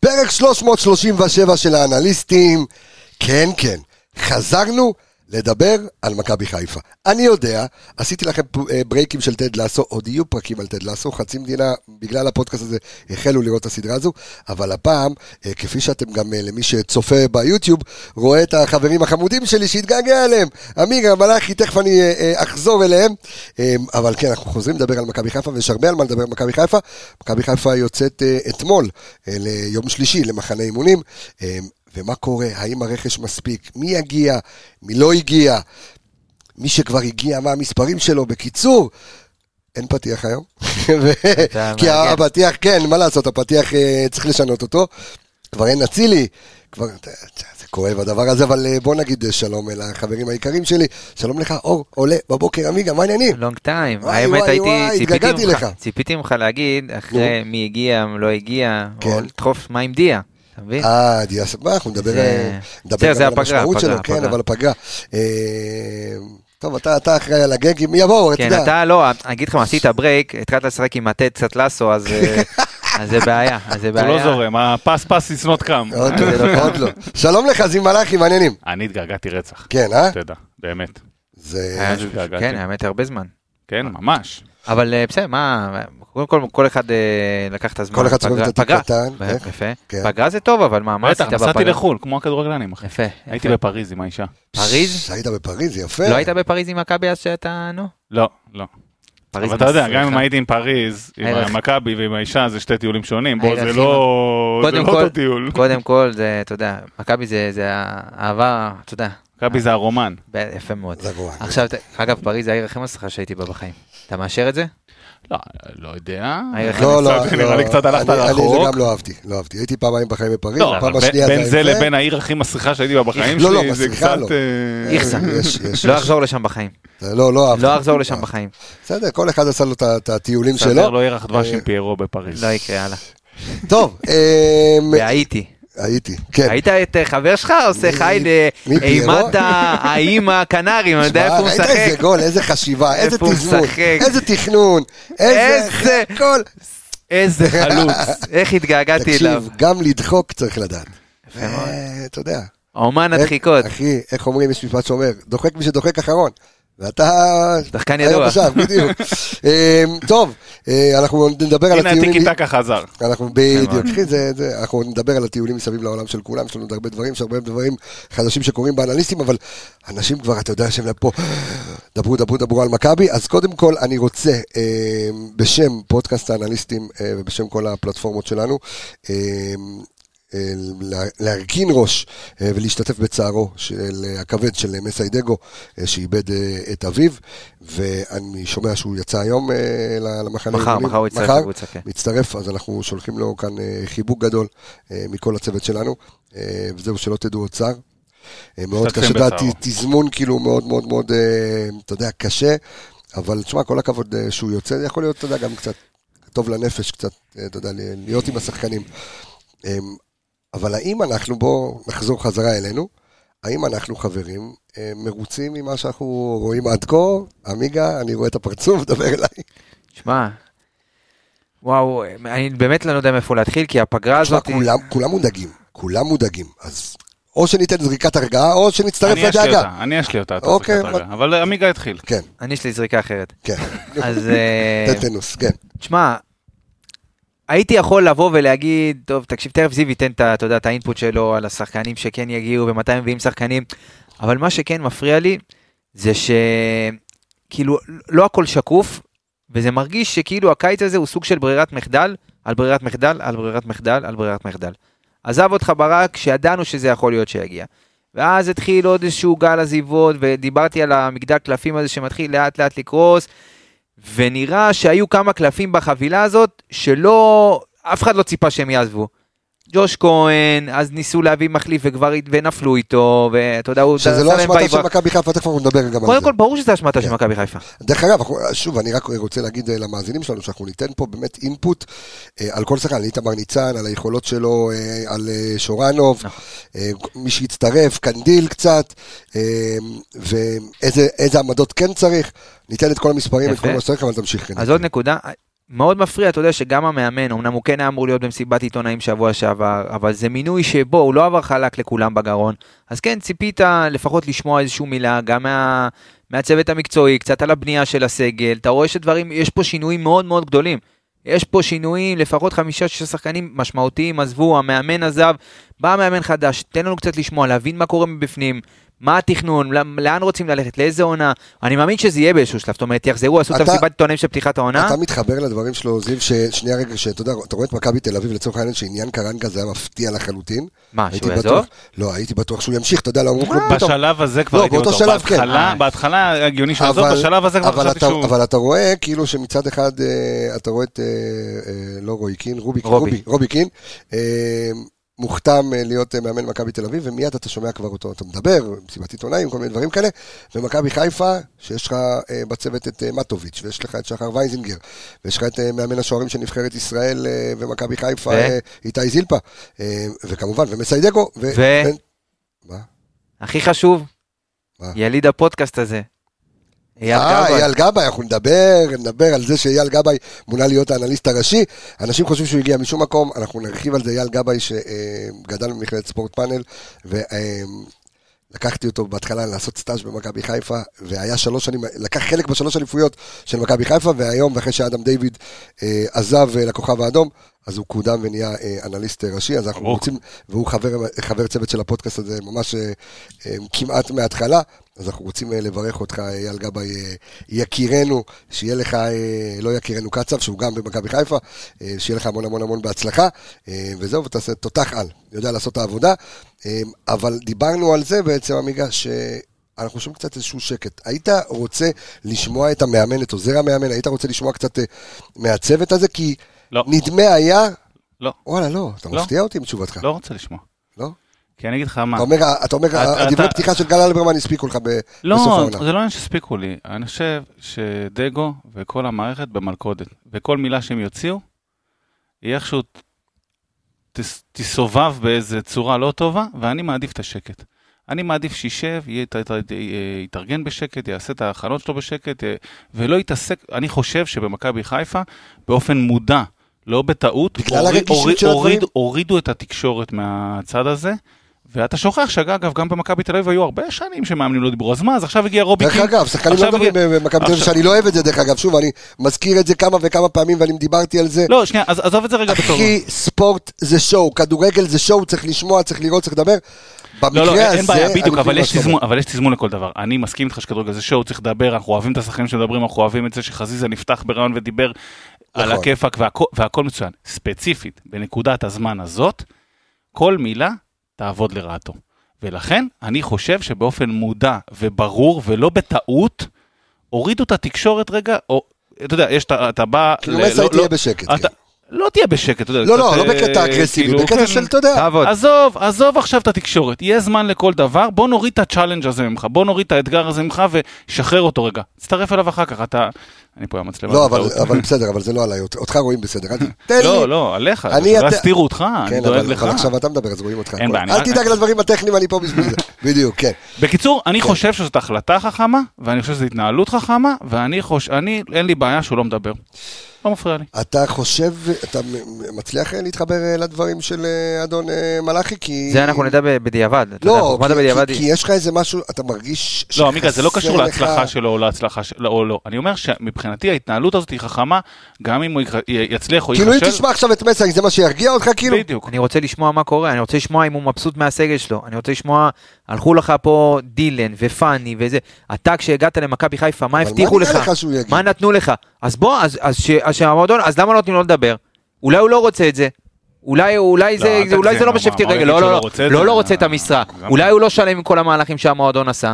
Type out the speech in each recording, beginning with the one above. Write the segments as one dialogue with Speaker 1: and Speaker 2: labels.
Speaker 1: פרק 337 של האנליסטים. כן, כן, חזרנו לדבר על מכבי חיפה. אני יודע, עשיתי לכם פ- אה, ברייקים של טד לאסו, עוד יהיו פרקים על טד לאסו, חצי מדינה, בגלל הפודקאסט הזה, החלו לראות את הסדרה הזו, אבל הפעם, אה, כפי שאתם גם, אה, למי שצופה ביוטיוב, רואה את החברים החמודים שלי שהתגעגע אליהם, אמירה, מלאכי, תכף אני אה, אה, אחזור אליהם, אה, אבל כן, אנחנו חוזרים לדבר על מכבי חיפה, ויש הרבה על מה לדבר על מכבי חיפה. מכבי חיפה יוצאת אה, אתמול, אה, ליום שלישי, למחנה אימונים. אה, ומה קורה, האם הרכש מספיק, מי יגיע, מי לא הגיע, מי שכבר הגיע, מה המספרים שלו. בקיצור, אין פתיח היום. ו-
Speaker 2: אתה
Speaker 1: כי
Speaker 2: מארגן.
Speaker 1: הפתיח, כן, מה לעשות, הפתיח, אה, צריך לשנות אותו. כבר אין אצילי, כבר, אתה- אתה- זה כואב הדבר הזה, אבל אה, בוא נגיד אה, שלום אל החברים היקרים שלי. שלום לך, אור, עולה בבוקר, עמיגה, מה העניינים?
Speaker 2: לונג טיים,
Speaker 1: וואי,
Speaker 2: האמת
Speaker 1: וואי,
Speaker 2: הייתי,
Speaker 1: וואי,
Speaker 2: ציפיתי
Speaker 1: התגעגעתי
Speaker 2: ממך,
Speaker 1: לך.
Speaker 2: ציפיתי ממך להגיד אחרי מי הגיע, לא הגיע, או
Speaker 1: כן.
Speaker 2: לדחוף מה עם דיה, אתה מבין?
Speaker 1: אה, דיאס, מה, אנחנו נדבר
Speaker 2: זה-
Speaker 1: אה,
Speaker 2: בסדר,
Speaker 1: נדבר גם
Speaker 2: זה
Speaker 1: על
Speaker 2: הפגרה,
Speaker 1: המשמעות
Speaker 2: הפגרה,
Speaker 1: שלו, כן,
Speaker 2: הפגרה.
Speaker 1: אבל הפגרה. אה, טוב, אתה אתה אחראי על הגגים, יבואו, אתה
Speaker 2: כן,
Speaker 1: יודע.
Speaker 2: אתה לא, אני אגיד לך מה, עשית ברייק, התחלת לשחק עם הטד קצת לסו, אז אה, אז זה בעיה, אז זה
Speaker 3: הוא
Speaker 2: בעיה.
Speaker 3: לא זורם, הפס פס is not come.
Speaker 1: עוד לא, עוד לא. שלום לך, זיו מלאכי, מעניינים.
Speaker 3: אני התגעגעתי רצח,
Speaker 1: כן, אה?
Speaker 3: תדע, באמת.
Speaker 1: זה...
Speaker 2: היה-
Speaker 3: התגעגעתי.
Speaker 2: כן, האמת הרבה זמן.
Speaker 3: כן, ממש.
Speaker 2: אבל אה, בסדר, מה, קודם כל, כל אחד אה, לקח את הזמן.
Speaker 1: כל אחד סובב את
Speaker 2: פגרה-
Speaker 1: התיק
Speaker 2: פגרה.
Speaker 1: קטן.
Speaker 2: ב-
Speaker 1: איך?
Speaker 2: יפה.
Speaker 1: כן.
Speaker 2: פגרה זה טוב, אבל מה, מה עשית
Speaker 3: בטח,
Speaker 2: בפגרה?
Speaker 3: נסעתי לחו"ל, כמו הכדורגלנים, אחי.
Speaker 2: יפה. יפה.
Speaker 3: הייתי בפריז עם האישה.
Speaker 2: פריז?
Speaker 1: היית בפריז, יפה.
Speaker 2: לא היית בפריז עם מכבי אז שאתה, נו?
Speaker 3: לא, לא.
Speaker 2: פריז
Speaker 3: אבל אתה יודע,
Speaker 2: מסריחה.
Speaker 3: גם אם הייתי עם פריז, עם
Speaker 2: הערך.
Speaker 3: המכבי ועם האישה, זה שתי טיולים שונים. בוא,
Speaker 2: הערך,
Speaker 3: זה לא זה
Speaker 2: קודם
Speaker 3: לא
Speaker 2: כל-
Speaker 3: אותו טיול.
Speaker 2: קודם כל, זה, אתה יודע, מכבי זה, זה האהבה, אתה יודע,
Speaker 3: מכבי זה הרומן.
Speaker 2: ב- יפה מאוד.
Speaker 1: זה גרוע.
Speaker 2: עכשיו, ת- אגב, פריז זה העיר הכי מסכה שהייתי בה בחיים. אתה מאשר את זה?
Speaker 3: לא, לא יודע.
Speaker 2: הערך
Speaker 1: לא, לא,
Speaker 3: קצת-
Speaker 1: לא.
Speaker 3: נראה לי קצת הלכת
Speaker 1: אני- אני
Speaker 3: רחוק.
Speaker 1: גם לא אהבתי, לא אהבתי. הייתי פעמיים בחיים בפריז,
Speaker 3: לא,
Speaker 1: הפעם
Speaker 3: אבל
Speaker 1: השנייה
Speaker 3: בין זה
Speaker 1: היה עם
Speaker 3: לבין העיר הכי מסריחה שהייתי בה בחיים
Speaker 1: לא, לא,
Speaker 3: שלי, זה
Speaker 1: מסריחה
Speaker 3: קצת...
Speaker 1: לא.
Speaker 3: אה,
Speaker 2: איכסה.
Speaker 1: יש, יש,
Speaker 2: לא
Speaker 1: יש.
Speaker 2: אחזור לשם בחיים.
Speaker 1: לא, לא אהבתי.
Speaker 2: לא אחזור לשם בחיים.
Speaker 1: בסדר, כל אחד עשה לו את ה- את הטיולים
Speaker 3: סדר
Speaker 1: שלו.
Speaker 3: לא ירח דבש
Speaker 1: אה,
Speaker 3: עם פיירו בפריז.
Speaker 2: לא יקרה, הלאה.
Speaker 1: טוב, אמ,
Speaker 2: והייתי.
Speaker 1: הייתי, כן.
Speaker 2: ראית את אה, חבר שלך עושה
Speaker 1: מי-
Speaker 2: חי
Speaker 1: מי פיירו?
Speaker 2: לאימת האיים הקנרים, אני יודע
Speaker 1: שמע,
Speaker 2: איפה הוא
Speaker 1: ראית איזה
Speaker 2: משחק.
Speaker 1: גול, איזה חשיבה, איזה
Speaker 2: איפה הוא
Speaker 1: תזמון,
Speaker 2: משחק.
Speaker 1: איזה תכנון, איזה
Speaker 2: איזה-
Speaker 1: גול.
Speaker 2: איזה חלוץ, איך התגעגעתי אליו.
Speaker 1: תקשיב, גם לדחוק צריך לדעת. אה, אתה יודע.
Speaker 2: אומן הדחיקות.
Speaker 1: אחי, איך אומרים, יש משפט שאומר, דוחק מי שדוחק אחרון. ואתה...
Speaker 2: שחקן
Speaker 1: היום
Speaker 2: ידוע.
Speaker 1: עכשיו, בדיוק. אמ, טוב, אה, אנחנו נדבר על
Speaker 3: הנה
Speaker 1: הטיולים.
Speaker 3: הטיקי טקה חזר.
Speaker 1: אנחנו בדיוק, אחי, זה, זה, אנחנו נדבר על הטיולים מסביב לעולם של כולם, יש לנו עוד הרבה דברים, יש הרבה דברים חדשים שקורים באנליסטים, אבל אנשים כבר, אתה יודע שהם פה, דברו, דברו, דברו על מכבי, אז קודם כל אני רוצה, אה, בשם פודקאסט האנליסטים אה, ובשם כל הפלטפורמות שלנו, אה, אה, לה- להרכין ראש אה, ולהשתתף בצערו של אה, הכבד של אה, מסיידגו אה, שאיבד אה, את אביו ואני שומע שהוא יצא היום אה, ל- למחנה
Speaker 2: מחר,
Speaker 1: אימונים.
Speaker 2: מחר הוא יצא
Speaker 1: אה, מחר?
Speaker 2: החוצה, כן.
Speaker 1: מצטרף, אז אנחנו שולחים לו כאן אה, חיבוק גדול אה, מכל הצוות שלנו, אה, וזהו, שלא תדעו עוד צער. אה, מאוד
Speaker 3: משתתפים
Speaker 1: קשה, אתה יודע,
Speaker 3: בצערו.
Speaker 1: ת- תזמון כאילו מאוד מאוד מאוד, אה, אתה יודע, קשה, אבל תשמע, כל הכבוד אה, שהוא יוצא, זה יכול להיות, אתה יודע, גם קצת טוב לנפש, קצת, אה, אתה יודע, ל- להיות עם השחקנים. אה, אבל האם אנחנו, בואו נחזור חזרה אלינו, האם אנחנו חברים אה, מרוצים ממה שאנחנו רואים עד כה? עמיגה, אני רואה את הפרצוף, דבר אליי.
Speaker 2: שמע, וואו, אני באמת לא יודע מאיפה להתחיל, כי הפגרה
Speaker 1: תשמע,
Speaker 2: הזאת...
Speaker 1: כולם, כולם מודאגים, כולם מודאגים, אז או שניתן זריקת הרגעה, או שנצטרף
Speaker 3: אני יש לי
Speaker 1: לדאגה.
Speaker 3: אותה, אני יש לי אותה. אתה
Speaker 1: אוקיי,
Speaker 3: צריך לדאגה. אבל עמיגה התחיל.
Speaker 1: כן,
Speaker 2: אני, יש לי זריקה אחרת.
Speaker 1: כן.
Speaker 2: אז אה,
Speaker 1: טטנוס, כן.
Speaker 2: תשמע, הייתי יכול לבוא ולהגיד, טוב, תקשיב, תכף זיו ייתן את ה- אתה יודע, את האינפוט שלו על השחקנים שכן יגיעו ומתי מביאים שחקנים, אבל מה שכן מפריע לי זה שכאילו לא הכל שקוף, וזה מרגיש שכאילו הקיץ הזה הוא סוג של ברירת מחדל, על ברירת מחדל, על ברירת מחדל, על ברירת מחדל. עזב אותך ברק, שידענו שזה יכול להיות שיגיע. ואז התחיל עוד איזשהו גל עזיבות, ודיברתי על המגדל קלפים הזה שמתחיל לאט לאט לקרוס, ונראה שהיו כמה קלפים בחבילה הזאת, שלא, אף אחד לא ציפה שהם יעזבו. ג'וש כהן, אז ניסו להביא מחליף וכבר, ונפלו איתו, ואתה יודע, הוא
Speaker 1: שזה
Speaker 2: עשה
Speaker 1: לא
Speaker 2: להם
Speaker 1: אשמתה
Speaker 2: ויברק.
Speaker 1: של מכבי חיפה, תכף אנחנו נדבר גם על
Speaker 2: קודם
Speaker 1: זה.
Speaker 2: כל, ברור שזה אשמתה של
Speaker 1: כן.
Speaker 2: מכבי חיפה.
Speaker 1: דרך אגב, אנחנו- שוב, אני רק רוצה להגיד אה, למאזינים שלנו שאנחנו ניתן פה באמת אינפוט אה, על כל שחקן, על איתמר ניצן, על היכולות שלו, אה, על אה, שורנוב,
Speaker 2: נכון.
Speaker 1: אה, מי שהצטרף, קנדיל קצת, אה, ואיזה איזה עמדות כן צריך. ניתן את כל המספרים, את
Speaker 2: יפה.
Speaker 1: כל מה שצריך, אבל תמשיך. כן.
Speaker 2: אז עוד נקודה, מאוד מפריע, אתה יודע שגם המאמן, אמנם הוא כן היה אמור להיות במסיבת עיתונאים שבוע שעבר, אבל זה מינוי שבו הוא לא עבר חלק לכולם בגרון. אז כן, ציפית לפחות לשמוע איזושהי מילה, גם מה, מהצוות המקצועי, קצת על הבנייה של הסגל. אתה רואה שדברים, יש פה שינויים מאוד מאוד גדולים. יש פה שינויים, לפחות חמישה-שישה שחקנים משמעותיים עזבו, המאמן עזב, בא מאמן חדש, תן לנו קצת לשמוע, להבין מה קורה מבפנים, מה התכנון, למ- לאן רוצים ללכת, לאיזה עונה. אני מאמין שזה יהיה באיזשהו שלב, זאת אומרת, יחזרו, עשו את
Speaker 1: אתה-
Speaker 2: המסיבת עיתונאים של פתיחת העונה.
Speaker 1: אתה מתחבר לדברים שלו, זיו, ששנייה רגע, שאתה יודע, אתה רואה את מכבי תל אביב לצורך העניין שעניין קרנקה זה היה מפתיע לחלוטין.
Speaker 2: מה,
Speaker 1: הייתי
Speaker 2: אה, שהוא
Speaker 1: בטוח-
Speaker 2: יעזוב?
Speaker 1: לא, הייתי בטוח שהוא ימשיך, אתה יודע, לא אמרו כלום פתאום.
Speaker 3: בשלב הזה כבר
Speaker 1: לא,
Speaker 3: הייתי
Speaker 1: באותו
Speaker 3: בטוח.
Speaker 1: שלב, כן.
Speaker 3: בהתחלה-
Speaker 2: אה.
Speaker 3: בהתחלה היה הגיוני שהוא יעזוב,
Speaker 1: אבל-
Speaker 3: בשלב הזה כבר
Speaker 1: אבל
Speaker 3: חשבתי
Speaker 1: אתה-
Speaker 3: שהוא...
Speaker 1: אבל אתה רואה כאילו שמצד אחד אה, אתה רואה את, אה, אה, לא רועי קין, רובי קין,
Speaker 2: רובי.
Speaker 1: רובי- רובי קין, אה, מוכתם אה, להיות אה, מאמן מכבי תל אביב, ומיד אתה שומע כבר אותו, אתה מדבר, מסיבת עיתונאים, כל מיני דברים כאלה, ומכבי חיפה, שיש לך אה, בצוות את אה, מטוביץ', ויש לך את שחר וייזינגר, ויש לך את אה, מאמן השוערים של נבחרת ישראל אה, ומכבי חיפה,
Speaker 2: ו?
Speaker 1: אה, איתי זילפה, אה, וכמובן, ומסיידגו, ו...
Speaker 2: ו?
Speaker 1: מה?
Speaker 2: הכי חשוב,
Speaker 1: מה?
Speaker 2: יליד הפודקאסט הזה. אייל
Speaker 1: אה,
Speaker 2: גבאי.
Speaker 1: אייל גבאי, אנחנו נדבר, נדבר על זה שאייל גבאי מונה להיות האנליסט הראשי. אנשים חושבים שהוא הגיע משום מקום, אנחנו נרחיב על זה. אייל גבאי שגדל במכללת ספורט פאנל, ולקחתי אותו בהתחלה לעשות סטאז' במכבי חיפה, והיה שלוש שנים, לקח חלק בשלוש אליפויות של מכבי חיפה, והיום, אחרי שאדם דיוויד אה, עזב אה, לכוכב האדום, אז הוא קודם ונהיה אה, אנליסט אה, ראשי, אז אנחנו
Speaker 3: רוק.
Speaker 1: רוצים, והוא חבר, חבר צוות של הפודקאסט הזה ממש אה, אה, כמעט מההתחלה, אז אנחנו רוצים אה, לברך אותך, אה, אייל גבאי, אה, יקירנו, שיהיה לך, אה, לא יקירנו קצב, שהוא גם במכבי חיפה, אה, שיהיה לך המון המון המון בהצלחה, אה, וזהו, ותעשה תותח על, יודע לעשות את העבודה, אה, אבל דיברנו על זה בעצם, עמיגה, ש... אנחנו שומעים קצת איזשהו שקט. היית רוצה לשמוע את המאמן, את עוזר המאמן, היית רוצה לשמוע קצת אה, מהצוות הזה? כי
Speaker 3: לא,
Speaker 1: נדמה היה...
Speaker 3: לא.
Speaker 1: וואלה, לא, אתה
Speaker 3: לא.
Speaker 1: מפתיע אותי עם תשובתך.
Speaker 3: לא רוצה לשמוע.
Speaker 1: לא?
Speaker 3: כי אני אגיד לך מה.
Speaker 1: אתה אומר, אתה אומר,
Speaker 3: אתה-
Speaker 1: הדברי
Speaker 3: אתה-
Speaker 1: פתיחה של גל אלברמן הספיקו לך ב- בסוף
Speaker 3: לא,
Speaker 1: העונה.
Speaker 3: זה לא עניין שהספיקו לי. אני חושב שדגו וכל המערכת במלכודת, וכל מילה שהם יוציאו, היא איכשהו ת- תס- תסובב באיזה צורה לא טובה, ואני מעדיף את השקט. אני מעדיף שישב, יהיה- ת- ת- אה, יתארגן בשקט, יעשה את ההכנות שלו בשקט, אה, ולא יתעסק, אני חושב שבמכבי חיפה, באופן מודע, לא בטעות,
Speaker 1: בגלל
Speaker 3: הוריד-
Speaker 1: הרגישות
Speaker 3: הוריד-
Speaker 1: של הדברים?
Speaker 3: הוריד- הורידו את התקשורת מהצד הזה, ואתה שוכח שאגב, גם במכבי תל אביב היו הרבה שנים שמאמנים לא דיברו, אז מה, אז עכשיו הגיע רובי
Speaker 1: דרך
Speaker 3: קין.
Speaker 1: אגב, שחקנים לא
Speaker 3: עכשיו
Speaker 1: מדברים
Speaker 3: הגיע-
Speaker 1: במכבי תל אביב,
Speaker 3: עכשיו-
Speaker 1: שאני לא אוהב את זה, דרך אגב. שוב, אני מזכיר את זה כמה וכמה פעמים, ואני דיברתי על זה.
Speaker 3: לא, שנייה, אז עזוב את זה רגע בתור.
Speaker 1: אחי, ספורט זה שואו, כדורגל זה שואו, צריך לשמוע, צריך לראות, צריך לדבר.
Speaker 3: לא, לא,
Speaker 1: במקרה
Speaker 3: אין- אין
Speaker 1: הזה,
Speaker 3: בעיה,
Speaker 1: אני
Speaker 3: בדיוק,
Speaker 1: מבין
Speaker 3: אבל
Speaker 1: מה
Speaker 3: יש
Speaker 1: שאתה אומר.
Speaker 3: תזמון, אבל יש תזמון לכל דבר. אני מסכים איתך שכדורגל זה שואו, צריך לדבר, אנחנו אוהבים את השחקנים שמדברים, אנחנו אוהבים את זה שחזיזה נפתח ברעיון ודיבר על
Speaker 1: נכון.
Speaker 3: הכיפאק, והכל- והכל מצוין. ספציפית, בנקודת הזמן הזאת, כל מילה תעבוד לרעתו. ולכן, אני חושב שבאופן מודע וברור ולא בטעות, הורידו את התקשורת רגע, או, אתה יודע, יש, את ה- אתה בא...
Speaker 1: כאילו,
Speaker 3: ל- לא-
Speaker 1: מסי
Speaker 3: לא-
Speaker 1: תהיה בשקט.
Speaker 3: אתה-
Speaker 1: כן.
Speaker 3: לא תהיה בשקט, אתה יודע.
Speaker 1: לא, לא,
Speaker 3: קצת,
Speaker 1: לא
Speaker 3: אה,
Speaker 1: בקטע אגרסיבי,
Speaker 3: כאילו,
Speaker 1: בקטע
Speaker 3: כן.
Speaker 1: של, אתה יודע,
Speaker 2: תעבוד.
Speaker 3: עזוב, עזוב עכשיו את התקשורת, יהיה זמן לכל דבר, בוא נוריד את הצ'אלנג' הזה ממך, בוא נוריד את האתגר הזה ממך ושחרר אותו רגע. תצטרף אליו אחר כך, אתה... אני פה עם המצלמה.
Speaker 1: לא,
Speaker 3: בטעות.
Speaker 1: אבל- אבל בסדר, אבל זה לא עליי, אותך רואים בסדר. אל ת- תן לי,
Speaker 3: לא, לא, עליך,
Speaker 1: אני-
Speaker 3: שלא
Speaker 1: אתה-
Speaker 3: יסתירו אותך, אני
Speaker 1: כן,
Speaker 3: דואג
Speaker 1: אבל
Speaker 3: לך.
Speaker 1: אבל עכשיו אתה מדבר, אז רואים אותך.
Speaker 3: אין בעיה, אני
Speaker 1: אל
Speaker 3: רק-
Speaker 1: תדאג לדברים הטכניים, אני פה בשביל זה. בדיוק, כן.
Speaker 3: בקיצור, אני
Speaker 1: כן.
Speaker 3: חושב שזאת החלטה חכמה, ואני חושב שזו התנהלות חכמה, ואני חושב, אני, אין לי בעיה שהוא לא מדבר. לא מפריע לי.
Speaker 1: אתה חושב, אתה מ- מצליח אה, להתחבר אה, לדברים של אה, אדון אה, מלאכי? כי...
Speaker 2: זה אנחנו נדע ב- בדיעבד. אתה יודע,
Speaker 1: לא,
Speaker 2: חוכמת
Speaker 1: כי-
Speaker 2: הבדיעבד
Speaker 1: כי-
Speaker 2: היא-
Speaker 1: כי יש לך איזה משהו, אתה מרגיש
Speaker 3: לא, עמיגה, זה לא
Speaker 1: שחסר
Speaker 3: קשור
Speaker 1: לך-
Speaker 3: להצלחה שלו או להצלחה שלו, או לא. אני אומר שמבחינתי ההתנהלות הזאת היא חכמה, גם אם הוא יקר- י- יצליח או
Speaker 1: כאילו אם
Speaker 3: ייכשל.
Speaker 1: תשמע עכשיו את מסי, זה מה שירגיע אותך כאילו?
Speaker 3: בדיוק.
Speaker 2: אני רוצה לשמוע מה קורה, אני רוצה לשמוע אם הוא מבסוט מהסגל שלו, אני רוצה לשמוע, הלכו לך פה דילן ופאני וזה, אתה כשהגעת למכבי חיפה, מה
Speaker 1: אבל
Speaker 2: הבטיחו
Speaker 1: מה
Speaker 2: לך?
Speaker 1: נראה לך שהוא יגיד?
Speaker 2: מה נתנו לך? אז בוא, אז, אז, ש, אז שהמועדון, אז למה לא נותנים לו לדבר? אולי הוא לא רוצה את זה. אולי, אולי,
Speaker 3: לא,
Speaker 2: זה,
Speaker 3: אל
Speaker 2: זה, אולי
Speaker 3: תגזים,
Speaker 2: זה לא
Speaker 3: מה,
Speaker 2: מה שהבטיח,
Speaker 3: מה,
Speaker 2: רגע,
Speaker 3: הוא יגיד
Speaker 2: לא, לא,
Speaker 3: שהוא לא
Speaker 2: לא,
Speaker 3: רוצה את
Speaker 2: לא,
Speaker 3: זה?
Speaker 2: לא רוצה את
Speaker 3: אה,
Speaker 2: המשרה.
Speaker 3: גם-
Speaker 2: אולי הוא לא שלם עם כל המהלכים שהמועדון עשה.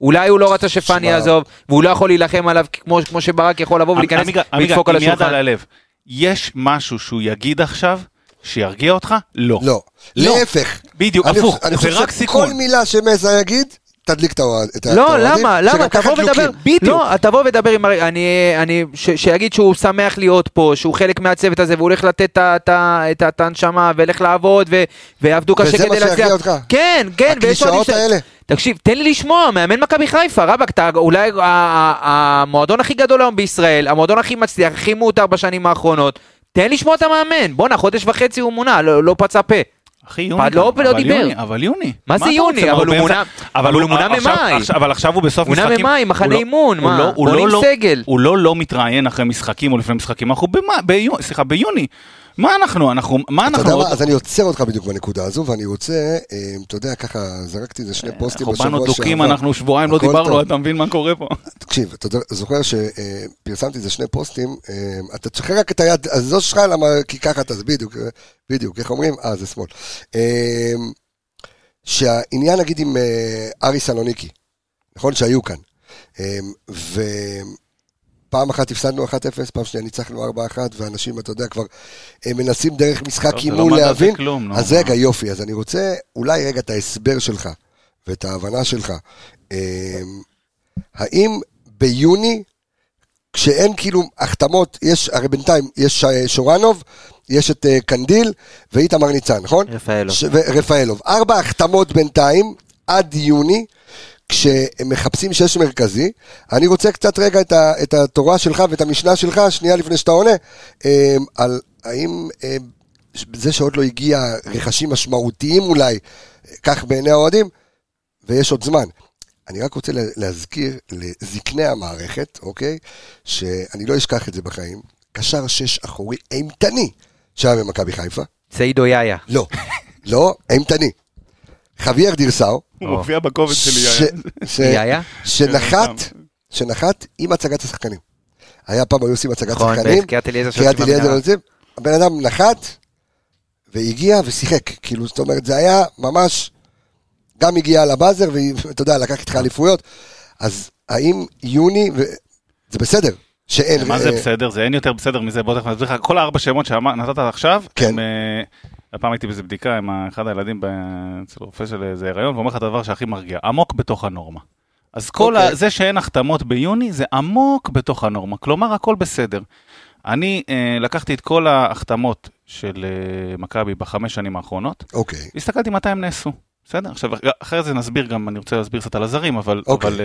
Speaker 2: אולי הוא לא רצה שפאני
Speaker 1: שמע.
Speaker 2: יעזוב, והוא לא יכול להילחם עליו כמו, כמו שברק יכול לבוא ולהיכנס
Speaker 3: אמ- עמיגה, עמיגה,
Speaker 2: ולדפוק על
Speaker 3: עם יד על
Speaker 2: השולחן.
Speaker 3: הלב. יש משהו שהוא יגיד עכשיו שירגיע אותך? לא.
Speaker 1: לא.
Speaker 3: לא.
Speaker 1: להפך.
Speaker 3: בדיוק,
Speaker 1: אני
Speaker 3: הפוך,
Speaker 1: חושב- אני
Speaker 3: זה
Speaker 1: חושב
Speaker 3: רק
Speaker 1: שכל
Speaker 3: סיכון.
Speaker 1: מילה שמסי יגיד, תדליק את האוהד- את האוהדים.
Speaker 2: לא, למה? למה?
Speaker 1: שגם ככה
Speaker 2: תבוא ודבר,
Speaker 1: דלוקים.
Speaker 2: לא, תבוא ודבר עם, הר- אני, אני, ש- שיגיד שהוא שמח להיות פה, שהוא חלק מהצוות הזה, והוא הולך לתת את ה- את ה- את ה- את הנשמה, והולך לעבוד, ו- ויעבדו קשה
Speaker 1: וזה מה
Speaker 2: כדי
Speaker 1: שירגיע
Speaker 2: להצליח.
Speaker 1: אותך?
Speaker 2: כן, כן, ויש אוהדים
Speaker 1: הקלישאות
Speaker 2: ש-
Speaker 1: האלה?
Speaker 2: תקשיב, תן לי לשמוע, מאמן מכבי חיפה, רבאק, אתה אולי ה- ה- המועדון הכי גדול היום בישראל, המועדון הכי מצליח, הכי מעוטר בשנים האחרונות. תן לשמוע את המאמן. בואנה, חודש וחצי הוא מונה, לא לא פצע פה.
Speaker 3: אחי, יוני.
Speaker 2: אבל לא-
Speaker 3: אבל
Speaker 2: לא דיבר.
Speaker 3: יוני, אבל יוני.
Speaker 2: מה זה
Speaker 3: אתה
Speaker 2: יוני?
Speaker 3: רוצה?
Speaker 2: אבל
Speaker 3: מה,
Speaker 2: הוא
Speaker 3: באמצע-
Speaker 2: מונה- אבל הוא מונה
Speaker 3: עכשיו-
Speaker 2: ממאי.
Speaker 3: עכשיו- אבל עכשיו הוא בסוף
Speaker 2: מונה
Speaker 3: משחקים.
Speaker 2: ממאי, מחנה
Speaker 3: הוא לא-
Speaker 2: אימון,
Speaker 3: הוא
Speaker 2: מה?
Speaker 3: לא- הוא
Speaker 2: בונים
Speaker 3: לא-
Speaker 2: סגל.
Speaker 3: הוא לא לא מתראיין אחרי משחקים או לפני משחקים, אנחנו במאי, ביוני, סליחה, ביוני. מה אנחנו, אנחנו, מה
Speaker 1: אתה
Speaker 3: אנחנו...
Speaker 1: יודע
Speaker 3: עוד-
Speaker 1: מה, אז אני עוצר אותך בדיוק בנקודה הזו, ואני רוצה, אה, אתה יודע, ככה זרקתי איזה
Speaker 2: אה,
Speaker 1: שני פוסטים
Speaker 3: אנחנו
Speaker 1: בשבוע שעבר.
Speaker 3: באנו דוקים, אנחנו שבועיים לא
Speaker 1: הכל
Speaker 3: דיברנו,
Speaker 1: טוב.
Speaker 3: אתה מבין מה קורה פה?
Speaker 1: תקשיב, אתה יודע- זוכר שפרסמתי איזה שני פוסטים, אה, אתה תשחרר רק את היד הזו שלך, למה, כי ככה אתה, זה בדיוק, אה, בדיוק, איך אומרים? אה, זה שמאל. אה, שהעניין, נגיד, עם אה, ארי סלוניקי, נכון? שהיו כאן. אה, ופעם אחת הפסדנו 1-0, פעם שנייה ניצחנו 4-1, ואנשים, אתה יודע, כבר אה, מנסים דרך משחק
Speaker 3: טוב, זה לא
Speaker 1: אימון
Speaker 3: מדע, זה
Speaker 1: להבין.
Speaker 3: כלום, נו,
Speaker 1: אז
Speaker 3: מה?
Speaker 1: רגע, יופי, אז אני רוצה אולי רגע את ההסבר שלך ואת ההבנה שלך. אמ, האם ביוני, כשאין כאילו החתמות, יש, הרי בינתיים יש אה, שורנוב, יש את אה, קנדיל ואיתמר ניצן, נכון?
Speaker 2: רפאלוב.
Speaker 1: ש- ורפאלוב. ארבע החתמות בינתיים, עד יוני, כשמחפשים שש מרכזי. אני רוצה קצת רגע את, ה, את התורה שלך ואת המשנה שלך, שנייה לפני שאתה עונה, אה, על האם אה, ש- זה שעוד לא הגיע רכשים משמעותיים אולי, אה, כך בעיני האוהדים, ויש עוד זמן. אני רק רוצה לה- להזכיר לזקני המערכת, אוקיי? שאני לא אשכח את זה בחיים. קשר שש אחורי אימתני שהיה במכבי חיפה.
Speaker 2: סעידו יאיה.
Speaker 1: לא, לא, אימתני. חוויאר דירסאו,
Speaker 3: הוא
Speaker 2: או.
Speaker 3: מופיע בכובד שלי,
Speaker 1: ש-
Speaker 3: יאיר.
Speaker 1: ש-
Speaker 2: יאיה?
Speaker 1: שנחת,
Speaker 3: כן,
Speaker 1: שנחת עם הצגת השחקנים. היה פעם, היו עושים הצגת
Speaker 2: נכון,
Speaker 1: שחקנים,
Speaker 2: בקריית אליעזר של
Speaker 1: קריאת
Speaker 2: יוצאים
Speaker 1: אליעזר לא-
Speaker 2: במנהרה.
Speaker 1: וזה, הבן אדם נחת, והגיע ושיחק. כאילו, זאת אומרת, זה היה ממש, גם הגיע לבאזר, ואתה יודע, לקח איתך אליפויות. אז האם יוני, ו- זה בסדר, שאין...
Speaker 3: מה זה
Speaker 1: אה,
Speaker 3: בסדר? זה אין יותר בסדר מזה, בוא תכף נסביר לך. כל הארבע שמות שנתת עכשיו,
Speaker 1: כן.
Speaker 3: הם, אה, הפעם הייתי באיזה בדיקה עם ה- אחד הילדים ב- אצל רופא של איזה הריון, ואומר לך את הדבר שהכי מרגיע, עמוק בתוך הנורמה. אז כל
Speaker 1: אוקיי.
Speaker 3: ה- זה שאין החתמות ביוני, זה עמוק בתוך הנורמה. כלומר, הכל בסדר. אני אה, לקחתי את כל ההחתמות של אה, מכבי בחמש שנים האחרונות,
Speaker 1: אוקיי,
Speaker 3: הסתכלתי מתי הם נעשו. בסדר? עכשיו, אחרי זה נסביר גם, אני רוצה להסביר קצת על הזרים, אבל,
Speaker 1: אוקיי.
Speaker 3: אבל אה,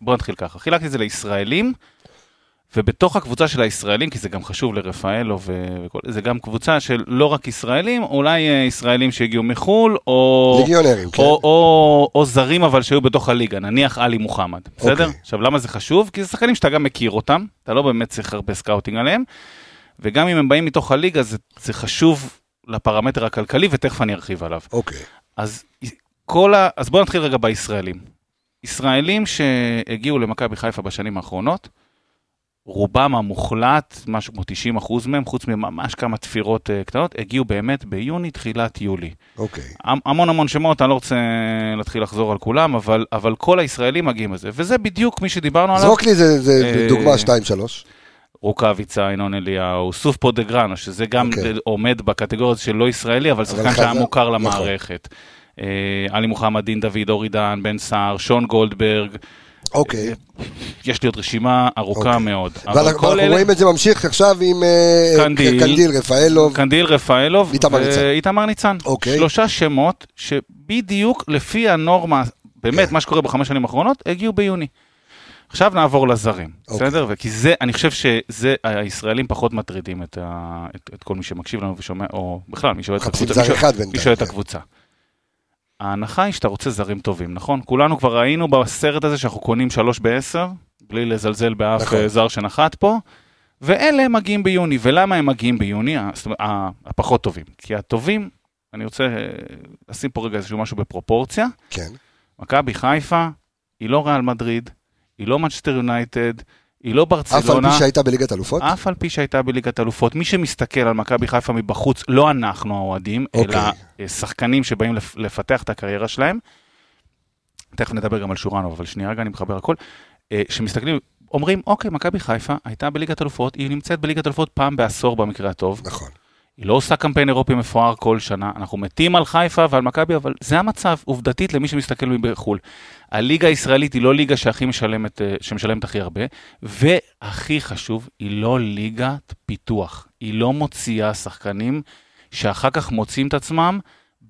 Speaker 3: בואו נתחיל ככה. חילקתי את זה לישראלים, ובתוך הקבוצה של הישראלים, כי זה גם חשוב לרפאלו, ו- וכל, זה גם קבוצה של לא רק ישראלים, אולי אה, ישראלים שהגיעו מחו"ל, או...
Speaker 1: ליגיונרים, כן.
Speaker 3: או, או, או זרים אבל שהיו בתוך הליגה, נניח עלי מוחמד, בסדר?
Speaker 1: אוקיי.
Speaker 3: עכשיו למה זה חשוב? כי זה שחקנים שאתה גם מכיר אותם, אתה לא באמת צריך הרבה סקאוטינג עליהם, וגם אם הם באים מתוך הליגה זה, זה חשוב לפרמטר הכלכלי ותכף אני ארחיב עליו.
Speaker 1: אוקיי,
Speaker 3: אז כל ה... אז בואו נתחיל רגע בישראלים. ישראלים שהגיעו למכבי חיפה בשנים האחרונות, רובם המוחלט, משהו כמו 90 אחוז מהם, חוץ מממש כמה תפירות אה, קטנות, הגיעו באמת ביוני, תחילת יולי.
Speaker 1: אוקיי.
Speaker 3: המ- המון המון שמות, אני לא רוצה להתחיל לחזור על כולם, אבל, אבל כל הישראלים מגיעים לזה. וזה בדיוק מי שדיברנו עליו,
Speaker 1: זרוק לי איזה- איזה
Speaker 3: אה,
Speaker 1: דוגמה, שתיים, שלוש.
Speaker 3: רוקאביצה, ינון אליהו, סוף פודגרנו, שזה גם
Speaker 1: אוקיי.
Speaker 3: okay. עומד בקטגוריה של לא ישראלי, אבל שחקן
Speaker 1: חזר-
Speaker 3: שהיה מוכר
Speaker 1: נכון.
Speaker 3: למערכת. אה, עלי מוחמד, דין דוד, אורי דן, בן סער, שון גולדברג,
Speaker 1: אוקיי.
Speaker 3: יש לי עוד רשימה ארוכה
Speaker 1: אוקיי.
Speaker 3: okay. מאוד. אה, אבל
Speaker 1: ואנחנו
Speaker 3: כל
Speaker 1: ואנחנו
Speaker 3: אלה,
Speaker 1: רואים את זה ממשיך עכשיו עם אה,
Speaker 3: קנדיל.
Speaker 1: קנדיל, רפאלוב.
Speaker 3: קנדיל רפאלוב
Speaker 1: איתמר ניצן.
Speaker 3: ואיתמר ניצן.
Speaker 1: אוקיי.
Speaker 3: שלושה שמות שבדיוק לפי הנורמה, באמת,
Speaker 1: כן.
Speaker 3: מה שקורה בחמש שנים האחרונות, הגיעו ביוני. עכשיו נעבור לזרים,
Speaker 1: אוקיי.
Speaker 3: בסדר? וכי זה, אני חושב שזה, הישראלים פחות מטרידים את, ה, את, את כל מי שמקשיב לנו ושומע, או בכלל, מי שאוהד את
Speaker 1: מחפשים
Speaker 3: הקבוצה. מי
Speaker 1: זר
Speaker 3: שאוהד-
Speaker 1: אחד
Speaker 3: מי שאוהד
Speaker 1: בינתיים.
Speaker 3: את הקבוצה. ההנחה היא שאתה רוצה זרים טובים, נכון? כולנו כבר ראינו בסרט הזה שאנחנו קונים שלוש בעשר, בלי לזלזל באף
Speaker 1: נכון.
Speaker 3: נכון. זר שנחת פה, ואלה מגיעים ביוני. ולמה הם מגיעים ביוני? ה- זאת אומרת, ה- הפחות טובים. כי הטובים, אני רוצה אה, לשים פה רגע איזשהו משהו בפרופורציה.
Speaker 1: כן,
Speaker 3: מכבי חיפה היא לא ריאל מדריד, היא לא מנצ'סטר יונייטד, היא לא
Speaker 1: אף על פי
Speaker 3: ברצלונה.
Speaker 1: שהייתה בליגת אלופות.
Speaker 3: אף על פי שהייתה בליגת אלופות, מי שמסתכל על מכבי חיפה מבחוץ, לא אנחנו האוהדים, okay.
Speaker 1: אוקיי.
Speaker 3: אלא אה, שחקנים שבאים לפ- לפתח את הקריירה שלהם, תכף נדבר גם על שורנוב, אבל שנייה רגע, אני מחבר הכל, אה, שמסתכלים, אומרים, אוקיי, מכבי חיפה הייתה בליגת אלופות, היא נמצאת בליגת אלופות פעם בעשור במקרה הטוב,
Speaker 1: נכון.
Speaker 3: היא לא עושה קמפיין אירופי מפואר כל שנה, אנחנו מתים על חיפה ועל מכבי, אבל זה המצב, עובדתית, למי שמסתכל מבחו"ל. הליגה הישראלית היא לא ליגה שהכי משלמת, אה, שמשלמת הכי הרבה, והכי חשוב, היא לא ליגת פיתוח. היא לא מוציאה שחקנים שאחר כך מוצאים את עצמם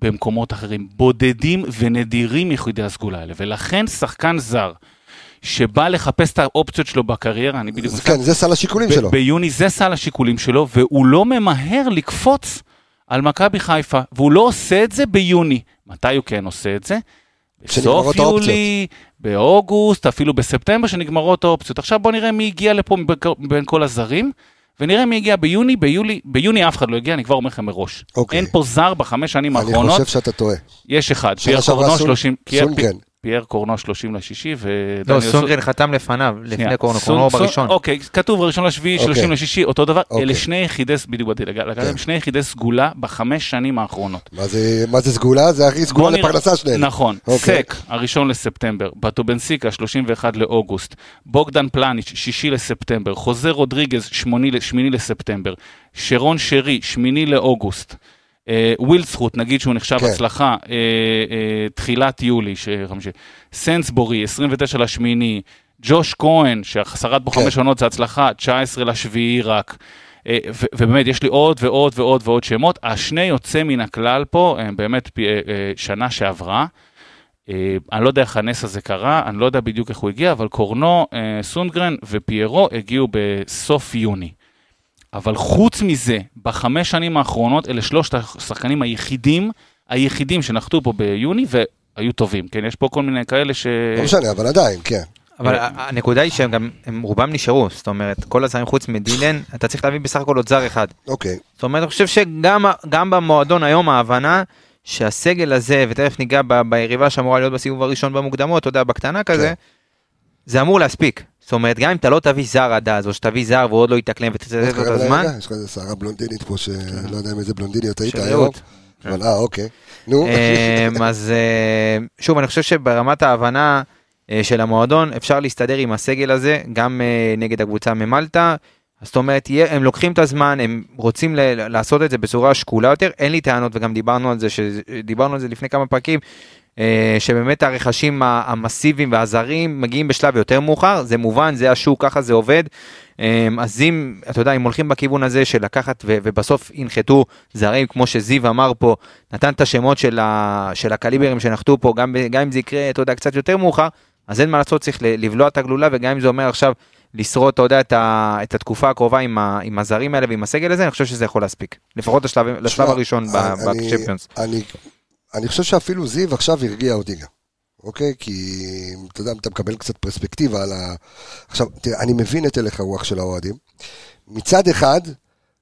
Speaker 3: במקומות אחרים. בודדים ונדירים יחידי הסגולה האלה, ולכן שחקן זר שבא לחפש את האופציות שלו בקריירה, אני בדיוק...
Speaker 1: זה- כן, זה סל השיקולים
Speaker 3: ב-
Speaker 1: שלו.
Speaker 3: ביוני זה סל השיקולים שלו, והוא לא ממהר לקפוץ על מכבי חיפה, והוא לא עושה את זה ביוני. מתי הוא כן עושה את זה?
Speaker 1: כשנגמרות
Speaker 3: בסוף
Speaker 1: האופציות.
Speaker 3: יולי, באוגוסט, אפילו בספטמבר, שנגמרות האופציות. עכשיו בוא נראה מי הגיע לפה מבין כל- מבין כל הזרים, ונראה מי הגיע ביוני, ביולי, ביוני אף אחד לא הגיע, אני כבר אומר לכם מראש.
Speaker 1: אוקיי.
Speaker 3: אין פה זר בחמש שנים
Speaker 1: אני
Speaker 3: האחרונות,
Speaker 1: חושב שאתה טועה.
Speaker 3: יש אחד,
Speaker 1: שנה
Speaker 3: פייר
Speaker 1: שעברה כן.
Speaker 3: קורנו
Speaker 1: סון-
Speaker 3: 30, פייר-
Speaker 1: סונגרן.
Speaker 3: פייר קורנו 30 לשישי,
Speaker 2: לא,
Speaker 3: ודניאל סון-
Speaker 2: סונגרן חתם לפניו, לפני
Speaker 3: שנייה.
Speaker 2: קורנו,
Speaker 3: סון-
Speaker 2: קורנו
Speaker 3: סון-
Speaker 2: בראשון.
Speaker 3: אוקיי, כתוב ראשון לשביעי,
Speaker 1: אוקיי.
Speaker 3: שלושים לשישי, אותו דבר.
Speaker 1: אוקיי.
Speaker 3: אלה שני יחידי, ס- בדיוק באתי לגעת
Speaker 1: כן.
Speaker 3: להם, שני יחידי סגולה בחמש שנים האחרונות.
Speaker 1: מה זה- מה זה סגולה? זה הכי
Speaker 3: בוא
Speaker 1: סגולה
Speaker 3: נראה-
Speaker 1: לפרנסה שלהם.
Speaker 3: נכון,
Speaker 1: אוקיי.
Speaker 3: סק, הראשון לספטמבר, בטובנסיקה, 31 לאוגוסט, בוגדן פלניץ', שישי לספטמבר, חוזה רודריגז, שמוני ל- שמיני לספטמבר, שרון שרי, שמיני לאוגוסט, אה, ווילדסחוט, נגיד שהוא נחשב
Speaker 1: כן.
Speaker 3: הצלחה, אה, אה, תחילת יולי, ש- חמישי. סנסבורי, 29 לשמיני, ג'וש כהן, ששרד בו
Speaker 1: כן.
Speaker 3: חמש עונות זה הצלחה, 19 לשביעי רק. אה, ו- ובאמת, יש לי עוד ועוד ועוד ועוד שמות. השני יוצא מן הכלל פה, הם באמת פי- אה, אה, שנה שעברה. אה, אני לא יודע איך הנס הזה קרה, אני לא יודע בדיוק איך הוא הגיע, אבל קורנו, אה, סונגרן ופיירו הגיעו בסוף יוני. אבל חוץ מזה, בחמש שנים האחרונות, אלה שלושת השחקנים היחידים, היחידים שנחתו פה ביוני והיו טובים, כן? יש פה כל מיני כאלה ש...
Speaker 1: לא משנה, אבל עדיין, כן.
Speaker 2: אבל
Speaker 3: אה,
Speaker 2: ה- הנקודה היא שהם גם, הם רובם נשארו, זאת אומרת, כל הזרים חוץ מדילן, אתה צריך להביא בסך הכל עוד זר אחד.
Speaker 1: אוקיי.
Speaker 2: זאת אומרת, אני חושב שגם ה- גם במועדון היום ההבנה שהסגל הזה, ותכף ניגע ב- ביריבה שאמורה להיות בסיבוב הראשון במוקדמות, אתה יודע, בקטנה
Speaker 1: כן.
Speaker 2: כזה, זה אמור להספיק. זאת אומרת, גם אם אתה לא תביא זר עד אז, או שתביא זר והוא עוד לא יתאקלם ותצטט
Speaker 1: איך
Speaker 2: אותו את
Speaker 1: קראת
Speaker 2: הזמן,
Speaker 1: לה? יש לך איזה שערה בלונדינית פה, שלא יודע עם איזה בלונדיניות היית
Speaker 2: של
Speaker 1: היום.
Speaker 2: רעות.
Speaker 1: אבל אה, אוקיי. נו.
Speaker 2: אמ, אז אמ, שוב, אני חושב שברמת ההבנה אה, של המועדון, אפשר להסתדר עם הסגל הזה, גם אה, נגד הקבוצה ממלטה. זאת אומרת, יהיה- הם לוקחים את הזמן, הם רוצים ל- לעשות את זה בצורה שקולה יותר, אין לי טענות, וגם דיברנו על זה, ש- דיברנו על זה לפני כמה פרקים, אה, שבאמת הרכשים ה- המסיביים והזרים מגיעים בשלב יותר מאוחר, זה מובן, זה השוק, ככה זה עובד. אה, אז אם, אתה יודע, אם הולכים בכיוון הזה של לקחת ו- ובסוף ינחתו זרים, כמו שזיו אמר פה, נתן את השמות של, ה, של הקליברים שנחתו פה, גם, ב- גם אם זה יקרה, אתה יודע, קצת יותר מאוחר, אז אין מה לעשות, צריך ל- לבלוע את הגלולה, וגם אם זה אומר עכשיו לשרוד, אתה יודע, את, ה, את התקופה הקרובה עם, ה, עם הזרים האלה ועם הסגל הזה, אני חושב שזה יכול להספיק. לפחות לשלב, לשלב
Speaker 1: תשמע,
Speaker 2: הראשון ב-
Speaker 1: אני-
Speaker 2: בצ'מפיונס.
Speaker 1: אני- אני חושב שאפילו זיו עכשיו הרגיע אותי גם. אוקיי? כי אתה יודע, אתה מקבל קצת פרספקטיבה על ה... עכשיו, תראה, אני מבין את הלך הרוח של האוהדים. מצד אחד,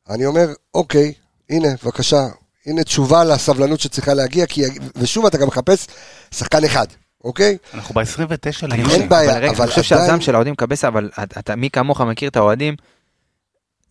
Speaker 1: אני אומר, אוקיי, הנה, בבקשה, הנה תשובה לסבלנות שצריכה להגיע, כי... ושוב, אתה גם מחפש שחקן אחד, אוקיי?
Speaker 2: כן.
Speaker 3: אנחנו ב-29
Speaker 2: אני
Speaker 1: אין
Speaker 2: חושב-
Speaker 3: ליוני.
Speaker 1: בעיה,
Speaker 2: אבל רגע,
Speaker 1: אבל
Speaker 2: אני חושב
Speaker 1: עדיין-
Speaker 2: שהזעם של האוהדים קבסה, אבל אתה- אתה, מי כמוך מכיר את האוהדים,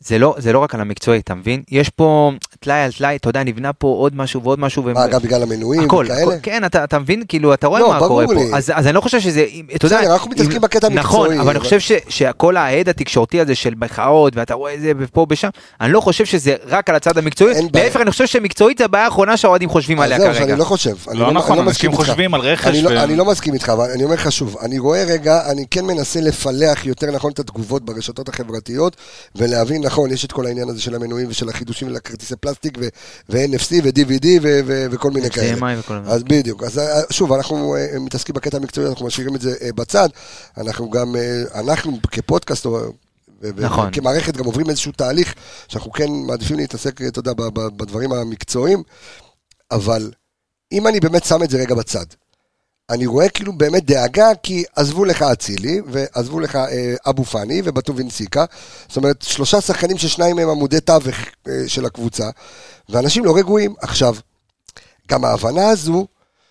Speaker 2: זה לא, זה לא רק על המקצועי, אתה מבין? יש פה טלאי על טלאי, אתה יודע, נבנה פה עוד משהו ועוד משהו. והם-
Speaker 1: מה, גם בגלל המנויים
Speaker 2: הכל,
Speaker 1: וכאלה?
Speaker 2: הכל, כן, אתה, אתה מבין, כאילו, אתה רואה
Speaker 1: לא,
Speaker 2: מה קורה
Speaker 1: ברור
Speaker 2: פה.
Speaker 1: לי.
Speaker 2: אז, אז אני לא חושב שזה, אם- אתה יודע,
Speaker 1: בסדר, אנחנו מתעסקים בקטע
Speaker 2: נכון,
Speaker 1: המקצועי,
Speaker 2: אבל אני
Speaker 1: אבל-
Speaker 2: חושב ש, שכל ההד התקשורתי הזה של מחאות, ואתה רואה זה ופה ושם, אני לא חושב שזה רק על הצד המקצועי,
Speaker 1: אין בעיה.
Speaker 2: להפך, אני חושב שמקצועית זה הבעיה האחרונה שהאוהדים חוזבים עליה
Speaker 1: אז זהו, שאני
Speaker 2: כרגע.
Speaker 1: לא חושב. אני
Speaker 3: לא
Speaker 1: אני
Speaker 3: נכון,
Speaker 1: מסכים
Speaker 3: אנשים
Speaker 1: איתך.
Speaker 3: חושבים על רכש.
Speaker 1: אני, לא,
Speaker 3: והם-
Speaker 1: אני לא מסכים איתך, אבל אני אומר לך שוב, אני רואה רגע, אני כן מנסה לפלח יותר נכון את התגובות ברשתות החברתיות, ולהבין נכון, יש את כל העניין הזה של המנויים ושל החידושים לכרטיסי פלסטיק, ו- ו-NFC ו-DVD ו- ו- וכל מיני כאלה.
Speaker 2: HDMI וכל מיני.
Speaker 1: אז בדיוק, אז אה, שוב, אנחנו אה, מתעסקים בקטע המקצועי, אנחנו משאירים את זה אה, בצד, אנחנו גם, אה, אנחנו כפודקאסט, או- ו- ו-
Speaker 2: נכון.
Speaker 1: כמערכת גם עוברים איזשהו תהליך, שאנחנו כן מעדיפים להתעסק, אה, אתה יודע, ב- ב- בדברים המקצועיים, אבל אם אני באמת שם את זה רגע בצד, אני רואה כאילו באמת דאגה, כי עזבו לך אצילי, ועזבו לך אה, אבו פאני ובטובינסיקה, זאת אומרת, שלושה שחקנים ששניים מהם עמודי תווך אה, של הקבוצה, ואנשים לא רגועים. עכשיו, גם ההבנה הזו,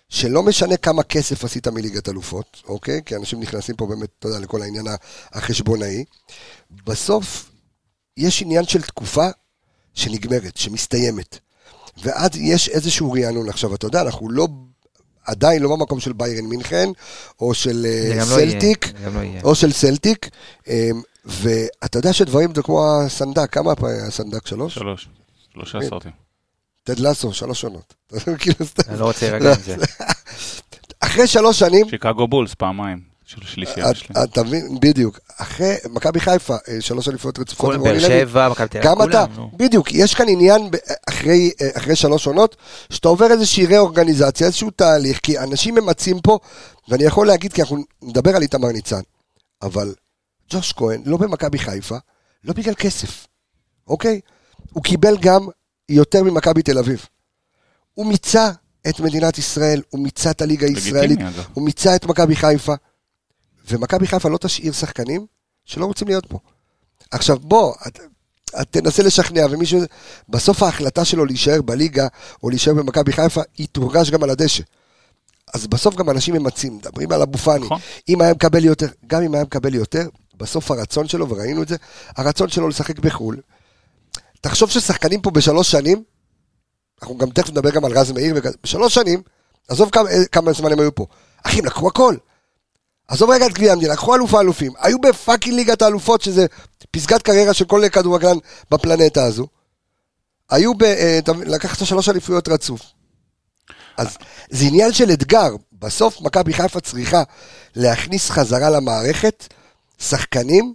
Speaker 1: שלא משנה כמה כסף עשית מליגת אלופות, אוקיי? כי אנשים נכנסים פה באמת, אתה יודע, לכל העניין החשבונאי. בסוף, יש עניין של תקופה שנגמרת, שמסתיימת. ואז יש איזשהו רענון. עכשיו, אתה יודע, אנחנו לא, עדיין לא במקום של ביירן מינכן, או של אה, אוקיי.
Speaker 2: זה גם לא יהיה,
Speaker 1: סלטיק.
Speaker 2: זה גם לא יהיה.
Speaker 1: או של סלטיק, אמ, ואתה יודע שדברים זה כמו הסנדק, כמה פעמים היה הסנדק? שלוש?
Speaker 3: שלוש. שלושה
Speaker 1: כן.
Speaker 3: סרטים.
Speaker 1: טד לסו, שלוש עונות. אתה יודע, כאילו, סתם.
Speaker 2: אני לא רוצה להירגע עם זה.
Speaker 1: אחרי שלוש שנים,
Speaker 3: שיקגו בולס פעמיים. של
Speaker 1: אה,
Speaker 3: שלישייה שלהם.
Speaker 1: אתה- אתה מבין, בדיוק. אחרי מכבי חיפה, אה, שלוש אליפויות רצופות
Speaker 2: כל
Speaker 1: עם
Speaker 2: באר
Speaker 1: רוני לוי.
Speaker 2: שבע, מכבי תל אביב,
Speaker 1: גם אתה,
Speaker 2: כולם.
Speaker 3: נו.
Speaker 1: בדיוק, יש כאן עניין ב- אחרי, אה, אחרי שלוש עונות, שאתה עובר איזושהי רה-אורגניזציה, איזשהו תהליך, כי אנשים ממצים פה, ואני יכול להגיד, כי אנחנו נדבר על איתמר ניצן, אבל ג'וש כהן לא במכבי חיפה, לא בגלל כסף, אוקיי? הוא קיבל גם יותר ממכבי תל אביב. הוא מיצה את מדינת ישראל, הוא מיצה את הליגה הישראלית,
Speaker 3: לגיטימי, אגב.
Speaker 1: הוא מיצה את מכבי חיפה, ומכבי חיפה לא תשאיר שחקנים שלא רוצים להיות פה. עכשיו בוא, את, את תנסה לשכנע, ומישהו, בסוף ההחלטה שלו להישאר בליגה, או להישאר במכבי חיפה, היא תורגש גם על הדשא. אז בסוף גם אנשים ממצים, מדברים על אבו פאני,
Speaker 3: נכון.
Speaker 1: אם היה מקבל יותר, גם אם היה מקבל יותר, בסוף הרצון שלו, וראינו את זה, הרצון שלו לשחק בחו"ל. תחשוב ששחקנים פה בשלוש שנים, אנחנו גם תכף נדבר גם על רז מאיר, וכ- בשלוש שנים, עזוב כמה, אה, כמה זמן הם היו פה, אחי, הם לקחו הכל. עזוב רגע את גביע המדינה, לקחו אלוף האלופים, היו בפאקינג ליגת האלופות, שזה פסגת קריירה של כל כדורגלן בפלנטה הזו. היו ב... אה, אתה מבין, לקחת שלוש אליפויות רצוף. אז זה עניין של אתגר. בסוף מכבי חיפה צריכה להכניס חזרה למערכת שחקנים...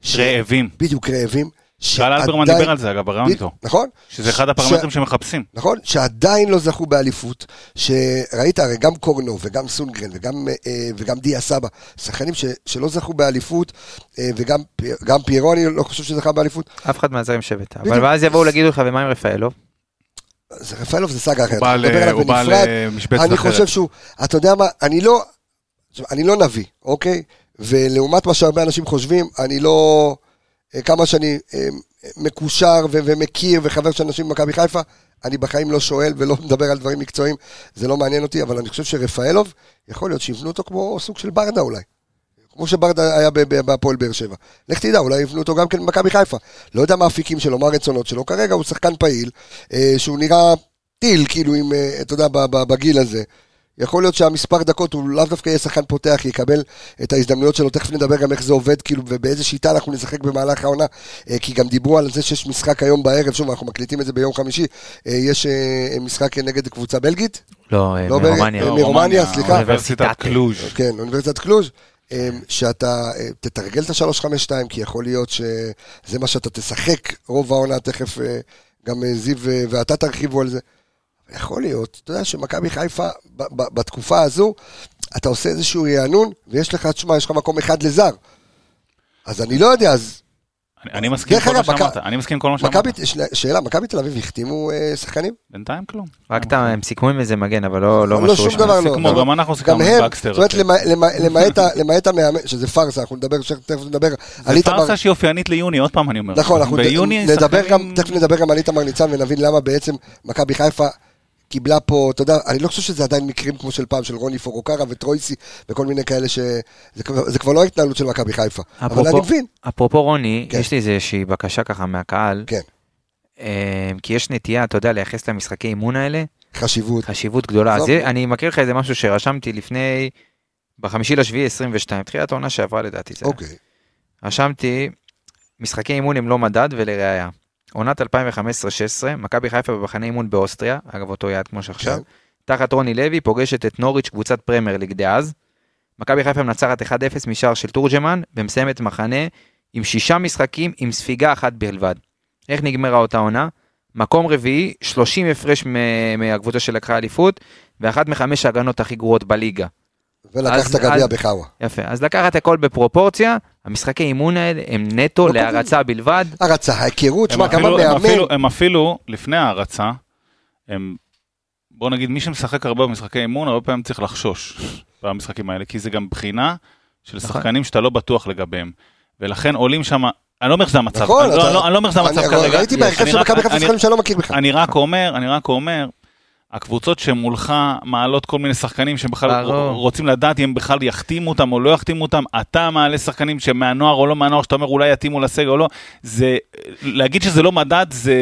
Speaker 1: ש-
Speaker 3: רעבים.
Speaker 1: בדיוק, רעבים.
Speaker 3: שאל אלברמן
Speaker 1: שעדיין-
Speaker 3: דיבר על זה, אגב, בריאיון
Speaker 1: ב-
Speaker 3: איתו.
Speaker 1: נכון?
Speaker 3: שזה
Speaker 1: ש-
Speaker 3: אחד הפרמטרים שמחפשים.
Speaker 1: נכון? שעדיין לא זכו באליפות, שראית הרי גם קורנו וגם סונגרן וגם, אה, וגם דיה סבא, שחקנים ש, שלא זכו באליפות, אה, וגם פי- גם פיירו אני לא חושב שזכה באליפות,
Speaker 2: אף אחד מהזרים שבט.
Speaker 1: בדיוק.
Speaker 2: אבל ואז יבואו להגידו לך, ומה עם רפאלוב?
Speaker 1: זה רפאלוב זה סאגה אחרת,
Speaker 3: הוא בעל-
Speaker 1: נדבר עליו
Speaker 3: הוא בעל
Speaker 1: בנפרד.
Speaker 3: אה, משבצת
Speaker 1: אני חושב
Speaker 3: אחרת.
Speaker 1: שהוא, אתה יודע מה, אני לא, עכשיו, אני לא נביא, אוקיי? ולעומת מה שהרבה אנשים חושבים, אני לא, אה, כמה שאני אה, מקושר ו- ומכיר וחבר של אנשים במכבי חיפה, אני בחיים לא שואל ולא מדבר על דברים מקצועיים, זה לא מעניין אותי, אבל אני חושב שרפאלוב, יכול להיות שיבנו אותו כמו סוג של ברדה אולי. כמו שברדה היה ב- ב- בהפועל באר שבע. לך תדע, אולי יבנו אותו גם כן במכבי חיפה. לא יודע מה האפיקים שלו, מה הרצונות שלו. כרגע הוא שחקן פעיל, אה, שהוא נראה טיל, כאילו, עם, אה, אתה יודע, ב- ב- בגיל הזה. יכול להיות שהמספר דקות הוא לאו דווקא יהיה שחקן פותח, יקבל את ההזדמנויות שלו, תכף נדבר גם איך זה עובד, כאילו, ובאיזה שיטה אנחנו נשחק במהלך העונה, אה, כי גם דיברו על זה שיש משחק היום בערב, שוב, אנחנו מקליטים את זה ביום חמישי, אה, יש אה, משחק נגד קבוצה בלגית,
Speaker 2: לא,
Speaker 1: לא,
Speaker 2: מרומניה.
Speaker 1: אה, מרומניה, סליחה.
Speaker 3: אוניברסיטת קלוז'.
Speaker 1: כן, אוניברסיטת קלוז', אה, שאתה אה, תתרגל את ה-352, כי יכול להיות שזה מה שאתה תשחק רוב העונה, תכף אה, גם אה, זיו אה, ואתה תרחיבו על זה. יכול להיות, אתה יודע שמכבי חיפה, ב- ב- בתקופה הזו, אתה עושה איזשהו רענון, ויש לך, תשמע, יש לך מקום אחד לזר. אז אני לא יודע, אז
Speaker 3: אני- אני מסכים עם
Speaker 1: דרך
Speaker 3: כל מה
Speaker 1: אגב,
Speaker 3: שאמרת.
Speaker 1: מכבי-
Speaker 3: אני מסכים עם כל מה שאמרת.
Speaker 1: מכבי, שני- שאלה, מכבי תל אביב החתימו אה, שחקנים?
Speaker 3: בינתיים כלום.
Speaker 2: רק אתה, הם סיכמו עם איזה מגן, אבל
Speaker 1: לא,
Speaker 2: לא לא משהו
Speaker 1: שום
Speaker 2: רשמי.
Speaker 1: דבר לא.
Speaker 3: סיכמו, גם אנחנו
Speaker 1: גם
Speaker 3: סיכמנו עם
Speaker 1: הם,
Speaker 3: בקסטר.
Speaker 1: זאת אומרת, למע- למע- למעט ה- למעט המאמן, שזה פארסה, אנחנו נדבר, תכף נדבר על
Speaker 3: זה
Speaker 1: איתמר.
Speaker 3: פארסה שהיא אופיינית ליוני, עוד פעם אני אומר.
Speaker 1: נכון, אנחנו
Speaker 3: ביוני
Speaker 1: נדבר גם,
Speaker 3: שחקנים-
Speaker 1: תכף נדבר גם על איתמר ניצן ונבין למה בעצם מכבי חיפה קיבלה פה, אתה יודע, אני לא חושב שזה עדיין מקרים כמו של פעם, של רוני פורוקרה וטרויסי וכל מיני כאלה ש... זה כבר- זה כבר לא ההתנהלות של מכבי חיפה, אבל אני
Speaker 2: אפרופו-
Speaker 1: מבין.
Speaker 2: אפרופו רוני,
Speaker 1: כן.
Speaker 2: יש לי איזושהי בקשה ככה מהקהל.
Speaker 1: כן.
Speaker 2: אה, כי יש נטייה, אתה יודע, לייחס למשחקי אימון האלה
Speaker 1: חשיבות,
Speaker 2: חשיבות גדולה. אז
Speaker 1: טוב.
Speaker 2: זה- אני מקריא לך איזה משהו שרשמתי לפני, בחמישי לשביעי 22, תחילת העונה שעברה לדעתי. זה היה.
Speaker 1: אוקיי.
Speaker 2: רשמתי, משחקי אימון הם לא מדד ולראיה. עונת 2015-16, מכבי חיפה במחנה אימון באוסטריה, אגב אותו יעד כמו שעכשיו,
Speaker 1: כן.
Speaker 2: תחת רוני לוי פוגשת את נוריץ' קבוצת פרמייר ליג דאז. מכבי חיפה מנצחת 1-0 משער של תורג'מן ומסיימת מחנה עם שישה משחקים עם ספיגה אחת בלבד. איך נגמרה אותה עונה? מקום רביעי, 30 הפרש מ- מהקבוצה שלקחה אליפות ואחת מחמש ההגנות הכי גרועות בליגה.
Speaker 1: ולקחת
Speaker 2: אז-
Speaker 1: גביע
Speaker 2: אז-
Speaker 1: בחאווה.
Speaker 2: יפה, אז לקחת הכל בפרופורציה, המשחקי אימון האלה הם נטו
Speaker 1: לא
Speaker 2: להערצה בלבד.
Speaker 1: הרצה, ההיכרות,
Speaker 3: הם
Speaker 1: שמע, גם
Speaker 3: אפילו- הם
Speaker 1: המאמן,
Speaker 3: אפילו- הם אפילו, לפני ההרצה, הם, בוא נגיד, מי שמשחק הרבה במשחקי אימון, הרבה פעמים צריך לחשוש במשחקים האלה, כי זה גם בחינה של
Speaker 2: נכון.
Speaker 3: שחקנים שאתה לא בטוח לגביהם. ולכן עולים שם, אני לא אומר שזה המצב,
Speaker 1: נכון,
Speaker 3: אני לא-
Speaker 1: אתה-
Speaker 3: אני לא- אני לא אומר שזה
Speaker 1: אני-
Speaker 3: המצב כרגע.
Speaker 1: ראיתי בהרכב
Speaker 3: אני
Speaker 1: של
Speaker 3: רק-
Speaker 1: מכבי חיפה
Speaker 3: אני-
Speaker 1: שחקנים שאני לא מכיר בכלל.
Speaker 3: אני רק אומר, אני רק אומר, הקבוצות שמולך מעלות כל מיני שחקנים שהם בכלל
Speaker 2: ברור.
Speaker 3: רוצים לדעת אם בכלל יחתימו אותם או לא יחתימו אותם, אתה מעלה שחקנים שמהנוער או לא מהנוער, שאתה אומר אולי יתאימו לסגל או לא, זה, להגיד שזה לא מדד זה...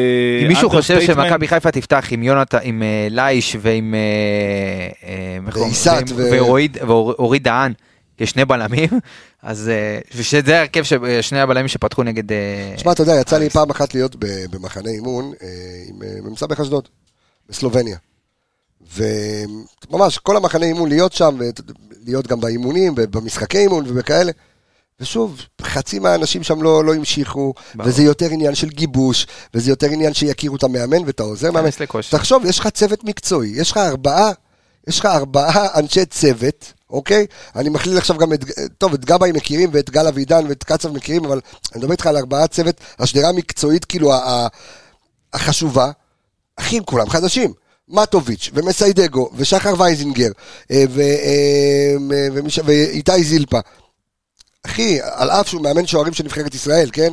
Speaker 2: אם מישהו חושב
Speaker 3: understatement.
Speaker 2: שמכבי חיפה תפתח עם יונתן, עם אה, לייש ועם... אה, אה, איך קוראים?
Speaker 1: ועיסת
Speaker 2: ועם-
Speaker 1: ו-
Speaker 2: ואוריד- ואור- אורי דהן כשני בלמים, אז אה, שזה ההרכב של שני הבלמים שפתחו נגד... אה,
Speaker 1: שמע, אתה יודע, יצא לי פעם אחת להיות ב- במחנה אימון אה, עם אה, ממסע אשדוד, בסלובניה. וממש, כל המחנה אימון להיות שם, להיות גם באימונים ובמשחקי אימון ובכאלה. ושוב, חצי מהאנשים שם לא, לא המשיכו,
Speaker 2: ברור.
Speaker 1: וזה יותר עניין של גיבוש, וזה יותר עניין שיכירו את המאמן ואת העוזר מאמן.
Speaker 2: כנס לכושר.
Speaker 1: תחשוב, יש לך צוות מקצועי, יש לך ארבעה, יש לך ארבעה אנשי צוות, אוקיי? אני מכליל עכשיו גם את, טוב, את גבאי מכירים ואת גל אבידן ואת קצב מכירים, אבל אני מדבר איתך על ארבעה צוות, השדרה המקצועית, כאילו, ה- ה- החשובה. אחים כולם חדשים. מטוביץ' ומסיידגו ושחר וייזינגר אה, ו- אה, אה, ומיש- ואיתי זילפה. אחי, על אף שהוא מאמן שוערים של נבחרת ישראל, כן?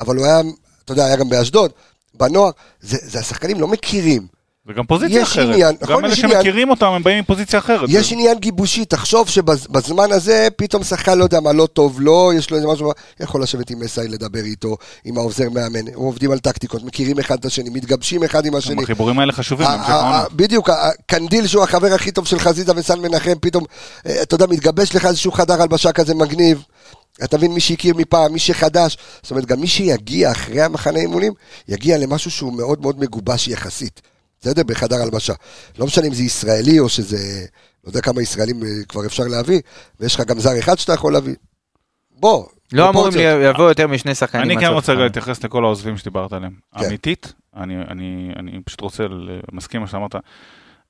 Speaker 1: אבל הוא היה, אתה יודע, היה גם באשדוד, בנוער. זה, זה השחקנים לא מכירים.
Speaker 3: וגם פוזיציה
Speaker 1: יש
Speaker 3: אחרת.
Speaker 1: עניין, נכון,
Speaker 3: גם אלה
Speaker 1: יש עניין.
Speaker 3: שמכירים אותם, הם באים מפוזיציה אחרת.
Speaker 1: יש עניין גיבושי, תחשוב שבזמן הזה פתאום שחקן לא יודע מה לא טוב לו, יש לו איזה משהו, יכול לשבת עם אסאי לדבר איתו, עם העוזר מאמן, הם עובדים על טקטיקות, מכירים אחד את השני, מתגבשים אחד עם
Speaker 3: גם
Speaker 1: השני.
Speaker 3: החיבורים האלה חשובים,
Speaker 1: ה-
Speaker 3: בהמשך
Speaker 1: ה-
Speaker 3: העונה.
Speaker 1: ה- בדיוק, ה- הקנדיל שהוא החבר הכי טוב של חזיזה וסן מנחם, פתאום, אה, אתה יודע, מתגבש לך איזשהו חדר הלבשה כזה מגניב. אתה מבין, מי שהכיר מפעם, מי שחדש, זאת אומרת, גם מי שיגיע אחרי המחנה אימונים, יגיע למשהו שהוא מאוד מאוד מגובש יחסית. בסדר? בחדר הלבשה. לא משנה אם זה ישראלי או שזה... לא יודע כמה ישראלים אה, כבר אפשר להביא, ויש לך גם זר אחד שאתה יכול להביא. בוא.
Speaker 2: לא אמורים
Speaker 1: פרופורציות.
Speaker 2: לבוא יותר משני שחקנים.
Speaker 3: אני כן
Speaker 2: מהצד
Speaker 3: רוצה
Speaker 2: שלך.
Speaker 3: רגע להתייחס לכל העוזבים שדיברת עליהם.
Speaker 1: כן.
Speaker 3: אמיתית, אני- אני אני פשוט רוצה, ל- מסכים מה שאמרת.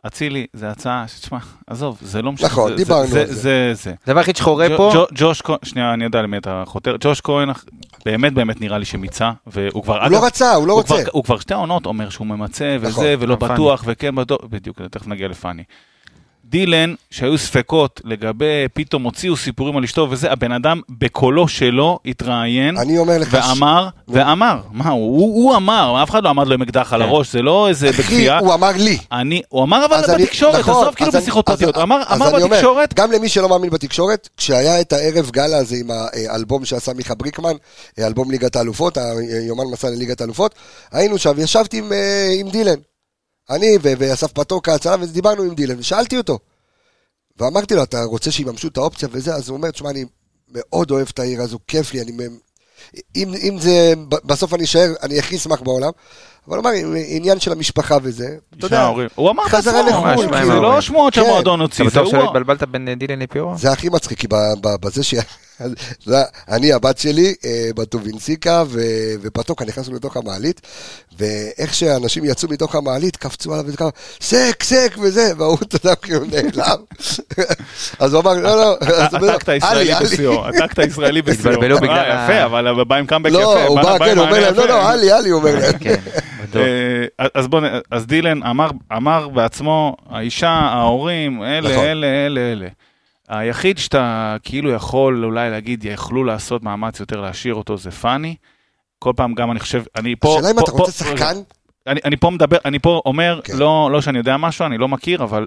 Speaker 3: אצילי, זה הצעה, שתשמע, עזוב, זה לא משנה.
Speaker 1: נכון,
Speaker 3: זה-
Speaker 1: דיברנו על זה.
Speaker 3: זה זה.
Speaker 2: הדבר היחיד שקורה
Speaker 3: ג'ו-
Speaker 2: פה,
Speaker 3: ג'ו- ג'וש כהן, שנייה, אני יודע למי אתה חותר. ג'וש כהן אח- באמת באמת נראה לי שמיצה, והוא כבר...
Speaker 1: הוא
Speaker 3: אגב,
Speaker 1: לא רצה, הוא לא
Speaker 3: הוא
Speaker 1: רוצה.
Speaker 3: כבר- הוא כבר שתי עונות אומר שהוא ממצה
Speaker 1: נכון,
Speaker 3: וזה, ולא
Speaker 2: גם פאני.
Speaker 3: בטוח, וכן בטוח, בדיוק, תכף נגיע לפאני. דילן, שהיו ספקות לגבי, פתאום הוציאו סיפורים על אשתו וזה, הבן אדם בקולו שלו התראיין.
Speaker 1: אני אומר לך... ש-
Speaker 3: ואמר, ואמר, מה, הוא, הוא, הוא אמר, אף אחד לא עמד לו עם אקדח על
Speaker 2: כן.
Speaker 3: הראש, זה לא איזה
Speaker 1: אחי,
Speaker 3: בכפייה.
Speaker 1: הוא אמר לי.
Speaker 3: אני, הוא אמר אבל לא
Speaker 1: אז אני-
Speaker 3: בתקשורת,
Speaker 1: נכון,
Speaker 3: עזוב, כאילו
Speaker 1: אז אני-
Speaker 3: בשיחות
Speaker 1: אז-
Speaker 3: פרטיות,
Speaker 1: אז-
Speaker 3: אמר,
Speaker 1: אז
Speaker 3: אמר
Speaker 1: אני אומר,
Speaker 3: בתקשורת,
Speaker 1: גם למי שלא מאמין בתקשורת, כשהיה את הערב גאלה הזה עם האלבום שעשה מיכה בריקמן, אה, אלבום ליגת האלופות, היומן מסע לליגת האלופות, היינו שם, ישבתי עם, אה, עם דילן. אני ו- ואסף פתוקה, הצלם, ודיברנו עם דילן, ושאלתי אותו. ואמרתי לו, אתה רוצה שיממשו את האופציה וזה? אז הוא אומר, תשמע, אני מאוד אוהב את העיר הזו, כיף לי, אני... מ- אם, אם זה, ב- בסוף אני אשאר, אני הכי אשמח בעולם. אבל הוא אמר, אה, עניין של המשפחה וזה, אתה
Speaker 3: שני
Speaker 1: יודע,
Speaker 3: ההורים. הוא אמר
Speaker 1: חזרה
Speaker 3: בעצמו,
Speaker 1: לחו"ל,
Speaker 3: ממש,
Speaker 2: כאילו.
Speaker 3: זה לא שמועות
Speaker 1: כן.
Speaker 3: שהמועדון
Speaker 2: אתה
Speaker 3: הוציא, זה
Speaker 2: בטוח
Speaker 3: הוא,
Speaker 2: שלא התבלבלת בין אה, דילן לפיורו?
Speaker 3: נכון.
Speaker 1: זה הכי מצחיק, כי ב- ב- בזה ש... אתה יודע, אני, הבת שלי, אה, בטובינסיקה ו... ופתוקה, נכנסנו לתוך המעלית, ואיך שאנשים יצאו מתוך המעלית, קפצו עליו וכמה, סק, סק וזה, והוא, אתה יודע, כאילו נעלם. אז הוא אמר, לא, לא, אז הוא אומר,
Speaker 3: הטקט הישראלי
Speaker 1: "עלי, עלי".
Speaker 3: בשיאו, הטקט הישראלי בשיאו,
Speaker 2: התבלבלו
Speaker 3: אה,
Speaker 2: בגלל ה-
Speaker 3: יפה, אבל בא עם קאמבק יפה,
Speaker 1: לא, הוא
Speaker 3: בא-
Speaker 1: בא,
Speaker 3: בא
Speaker 1: כן,
Speaker 3: עם
Speaker 1: הוא אומר
Speaker 3: מענה
Speaker 1: להם, לא,
Speaker 3: יפה.
Speaker 1: לא, עלי, עלי, הוא אומר להם.
Speaker 2: כן, בטוח.
Speaker 3: אה, אז בוא, נ- אז דילן אמר, אמר בעצמו, האישה, ההורים, אלה,
Speaker 1: נכון.
Speaker 3: אלה, אלה, אלה. היחיד שאתה כאילו יכול אולי להגיד, יכלו לעשות מאמץ יותר להשאיר אותו, זה פאני. כל פעם גם אני חושב, אני פה...
Speaker 1: השאלה אם
Speaker 3: פה-
Speaker 1: אתה רוצה
Speaker 3: פה- רגע,
Speaker 1: שחקן,
Speaker 3: אני, אני פה מדבר, אני פה אומר,
Speaker 1: כן.
Speaker 3: כן. לא, לא שאני יודע משהו, אני לא מכיר, אבל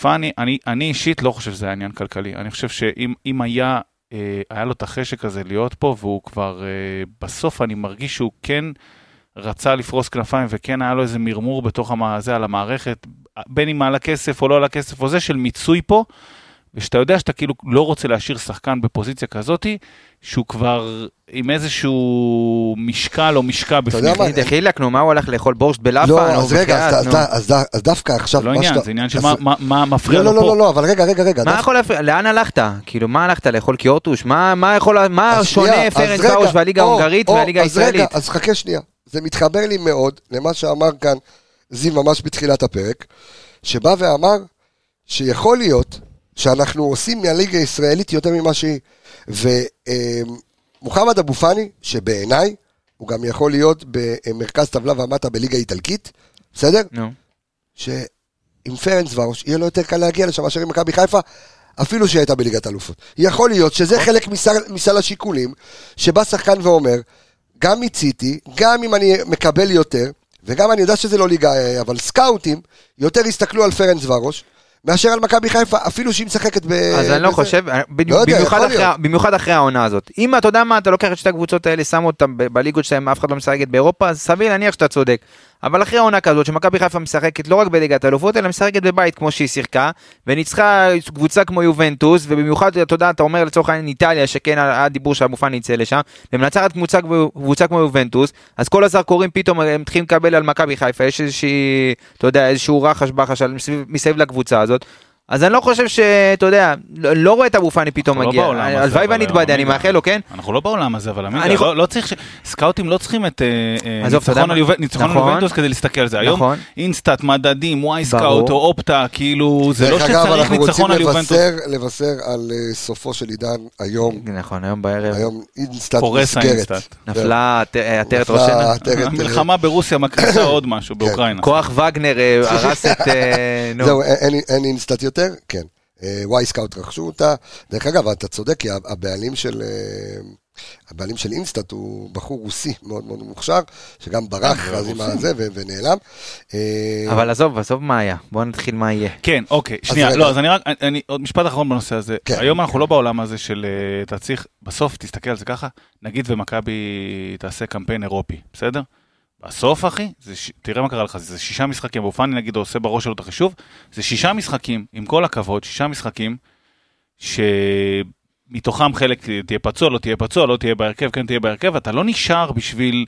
Speaker 3: פאני, אני, אני אישית לא חושב שזה היה עניין כלכלי. אני חושב שאם אם היה, אה, היה לו את החשק הזה להיות פה, והוא כבר, אה, בסוף אני מרגיש שהוא כן רצה לפרוס כנפיים, וכן היה לו איזה מרמור בתוך המעזה על המערכת, בין אם על הכסף או לא על הכסף, או זה של מיצוי פה. ושאתה יודע שאתה כאילו לא רוצה להשאיר שחקן בפוזיציה כזאתי, שהוא כבר עם איזשהו משקל או משקע בפנים.
Speaker 1: יודע מה,
Speaker 2: הנה, חילקנו, אה, מה הוא הלך לאכול בורשט
Speaker 3: אה,
Speaker 2: בלאפה?
Speaker 1: לא,
Speaker 2: נו,
Speaker 1: אז רגע,
Speaker 2: בחייאת,
Speaker 1: אז-
Speaker 2: נו.
Speaker 1: אז- אז- אז דווקא עכשיו,
Speaker 3: זה לא
Speaker 1: מה
Speaker 3: עניין,
Speaker 1: שאתה-
Speaker 3: זה עניין של
Speaker 1: אז-
Speaker 3: מה- מה- מה מפריע
Speaker 1: לא,
Speaker 3: לו
Speaker 1: לא,
Speaker 3: פה.
Speaker 1: לא, לא, אבל רגע, רגע, רגע,
Speaker 2: מה
Speaker 1: דווקא-
Speaker 2: יכול להפריע? לאן הלכת? כאילו, מה הלכת? לאכול קיורטוש? מה מה יכול... מה
Speaker 1: אז שנייה,
Speaker 2: שונה
Speaker 1: אז
Speaker 2: פרנס
Speaker 1: רגע,
Speaker 2: באוש והליגה
Speaker 1: או,
Speaker 2: ההונגרית
Speaker 1: או,
Speaker 2: מהליגה
Speaker 1: אז רגע,
Speaker 2: הישראלית?
Speaker 1: אז חכה שנייה. זה מתחבר לי מאוד למה שאמר כאן זיו ממש בתחילת הפרק, שבא ואמר שיכול להיות שאנחנו עושים מהליגה הישראלית יותר ממה שהיא. ומוחמד אבו פאני, שבעיניי הוא גם יכול להיות במרכז טבלה ומטה בליגה איטלקית, בסדר?
Speaker 2: נו.
Speaker 1: שעם פרנס ורוש יהיה לו יותר קל להגיע לשם מאשר עם מכבי חיפה, אפילו שהיא הייתה בליגת אלופות. יכול להיות שזה
Speaker 2: נכון.
Speaker 1: חלק מסל, מסל השיקולים, שבא שחקן ואומר, גם מיציתי, גם אם אני מקבל יותר, וגם אני יודע שזה לא ליגה, אה, אבל סקאוטים יותר יסתכלו על פרנס ורוש, מאשר על מכבי חיפה, אפילו שהיא משחקת ב...
Speaker 2: אז אני לא
Speaker 1: בזה.
Speaker 2: חושב, בדי-
Speaker 1: אה, לא יודע,
Speaker 2: במיוחד
Speaker 1: יכול
Speaker 2: אחרי-
Speaker 1: להיות.
Speaker 2: במיוחד אחרי העונה הזאת. אם אתה יודע מה, אתה לוקח את שתי הקבוצות האלה, שם אותן ב- בליגות שלהם, אף אחד לא משחקת באירופה, אז סביר להניח שאתה צודק. אבל אחרי העונה כזאת, שמכבי חיפה משחקת לא רק בליגת האלופות, אלא משחקת בבית כמו שהיא שיחקה, וניצחה קבוצה כמו יובנטוס, ובמיוחד, אתה יודע, אתה אומר לצורך העניין איטליה, שכן היה דיבור שאבו פאני יצא לשם, ומנצחת קבוצה, כמו- קבוצה כמו יובנטוס, אז כל הזרקורים פתאום הם מתחילים לקבל על מכבי חיפה, יש איזושהי, אתה יודע, איזשהו רחש בחש על- מסביב- מסביב לקבוצה הזאת. אז אני לא חושב שאתה יודע, לא לא רואה את אבו פאני פתאום
Speaker 3: אנחנו לא
Speaker 2: מגיע.
Speaker 3: בעולם הזה,
Speaker 2: הלוואי
Speaker 3: אבל
Speaker 2: ואני אתבדה, אני
Speaker 3: עמיגה.
Speaker 2: מאחל לו, כן?
Speaker 3: אנחנו לא בעולם הזה, אבל
Speaker 2: אני
Speaker 3: עמיגה,
Speaker 2: חו-
Speaker 3: לא- לא צריך ש... סקאוטים לא צריכים את אה, אה,
Speaker 2: עזוב, אתה יודע
Speaker 3: ניצחון
Speaker 2: מה?
Speaker 3: על יובנ- ניצחון על
Speaker 2: נכון.
Speaker 3: יובנטוס כדי להסתכל על זה. היום
Speaker 2: נכון.
Speaker 3: אינסטאט, מדדים, וואי
Speaker 2: ברור.
Speaker 3: סקאוט או אופטה, כאילו, זה לא
Speaker 1: דרך אגב,
Speaker 3: שצריך
Speaker 1: אנחנו רוצים
Speaker 3: ניצחון על יובנטוס.
Speaker 1: לבשר, לבשר על אה, סופו של עידן היום,
Speaker 2: נכון, היום בערב
Speaker 1: היום אינסטאט
Speaker 3: קורס
Speaker 1: נסגרת.
Speaker 3: האינסטאט.
Speaker 2: נפלה הת- עטרת
Speaker 1: נפלה
Speaker 2: ראשנו.
Speaker 1: עטרת, אה,
Speaker 3: המלחמה ברוסיה מקריסה
Speaker 1: כן.
Speaker 3: עוד משהו באוקראינה.
Speaker 2: כוח וגנר אה, הרס את... אה,
Speaker 1: אה,
Speaker 2: נו.
Speaker 1: זהו, אין- אין- אין אינסטאט יותר? כן. אה, וואי סקאוט רכשו אותה. דרך אגב, אתה צודק, כי הבעלים של... אה, הבעלים של אינסטאט הוא בחור רוסי מאוד מאוד מוכשר, שגם ברח
Speaker 3: כן,
Speaker 1: אז עם
Speaker 3: רוסי.
Speaker 1: הזה ו- ונעלם. אה,
Speaker 2: אבל עזוב, עזוב מה היה. בוא נתחיל מה יהיה.
Speaker 3: כן, אוקיי, שנייה,
Speaker 1: רגע.
Speaker 3: לא, אז אני רק, אני- אני, עוד משפט אחרון בנושא הזה.
Speaker 1: כן.
Speaker 3: היום אנחנו לא בעולם הזה של, אה, אתה צריך, בסוף תסתכל על זה ככה, נגיד ומכבי תעשה קמפיין אירופי, בסדר? בסוף, אחי, זה, ש- תראה מה קרה לך, זה שישה משחקים, ואופני נגיד עושה בראש שלו את החישוב, זה שישה משחקים, עם כל הכבוד, שישה משחקים, שמתוכם חלק תהיה פצוע, לא תהיה פצוע, לא תהיה בהרכב, כן תהיה בהרכב, אתה לא נשאר בשביל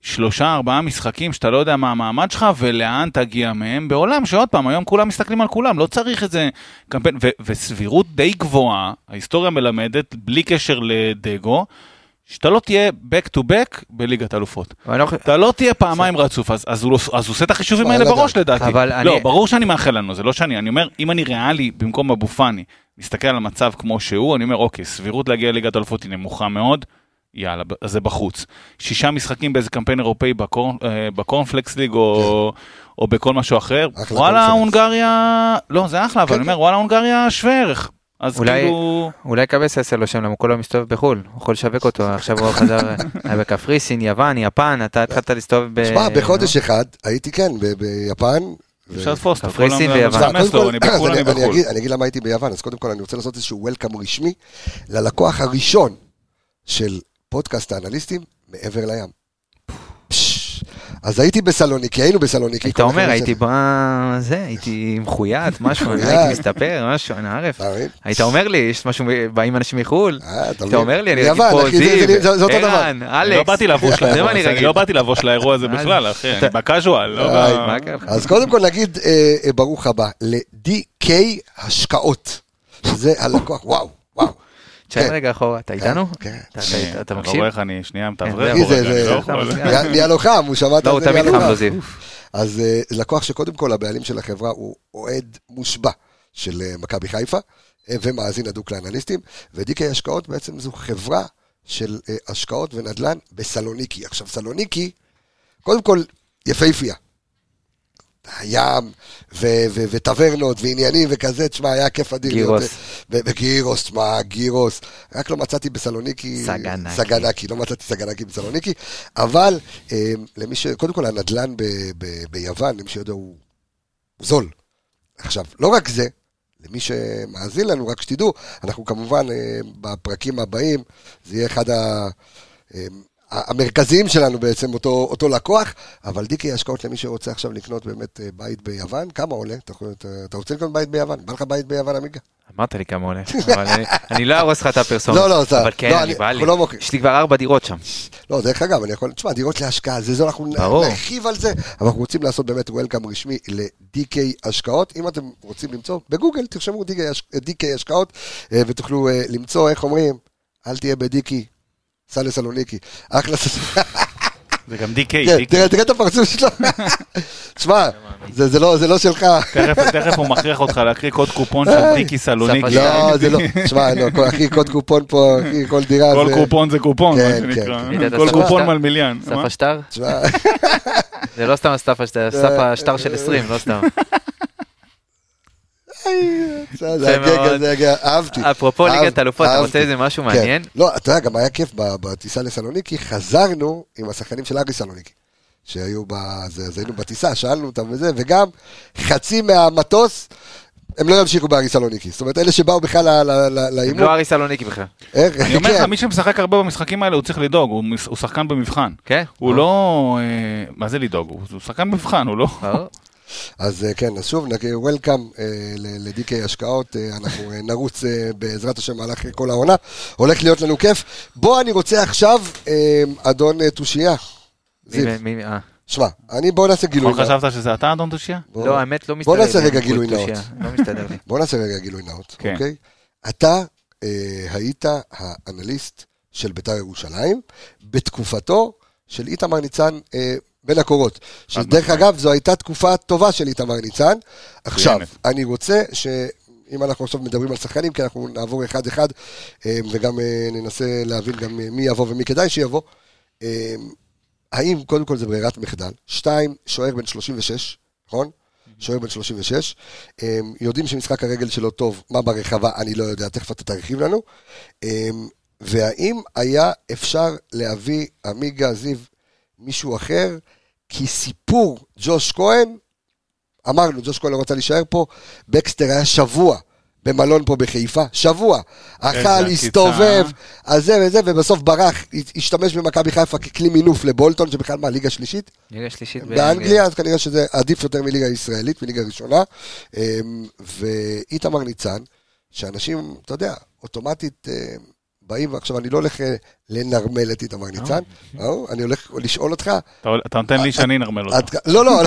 Speaker 3: שלושה, ארבעה משחקים שאתה לא יודע מה המעמד שלך ולאן תגיע מהם, בעולם שעוד פעם, היום כולם מסתכלים על כולם, לא צריך איזה קמפיין, ו- וסבירות די גבוהה, ההיסטוריה מלמדת, בלי קשר לדגו, שאתה לא תהיה back to back בליגת אלופות.
Speaker 2: אבל אני לא חושב-
Speaker 3: אתה לא תהיה פעמיים רצוף, אז, אז, הוא, לא- אז הוא עושה את החישובים
Speaker 1: אבל
Speaker 3: האלה
Speaker 1: לדעת.
Speaker 3: בראש לדעתי.
Speaker 2: אבל
Speaker 3: לא,
Speaker 2: אני-
Speaker 3: ברור שאני מאחל לנו, זה לא שאני, אני אומר, אם אני ריאלי במקום אבו פאני, מסתכל על המצב כמו שהוא, אני אומר, אוקיי, סבירות להגיע לליגת אלופות היא נמוכה מאוד, יאללה, ב- אז זה בחוץ. שישה משחקים באיזה קמפיין אירופאי בקור- אה, בקורנפלקס ליג או, או בכל משהו אחר,
Speaker 1: אחלה
Speaker 3: וואלה,
Speaker 1: קורנפלקס. כן,
Speaker 3: הונגריה, לא, זה אחלה, אבל אני אומר, וואלה, הונגריה שווה ערך. אז
Speaker 2: אולי-
Speaker 3: כאילו...
Speaker 2: אולי קבס יעשה לו שם, למה הוא כל היום מסתובב בחו"ל, הוא יכול לשווק אותו, עכשיו הוא חזר אה, היה בקפריסין, יוון, יפן, אתה התחלת להסתובב ב...
Speaker 1: שמע, בחודש אחד הייתי כן ב- ביפן. ו-
Speaker 3: אפשר לתפוס אותו, כל
Speaker 2: קפריסין
Speaker 3: היום
Speaker 2: ויוון.
Speaker 1: שמע, קודם
Speaker 3: מסמס לו,
Speaker 1: כל-
Speaker 3: אני
Speaker 1: אז
Speaker 3: בחו"ל,
Speaker 1: אני-
Speaker 3: אני
Speaker 1: אני
Speaker 3: בחו"ל.
Speaker 1: אגיד- אני אגיד למה הייתי ביוון, אז קודם כל אני רוצה לעשות איזשהו וולקאם רשמי ללקוח הראשון של פודקאסט האנליסטים מעבר לים. פש. אז הייתי בסלוניקי, היינו בסלוניקי.
Speaker 2: היית
Speaker 1: כל
Speaker 2: אומר,
Speaker 1: אחד
Speaker 2: הייתי
Speaker 1: בסדר.
Speaker 2: בא... זה, הייתי מחויית, משהו,
Speaker 1: מחויית.
Speaker 2: הייתי מסתפר, משהו, אני ערף.
Speaker 1: אתה מבין?
Speaker 2: היית אומר לי, יש משהו, באים אנשים מחו"ל?
Speaker 1: אה,
Speaker 2: אתה אומר לי, אני
Speaker 1: יוון,
Speaker 2: ראיתי פה
Speaker 1: אחי, זה- זה-
Speaker 2: זיו,
Speaker 1: זה- זה אותו דבר.
Speaker 2: ערן,
Speaker 3: אני
Speaker 2: אלכס.
Speaker 3: לא באתי לבוש
Speaker 2: זה מה
Speaker 3: לאירוע
Speaker 2: אני
Speaker 3: הזה, אני
Speaker 2: רגיל.
Speaker 3: לא באתי לבוש לאירוע הזה
Speaker 2: אז-
Speaker 3: בכלל, אחי, אני בקאז'ואל, לא
Speaker 1: איי,
Speaker 3: ב...
Speaker 2: מה קרה לך?
Speaker 1: אה, אז קודם כל נגיד אה, אה, ברוך הבא ל-DK השקעות. שזה הלקוח, וואו, וואו.
Speaker 2: תשאר
Speaker 1: כן.
Speaker 2: רגע אחורה, אתה איתנו?
Speaker 1: כן.
Speaker 2: אתה- אתה- אתה
Speaker 3: אני
Speaker 2: מקשיב?
Speaker 3: רואה איך אני שנייה
Speaker 2: כן,
Speaker 3: מתאוורר.
Speaker 2: זה-
Speaker 3: פה רגע,
Speaker 1: זה-
Speaker 3: אני לא
Speaker 1: זה-
Speaker 3: יכול.
Speaker 2: אתה-
Speaker 1: נהיה- נהיה לו חם, הוא שמע את
Speaker 2: לא, הוא
Speaker 1: זה,
Speaker 2: תמיד
Speaker 1: נהיה
Speaker 2: חם לו זיו.
Speaker 1: אז אה, זה לקוח שקודם כל הבעלים של החברה הוא אוהד מושבע של אה, מכבי חיפה, אה, ומאזין הדוק לאנליסטים, ודיקי השקעות בעצם זו חברה של אה, השקעות ונדל"ן בסלוניקי. עכשיו, סלוניקי, קודם כל, יפהפייה. הים, ו- ו- וטברנות, ועניינים, וכזה, תשמע, היה כיף אדיר. להיות,
Speaker 2: גירוס.
Speaker 1: אה, ו- וגירוס, תשמע, גירוס. רק לא מצאתי בסלוניקי...
Speaker 2: סגנקי.
Speaker 1: סגנקי, לא מצאתי סגנקי בסלוניקי, אבל אה, למי ש... קודם כל, הנדלן ב- ב- ביוון, למי שיודע, הוא הוא זול. עכשיו, לא רק זה, למי שמאזין לנו, רק שתדעו, אנחנו כמובן אה, בפרקים הבאים, זה יהיה אחד ה... אה, המרכזיים שלנו בעצם, אותו, אותו לקוח, אבל דיקי השקעות למי שרוצה עכשיו לקנות באמת אה, בית ביוון, כמה עולה? אתה, יכול- אתה- אתה רוצה לקנות בית ביוון? בא לך בית ביוון, עמיגה?
Speaker 2: אמרת לי כמה עולה, אבל אני- אני לא ארוס לך את הפרסומת.
Speaker 1: לא, לא, אתה-
Speaker 2: אבל כן,
Speaker 1: לא,
Speaker 2: אני
Speaker 1: אני-
Speaker 2: בא לי.
Speaker 1: אנחנו לא מוכרים.
Speaker 2: יש לי כבר ארבע דירות שם.
Speaker 1: לא, דרך אגב, אני יכול, תשמע, דירות להשקעה, זה זול, אנחנו
Speaker 2: ברור.
Speaker 1: נרחיב על זה, אבל אנחנו רוצים לעשות באמת וולקאם רשמי ל-DK השקעות. אם אתם רוצים למצוא, בגוגל תרשמו DK, הש- DK השקעות, אה, ותוכלו אה, למצוא, איך אומרים, אל תהיה בדיקי, סע לסלוניקי. אחלה סלוניקי.
Speaker 3: זה גם דיקיי, דיקיי.
Speaker 1: תראה תראה את הפרצוף שלו. תשמע, זה זה לא זה לא שלך.
Speaker 3: תכף- תכף הוא מכריח אותך להקריא קוד קופון
Speaker 2: אה,
Speaker 3: של דיקי סלוניקי.
Speaker 1: לא, זה לא, תשמע, לא, כל- אחי, קוד קופון פה, אחי, כל דירה.
Speaker 3: כל
Speaker 1: זה-
Speaker 3: קופון זה קופון, מה
Speaker 1: כן,
Speaker 3: שנקרא.
Speaker 1: כן,
Speaker 2: כן.
Speaker 3: כל
Speaker 2: אתה
Speaker 3: קופון
Speaker 2: סבבה.
Speaker 3: מלמיליאן. מה?
Speaker 2: סף השטר?
Speaker 1: תשמע,
Speaker 2: זה לא סתם הסף השטר, זה סף השטר של 20, לא סתם.
Speaker 1: זה זה הגג,
Speaker 2: מאוד.
Speaker 1: זה הגג, אהבתי.
Speaker 2: אפרופו
Speaker 1: אהב-
Speaker 2: ליגת אלופות, אתה
Speaker 1: אהבתי.
Speaker 2: רוצה איזה משהו
Speaker 1: כן.
Speaker 2: מעניין?
Speaker 1: לא, אתה יודע, גם היה כיף ב- בטיסה לסלוניקי, חזרנו עם השחקנים של ארי סלוניקי, שהיו ב... אז אז היינו בטיסה, שאלנו אותם וזה, וגם חצי מהמטוס, הם לא ימשיכו בארי סלוניקי. זאת אומרת, אלה שבאו בכלל ל- ל- ל-
Speaker 2: הם לא
Speaker 1: לאימון.
Speaker 2: ארי סלוניקי בכלל.
Speaker 1: איך-
Speaker 3: אני אומר
Speaker 1: כן.
Speaker 3: לך, מי שמשחק הרבה במשחקים האלה, הוא צריך לדאוג, הוא מש- הוא שחקן במבחן.
Speaker 2: כן?
Speaker 3: הוא לא... אה, מה זה לדאוג? הוא הוא שחקן במבחן, הוא לא...
Speaker 2: ברור.
Speaker 1: אז אה, כן, אז שוב, נגיד אה, וולקאם ל-DK השקעות, אה, אנחנו אה, נרוץ אה, בעזרת השם במהלך אה, כל העונה, הולך להיות לנו כיף. בוא, אני רוצה עכשיו, אה, אדון אה, תושייה,
Speaker 2: מי-
Speaker 1: זיו,
Speaker 2: מי- מי- אה,
Speaker 1: שמע, אני בוא נעשה גילוי
Speaker 3: נכון,
Speaker 1: נאות.
Speaker 3: חשבת שזה אתה, אדון תושייה?
Speaker 1: בוא-
Speaker 2: לא, האמת לא מסתדר
Speaker 1: בוא
Speaker 2: לי.
Speaker 1: נעשה רגע
Speaker 2: הבולבול
Speaker 1: גילוי נאות.
Speaker 2: תושייה. לא מסתדר לי.
Speaker 1: בוא נעשה רגע גילוי נאות,
Speaker 3: כן.
Speaker 1: אוקיי? אתה אה, היית האנליסט של בית"ר ירושלים בתקופתו של איתמר ניצן אה, בין הקורות. שדרך
Speaker 3: משמעית.
Speaker 1: אגב, זו הייתה תקופה טובה של איתמר ניצן. עכשיו,
Speaker 3: מצוינת.
Speaker 1: אני רוצה ש... אם אנחנו עכשיו מדברים על שחקנים, כי אנחנו נעבור אחד-אחד, אה, וגם אה, ננסה להבין גם אה, מי יבוא ומי כדאי שיבוא. אה, האם, קודם כל זה ברירת מחדל, שתיים, שוער בן 36, נכון? שוער בן 36. הם יודעים שמשחק הרגל שלו טוב, מה ברחבה, אני לא יודע, תכף אתה תרחיב לנו. הם, אמ, והאם היה אפשר להביא עמיגה זיו מישהו אחר? כי סיפור ג'וש כהן, אמרנו, ג'וש כהן לא רצה להישאר פה, בקסטר היה שבוע במלון פה בחיפה, שבוע.
Speaker 3: איזה
Speaker 1: אכל,
Speaker 3: עקיצה.
Speaker 1: הסתובב, אז זה וזה, ובסוף ברח, השתמש במכבי חיפה ככלי מינוף לבולטון, שבכלל מה, ליגה שלישית?
Speaker 2: ליגה שלישית
Speaker 1: באנגליה, אז כנראה שזה עדיף יותר מליגה ישראלית, מליגה ראשונה. אמ, ואיתמר ניצן, שאנשים, אתה יודע, אוטומטית אמ, באים, ועכשיו אני לא הולך אה, לנרמל את איתמר ניצן, לא, אני הולך לשאול אותך,
Speaker 3: אתה אתה נותן
Speaker 1: אה,
Speaker 3: לי שאני אנרמל אותו.
Speaker 1: עד כ- לא, לא,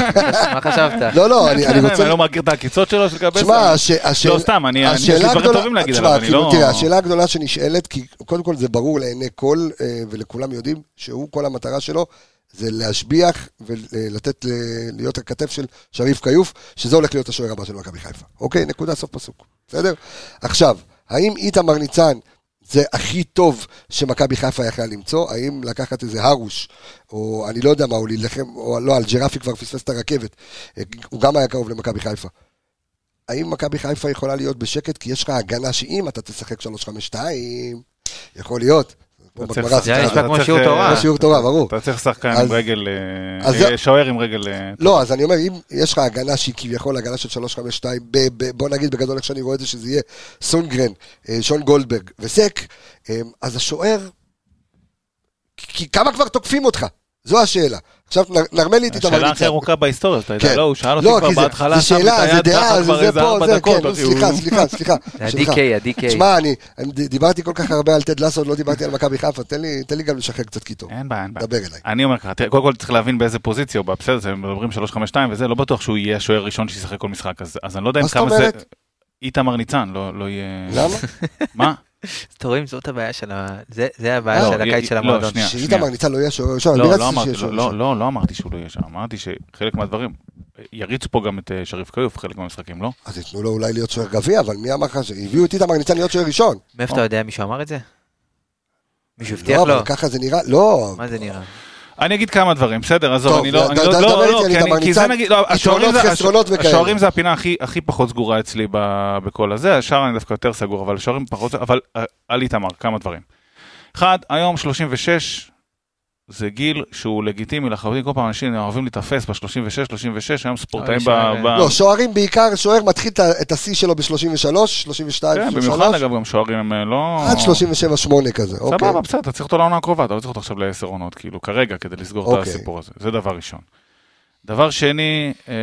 Speaker 2: מה חשבת?
Speaker 1: לא, לא, אני אני
Speaker 3: אני
Speaker 1: רוצה...
Speaker 3: לא מכיר את העקיצות שלו של קבסה.
Speaker 1: תשמע, הש- השאלה...
Speaker 3: לא, סתם, אני- אני- יש לי
Speaker 1: השאלה
Speaker 3: דברים
Speaker 1: הגדולה-
Speaker 3: טובים להגיד
Speaker 1: תשמע,
Speaker 3: עליו, אני
Speaker 1: כאילו,
Speaker 3: לא-
Speaker 1: תראה, השאלה הגדולה שנשאלת, כי קודם כל זה ברור לעיני כל, אה, ולכולם יודעים, שהוא, כל המטרה שלו, זה להשביח ולתת, ל- להיות הכתף של שריף כיוף, שזה הולך להיות השוער הבא של מכבי חיפה. אוקיי, נקודה, סוף פסוק. בסדר? עכשיו, האם איתמר ניצן... זה הכי טוב שמכבי חיפה יכלה למצוא, האם לקחת איזה הרוש, או אני לא יודע מה, או להילחם, או לא, אלג'רפי כבר פספס את הרכבת, אה, הוא גם היה קרוב למכבי חיפה. האם מכבי חיפה יכולה להיות בשקט? כי יש לך הגנה שאם אתה תשחק 3-5-2, יכול להיות. כמו
Speaker 3: אתה צריך
Speaker 1: בגמרא,
Speaker 2: זה היה
Speaker 1: אתה-
Speaker 2: נשמע כמו
Speaker 3: צריך,
Speaker 2: שיעור
Speaker 3: אה,
Speaker 2: תורה.
Speaker 1: זה שיעור תורה, ברור.
Speaker 3: אתה צריך שחקן
Speaker 1: אז-
Speaker 3: עם רגל, אה,
Speaker 1: אז
Speaker 3: אה,
Speaker 1: זה-
Speaker 3: שוער עם רגל... אה,
Speaker 1: לא, אז אני אומר, אם יש לך הגנה שהיא כביכול הגנה של 3-5-2, ב- ב- בוא נגיד בגדול איך שאני רואה את זה, שזה יהיה סונגרן, אה, שון גולדברג וסק, אה, אז השוער, כי כי כמה כבר תוקפים אותך? זו השאלה. עכשיו, נר- נרמל לי את איתמר
Speaker 3: השאלה הכי
Speaker 1: ניצן.
Speaker 3: ארוכה בהיסטוריה, אתה
Speaker 1: כן.
Speaker 3: יודע, לא, הוא שאל אותי
Speaker 1: לא,
Speaker 3: כבר
Speaker 1: כי זה-
Speaker 3: בהתחלה,
Speaker 1: זה
Speaker 3: שם את
Speaker 1: שאלה, זה
Speaker 3: היד ככה
Speaker 1: דעה,
Speaker 3: כבר
Speaker 1: זה
Speaker 3: איזה
Speaker 1: פה,
Speaker 3: ארבע
Speaker 1: זה,
Speaker 3: דקות.
Speaker 1: כן,
Speaker 3: אותי,
Speaker 1: סליחה,
Speaker 3: הוא-
Speaker 1: סליחה, סליחה.
Speaker 2: זה
Speaker 1: סליחה.
Speaker 3: כן,
Speaker 2: ה-DK, ה-DK.
Speaker 1: תשמע, אני אני דיברתי כל כך הרבה על טד לסו, עוד לא דיברתי על מכבי חיפה, תן לי- תן לי גם לשחרר קצת קיטור.
Speaker 3: אין בעיה, אין בעיה.
Speaker 1: דבר אליי.
Speaker 3: אני אומר ככה, תראה, קודם כל צריך להבין באיזה פוזיציה הוא בא, בסדר, זה מדברים 3-5-2 וזה, לא בטוח שהוא יהיה השוער הראשון שישחק כל משחק, אז- אז אני לא יודע אם
Speaker 1: מה זאת
Speaker 3: כמה זה...
Speaker 1: אומרת?
Speaker 3: איתמר ניצן, לא לא יהיה...
Speaker 1: למה?
Speaker 3: מה?
Speaker 2: אתה רואים, זאת הבעיה של ה... זה- זה הבעיה
Speaker 3: לא,
Speaker 2: של הקיץ
Speaker 3: היא-
Speaker 2: של
Speaker 3: לא,
Speaker 2: המועדון.
Speaker 3: שנייה.
Speaker 1: שאיתמר ניצן לא יהיה שוער ראשון, אני
Speaker 3: לא, לא
Speaker 1: רציתי
Speaker 3: אמרתי-
Speaker 1: שיהיה שוער
Speaker 3: לא,
Speaker 1: ראשון.
Speaker 3: לא, לא אמרתי שהוא לא יהיה שם, אמרתי שחלק מהדברים, יריצו פה גם את אה, שריף כיוף, חלק מהמשחקים, לא?
Speaker 1: אז ייתנו לו אולי להיות שוער גביע, אבל מי אמר לך שהביאו את איתמר ניצן להיות שוער ראשון?
Speaker 2: מאיפה אתה יודע מישהו אמר את זה? מישהו הבטיח
Speaker 1: לא,
Speaker 2: לו?
Speaker 1: אבל ככה זה נראה, לא.
Speaker 2: מה זה נראה?
Speaker 3: אני אגיד כמה דברים, בסדר, עזוב,
Speaker 1: טוב,
Speaker 3: אני לא,
Speaker 1: ד-
Speaker 3: אני
Speaker 1: ד-
Speaker 3: לא,
Speaker 1: דבר
Speaker 3: לא,
Speaker 1: איתי
Speaker 3: לא,
Speaker 1: על
Speaker 3: כי
Speaker 1: יתמר
Speaker 3: אני- כי
Speaker 1: ניצן.
Speaker 3: זה נגיד, לא, השוערים
Speaker 1: יתרונות,
Speaker 3: זה-
Speaker 1: חסרונות וכאלה.
Speaker 3: השוערים זה הפינה הכי, הכי פחות סגורה אצלי ב- בכל הזה, השאר אני דווקא יותר סגור, אבל השוערים פחות, אבל אה, על איתמר, כמה דברים. אחד, היום 36, זה גיל שהוא לגיטימי לחלוטין, כל פעם אנשים אוהבים להיתפס ב-36, 36, היום ספורטאים ב...
Speaker 2: אבל יש-
Speaker 3: ב-
Speaker 1: לא, שוערים בעיקר, שוער מתחיל את ה- את השיא שלו ב-33, 32,
Speaker 3: כן, במיוחד
Speaker 1: 33,
Speaker 3: אגב גם שוערים הם אה, לא...
Speaker 1: עד 37-8 כזה, אוקיי.
Speaker 3: סבבה, בסדר, אתה צריך אותו לעונה הקרובה, אתה לא צריך אותו עכשיו לעשר עונות, כאילו, כרגע, כדי לסגור את
Speaker 1: אוקיי.
Speaker 3: הסיפור הזה. זה דבר ראשון. דבר שני, אה,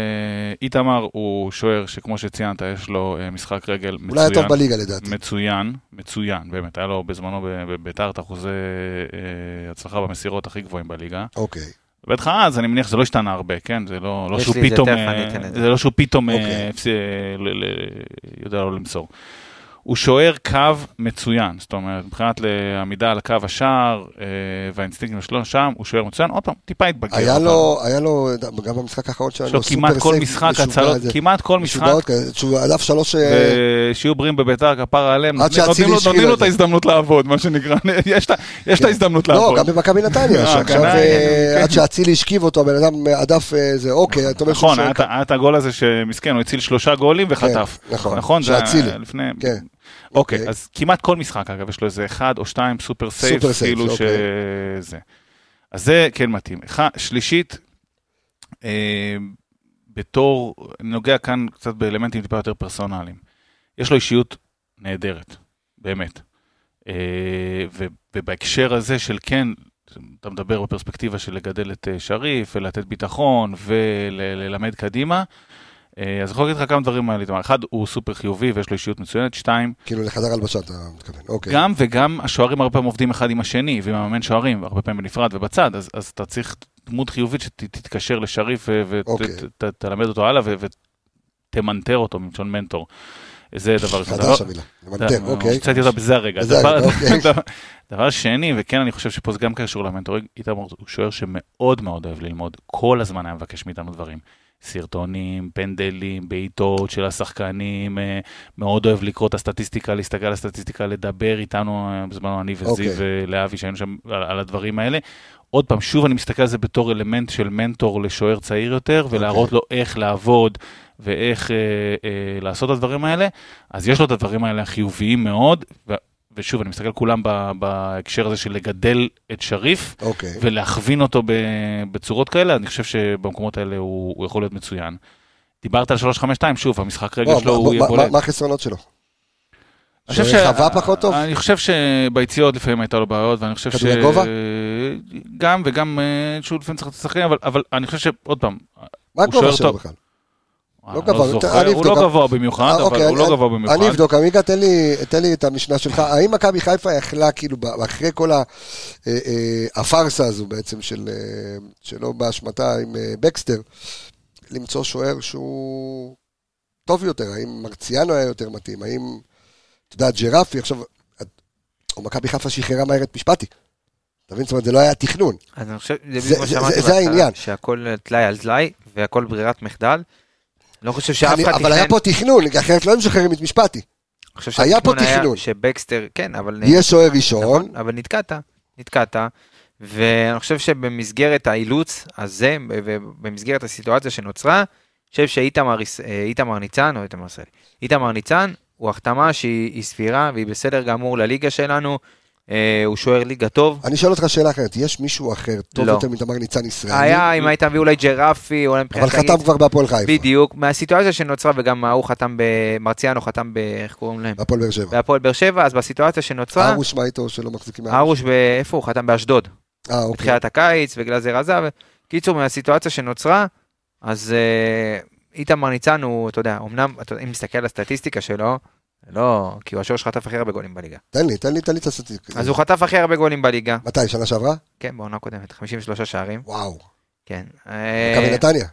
Speaker 3: איתמר הוא שוער שכמו שציינת, יש לו אה, משחק רגל
Speaker 1: אולי הטוב
Speaker 3: מצוין.
Speaker 1: בליגה לדעתי.
Speaker 3: מצוין, מצוין, באמת. היה לו בזמנו ב- בביתר את אחוזי אה, הצלחה במסירות הכי גבוהים בליגה.
Speaker 1: אוקיי.
Speaker 3: בטח אז, אני מניח שזה לא השתנה הרבה, כן? זה לא לא
Speaker 2: יש
Speaker 3: שהוא
Speaker 2: לי את זה,
Speaker 3: פתאום...
Speaker 2: תכף אני
Speaker 3: אה,
Speaker 2: אתן את זה.
Speaker 3: זה לא שהוא פתאום אה,
Speaker 1: אוקיי.
Speaker 3: הפס- אה, ל- ל- יודע לא למסור. הוא שוער קו מצוין, זאת אומרת, מבחינת לעמידה על קו השער אה, והאינסטינקטים שלו שם, הוא שוער מצוין. עוד פעם, טיפה התבגר.
Speaker 1: היה
Speaker 3: אוקיי, אבל
Speaker 1: לו, היה לו, גם במשחק האחרון שלנו,
Speaker 3: יש לו כמעט כל משחק הצלות, כמעט כל משחק,
Speaker 1: שהוא עליו שלוש... אה,
Speaker 3: אה, שיהיו בריאים בביתר, כפרה עליהם,
Speaker 1: עד
Speaker 3: נותנים-
Speaker 1: שאצילי
Speaker 3: נותנים לו-
Speaker 1: השחיל
Speaker 3: נותנים לו
Speaker 1: את
Speaker 3: את
Speaker 1: זה.
Speaker 3: ההזדמנות לעבוד, מה שנקרא, יש את ה- יש את ההזדמנות
Speaker 1: לא,
Speaker 3: לעבוד.
Speaker 1: גם במכבי נתניה,
Speaker 3: אה,
Speaker 1: שעכשיו
Speaker 3: הגנה,
Speaker 1: אה,
Speaker 3: כן.
Speaker 1: עד שאצילי השכיב אותו, הבן אדם הדף אה, זה, אוקיי, אתה אומר שהוא
Speaker 3: נכון,
Speaker 1: שוער
Speaker 3: היה את ה- היה את הגול הזה שמסכן, הוא הציל שלושה גולים וחטף.
Speaker 1: כן, נכון,
Speaker 3: נכון, זה היה
Speaker 1: שאצילי.
Speaker 3: לפני...
Speaker 1: כן.
Speaker 3: אוקיי, אז כמעט כל משחק, אגב, יש לו איזה אחד או שתיים סופר
Speaker 1: סופר
Speaker 3: סייף,
Speaker 1: סייף,
Speaker 3: כאילו
Speaker 1: אוקיי.
Speaker 3: שזה. אז זה כן מתאים. אחד- שלישית, אה, בתור, אני נוגע כאן קצת באלמנטים טיפה יותר פרסונליים. יש לו אישיות נהדרת, באמת. אה, ו- ובהקשר הזה של כן, אתה מדבר בפרספקטיבה של לגדל את אה, שריף, ולתת ביטחון, וללמד קדימה. אה, אז אני יכול להגיד לך כמה דברים על איתמר. אחד, הוא סופר חיובי ויש לו אישיות מצוינת. שתיים,
Speaker 1: כאילו לחדר הלבשה אתה מתכוון, אוקיי.
Speaker 3: גם וגם השוערים הרבה פעמים עובדים אחד עם השני, ועם המאמן שוערים, הרבה פעמים בנפרד ובצד, אז, אז אתה צריך דמות חיובית שתתקשר לשריף
Speaker 1: אוקיי.
Speaker 3: ותלמד אותו הלאה ו- ותמנטר אותו, מלשון מנטור. זה דבר נכון, ראשון. דבר-
Speaker 1: חדש המילה, למנטר, אוקיי.
Speaker 3: קצת יותר בזה הרגע.
Speaker 1: בזה הרגע,
Speaker 3: דבר-
Speaker 1: אוקיי.
Speaker 3: דבר- דבר שני, וכן, אני חושב שפה זה גם קשור למנטור, איתמר הוא שוער שמאוד מאוד אוהב ללמוד, כל הזמן היה מבקש מאיתנו דברים. סרטונים, פנדלים, בעיטות של השחקנים, אה, מאוד אוהב לקרוא את הסטטיסטיקה, להסתכל על הסטטיסטיקה, לדבר איתנו, אה, בזמנו אני וזיו
Speaker 1: אוקיי.
Speaker 3: ולאבי שהיינו שם על, על הדברים האלה. עוד פעם, שוב אני מסתכל על זה בתור אלמנט של מנטור לשוער צעיר יותר,
Speaker 1: אוקיי.
Speaker 3: ולהראות לו איך לעבוד ואיך אה, אה, לעשות את הדברים האלה. אז יש לו את הדברים האלה החיוביים מאוד, ו- ושוב, אני מסתכל על כולם ב- בהקשר הזה של לגדל את שריף
Speaker 1: אוקיי.
Speaker 3: ולהכווין אותו ב- בצורות כאלה, אני חושב שבמקומות האלה הוא, הוא יכול להיות מצוין. דיברת על 352, שוב, המשחק רגע
Speaker 1: בוא,
Speaker 3: שלו
Speaker 1: מה-
Speaker 3: הוא יהיה
Speaker 1: מה-
Speaker 3: בולט.
Speaker 1: מה החסרונות שלו?
Speaker 3: אני חושב
Speaker 1: שחווה פחות טוב?
Speaker 3: אני חושב שביציאות לפעמים הייתה לו בעיות, ואני חושב ש...
Speaker 1: כדורי גובה?
Speaker 3: גם, וגם אה, שהוא לפעמים צריך לשחק, אבל, אבל אני חושב שעוד פעם,
Speaker 1: מה
Speaker 3: הוא
Speaker 1: הגובה
Speaker 3: שוער
Speaker 1: שלו
Speaker 3: טוב.
Speaker 1: בכלל?
Speaker 3: אני
Speaker 1: גבוה,
Speaker 3: זוכר,
Speaker 1: אני
Speaker 3: הוא לא
Speaker 1: אבדוק.
Speaker 3: גבוה במיוחד,
Speaker 1: אה,
Speaker 3: אבל
Speaker 1: אוקיי,
Speaker 3: הוא לא גבוה במיוחד.
Speaker 1: אני אבדוק, עמיגה, תן לי, תן לי את המשנה שלך. האם מכבי חיפה יכלה, כאילו, ב- אחרי כל ה- אה, אה, הפארסה הזו בעצם, של, אה, שלא באשמתה עם אה, בקסטר, למצוא שוער שהוא טוב יותר? האם מרציאנו היה יותר מתאים? האם, אתה יודע, ג'רפי, עכשיו, את- או מכבי חיפה שחררה מהר את משפטי. אתה מבין? זאת אומרת, זה לא היה תכנון.
Speaker 2: אז אני חושב, זה
Speaker 1: זה-
Speaker 2: בדיוק מה
Speaker 1: זה-
Speaker 2: שאמרתי
Speaker 1: זה- זה
Speaker 2: בהתחלה,
Speaker 1: העניין.
Speaker 2: שהכל טלאי על טלאי והכל ברירת מחדל. לא חושב שאף
Speaker 1: אני-
Speaker 2: אחד
Speaker 1: אבל היה פה תכנון, אחרת לא היו משחררים את משפטי.
Speaker 2: אני חושב
Speaker 1: היה פה
Speaker 2: שהתכנון היה
Speaker 1: תכנון.
Speaker 2: שבקסטר, כן, אבל...
Speaker 1: יהיה שוער ראשון,
Speaker 2: אבל נתקעת, נתקעת, ואני חושב שבמסגרת האילוץ הזה, ובמסגרת הסיטואציה שנוצרה, אני חושב שאיתמר יש- אה, איתמר ניצן, או איתמר סלי, איתמר ניצן הוא החתמה שהיא היא סבירה והיא בסדר גמור לליגה שלנו, אה, הוא שוער ליגה טוב.
Speaker 1: אני שואל אותך שאלה אחרת, יש מישהו אחר טוב
Speaker 2: לא.
Speaker 1: יותר מתמר ניצן ישראלי?
Speaker 2: היה, אם היית מביא אולי ג'רפי, אולי מבחינת...
Speaker 1: אבל
Speaker 2: להגיד-
Speaker 1: חתם כבר בהפועל חיפה.
Speaker 2: בדיוק, מהסיטואציה שנוצרה, וגם ההוא חתם ב... מרציאנו חתם ב... איך קוראים להם?
Speaker 1: בהפועל באר שבע.
Speaker 2: בהפועל באר שבע, אז בסיטואציה שנוצרה,
Speaker 1: ארוש מה איתו שלא מחזיקים מהראש?
Speaker 2: ארוש, ב- איפה הוא חתם? באשדוד.
Speaker 1: אה, אוקיי.
Speaker 2: בתחילת הקיץ, וגלאזר עזב. קיצור, מהסיטואציה שנוצרה, אז אה, איתמר ניצן הוא, אתה יודע, אמנם, אתה- אם נסתכל על הסטטיסטיקה שלו, לא, כי הוא השוער שחטף הכי הרבה גולים בליגה.
Speaker 1: תן לי, תן לי, תן לי את הסטטיסטיקה.
Speaker 2: אז הוא חטף הכי הרבה גולים בליגה,
Speaker 1: מתי, שנה שעברה?
Speaker 2: כן, בעונה קודמת, 53 שערים,
Speaker 1: וואו.
Speaker 2: כן.
Speaker 1: מכבי
Speaker 2: אה,
Speaker 1: נתניה.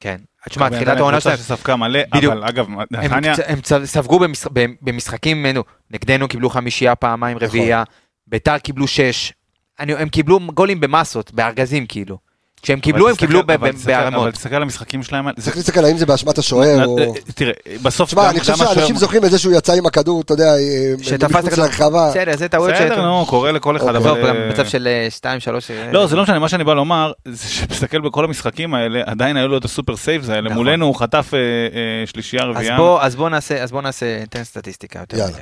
Speaker 2: כן. תשמע,
Speaker 3: בן
Speaker 2: תחילת
Speaker 3: אדם
Speaker 2: העונה
Speaker 3: קבוצה
Speaker 2: שלהם,
Speaker 3: שספגה מלא,
Speaker 2: בדיוק.
Speaker 3: אבל אגב,
Speaker 2: הם
Speaker 3: נתניה,
Speaker 2: צ- הם צ- ספגו במשח- ב- במשחקים, נו, נגדנו קיבלו חמישייה פעמיים
Speaker 1: נכון.
Speaker 2: רביעייה, ביתר קיבלו שש, אני- הם קיבלו גולים במסות, בארגזים כאילו. כשהם קיבלו,
Speaker 3: אבל
Speaker 2: הם
Speaker 3: תסתכל-
Speaker 2: קיבלו ב-
Speaker 3: אבל
Speaker 2: ב-
Speaker 3: תסתכל- אבל
Speaker 2: בערמות.
Speaker 3: תסתכל על המשחקים שלהם, זה-
Speaker 1: צריך להסתכל האם זה באשמת השוער או...
Speaker 3: אה, תראה, בסוף
Speaker 1: תשמע, אני חושב שאנשים זוכרים את זה שהוא יצא עם הכדור, אתה יודע, אה,
Speaker 2: שתפס את
Speaker 1: מחוץ
Speaker 2: הכדור.
Speaker 1: לרחבה.
Speaker 2: בסדר, זה טעויות
Speaker 3: בסדר, נו, קורה לכל אחד,
Speaker 1: אוקיי.
Speaker 3: אבל...
Speaker 2: עזוב, גם
Speaker 3: אה,
Speaker 2: במצב של 2-3.
Speaker 3: לא, זה לא משנה, מה שאני בא לומר, זה שמסתכל בכל המשחקים האלה, עדיין היו לו את הסופר סייבס האלה,
Speaker 2: נכון.
Speaker 3: מולנו הוא חטף אה, אה, שלישייה
Speaker 2: אז
Speaker 3: רביעייה.
Speaker 2: בוא, אז בוא נעשה, אז בוא נעשה, ניתן סטטיסטיקה יותר.
Speaker 1: יאללה.
Speaker 2: מזה.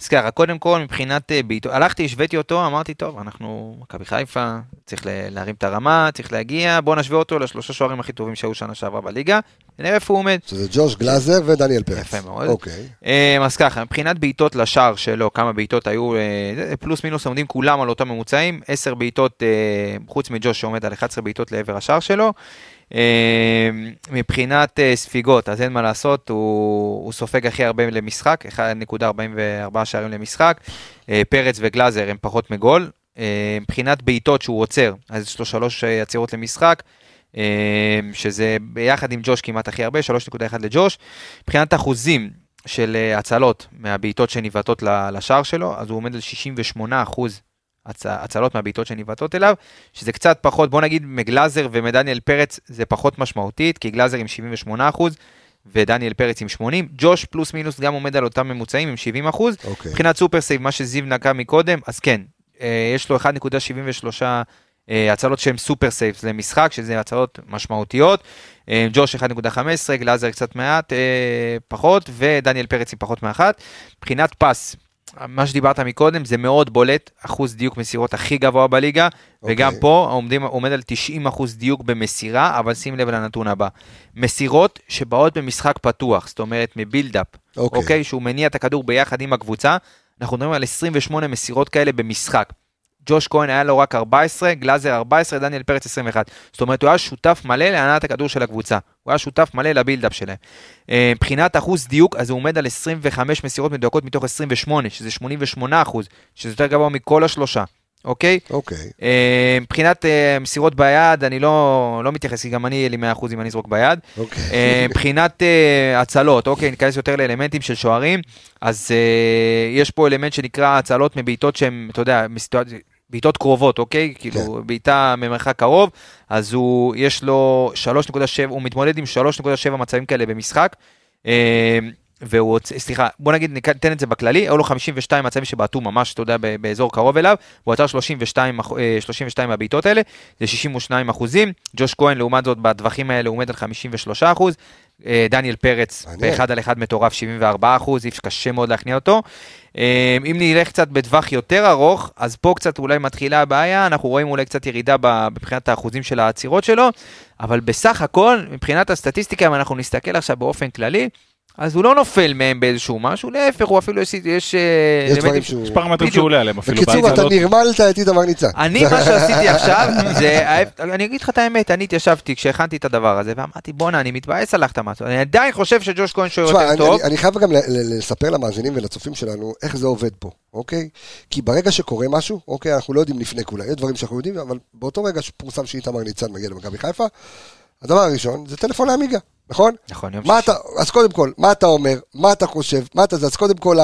Speaker 2: אז ככה, קודם כל מבחינת אה, בעיטות, הלכתי, השוויתי אותו, אמרתי, טוב, אנחנו מכבי חיפה, צריך ל- להרים את הרמה, צריך להגיע, בוא נשווה אותו לשלושה שוערים הכי טובים שהיו שנה שעברה בליגה, נראה איפה הוא עומד.
Speaker 1: שזה ג'וש גלאזר ודניאל פרץ.
Speaker 2: יפה מאוד.
Speaker 1: אוקיי.
Speaker 2: אמ, אז ככה, מבחינת בעיטות לשער שלו, כמה בעיטות היו, אה, זה- פלוס מינוס עומדים כולם על אותם ממוצעים, 10 בעיטות, אה, חוץ מג'וש שעומד על 11 בעיטות לעבר השער שלו. אמ, מבחינת אה, ספיגות, אז אין מה לעשות, הוא, הוא סופג הכי הרבה למשחק, 1.44 שערים למשחק. אה, פרץ וגלאזר הם פחות מגול. אה, מבחינת בעיטות שהוא עוצר, אז יש לו שלוש אה, עצירות למשחק. אה, שזה ביחד עם ג'וש כמעט הכי הרבה, 3.1 לג'וש. מבחינת אחוזים, של אה, הצלות מהבעיטות שניבטות ל- לשער שלו, אז הוא עומד על 68 אחוז הצלות מהבעיטות שניבטות אליו, שזה קצת פחות, בוא נגיד מגלאזר ומדניאל פרץ זה פחות משמעותית, כי גלאזר עם 78 אחוז ודניאל פרץ עם 80, ג'וש פלוס מינוס גם עומד על אותם ממוצעים עם 70 אחוז,
Speaker 1: אוקיי.
Speaker 2: מבחינת סופר סייב, מה שזיו נגע מקודם, אז כן, אה, יש לו 1.73 אה, הצלות שהן סופר סייבס למשחק, שזה הצלות משמעותיות. אה, ג'וש 1.15, גלאזר קצת מעט, אה, פחות, ודניאל פרץ עם פחות מאחת. מבחינת פס, מה שדיברת מקודם זה מאוד בולט, אחוז דיוק מסירות הכי גבוה בליגה,
Speaker 1: אוקיי.
Speaker 2: וגם פה עומדים, עומד על 90% דיוק במסירה, אבל שים לב לנתון הבא. מסירות שבאות במשחק פתוח, זאת אומרת מבילדאפ,
Speaker 1: אוקיי.
Speaker 2: אוקיי? שהוא מניע את הכדור ביחד עם הקבוצה. אנחנו מדברים על 28 מסירות כאלה במשחק. ג'וש כהן היה לו רק 14, גלאזר 14, דניאל פרץ 21. זאת אומרת, הוא היה שותף מלא להנעת הכדור של הקבוצה. הוא היה שותף מלא לבילדאפ שלהם. אה, מבחינת אחוז דיוק, אז הוא עומד על 25 מסירות מדויקות מתוך 28, שזה 88 אחוז, שזה יותר גבוה מכל השלושה. אוקיי?
Speaker 1: אוקיי.
Speaker 2: אה, מבחינת אה, מסירות ביד, אני לא, לא מתייחס, כי גם אני יהיה לי 100% אם אני אזרוק ביד. אה,
Speaker 1: אוקיי.
Speaker 2: מבחינת אה, הצלות, אוקיי, ניכנס יותר לאלמנטים של שוערים, אז אה, יש פה אלמנט שנקרא הצלות מבעיטות שהן, אתה יודע, מסיטואציות... בעיטות קרובות, אוקיי? כאילו, בעיטה ממרחק קרוב, אז הוא, יש לו 3.7, הוא מתמודד עם 3.7 מצבים כאלה במשחק, אה, והוא, הוצ- סליחה, בוא נגיד, ניק- ניתן את זה בכללי, היו לו 52 מצבים שבעטו ממש, אתה יודע, ב- באזור קרוב אליו, הוא עצר 32, אח- אה, 32 מהבעיטות האלה, זה 62 אחוזים, ג'וש כהן, לעומת זאת, בטווחים האלה הוא עומד על 53 אחוז, אה, דניאל פרץ,
Speaker 1: מעניין.
Speaker 2: באחד על אחד מטורף, 74 אחוז, איש קשה מאוד להכניע אותו. אה, אם נלך קצת בטווח יותר ארוך, אז פה קצת אולי מתחילה הבעיה, אנחנו רואים אולי קצת ירידה ב- מבחינת האחוזים של העצירות שלו, אבל בסך הכל, מבחינת הסטטיסטיקה, אם אנחנו נסתכל עכשיו באופן כללי, אז הוא לא נופל מהם באיזשהו משהו, להפך, הוא אפילו יש... יש אה,
Speaker 1: יש דברים
Speaker 2: אלמנטים-
Speaker 1: שהוא...
Speaker 3: יש פרמטרים
Speaker 2: בדיוק.
Speaker 3: שהוא עולה עליהם אפילו.
Speaker 1: בקיצור, אתה
Speaker 3: בהצלות.
Speaker 1: נרמלת את איתמר ניצן.
Speaker 2: אני, מה שעשיתי עכשיו, זה, ההפ- אני אגיד לך את האמת, אני התיישבתי כשהכנתי את הדבר הזה, ואמרתי, בואנה, אני מתבאס על החתמה הזאת. אני עדיין חושב שג'וש כהן שוער
Speaker 1: תשמע,
Speaker 2: יותר
Speaker 1: אני,
Speaker 2: טוב.
Speaker 1: אני, אני חייב גם ל- ל- לספר למאזינים ולצופים שלנו איך זה עובד פה, אוקיי? כי ברגע שקורה משהו, אוקיי, אנחנו לא יודעים לפני כולם, יש דברים שאנחנו יודעים, אבל באותו רגע שפורסם שאיתמר ניצן מגיע למכבי חיפה, הדבר הראשון זה טלפון לעמיגה, נכון?
Speaker 2: נכון, יום
Speaker 1: מה
Speaker 2: שישי.
Speaker 1: אתה, אז קודם כל, מה אתה אומר, מה אתה חושב, מה אתה זה, אז קודם כל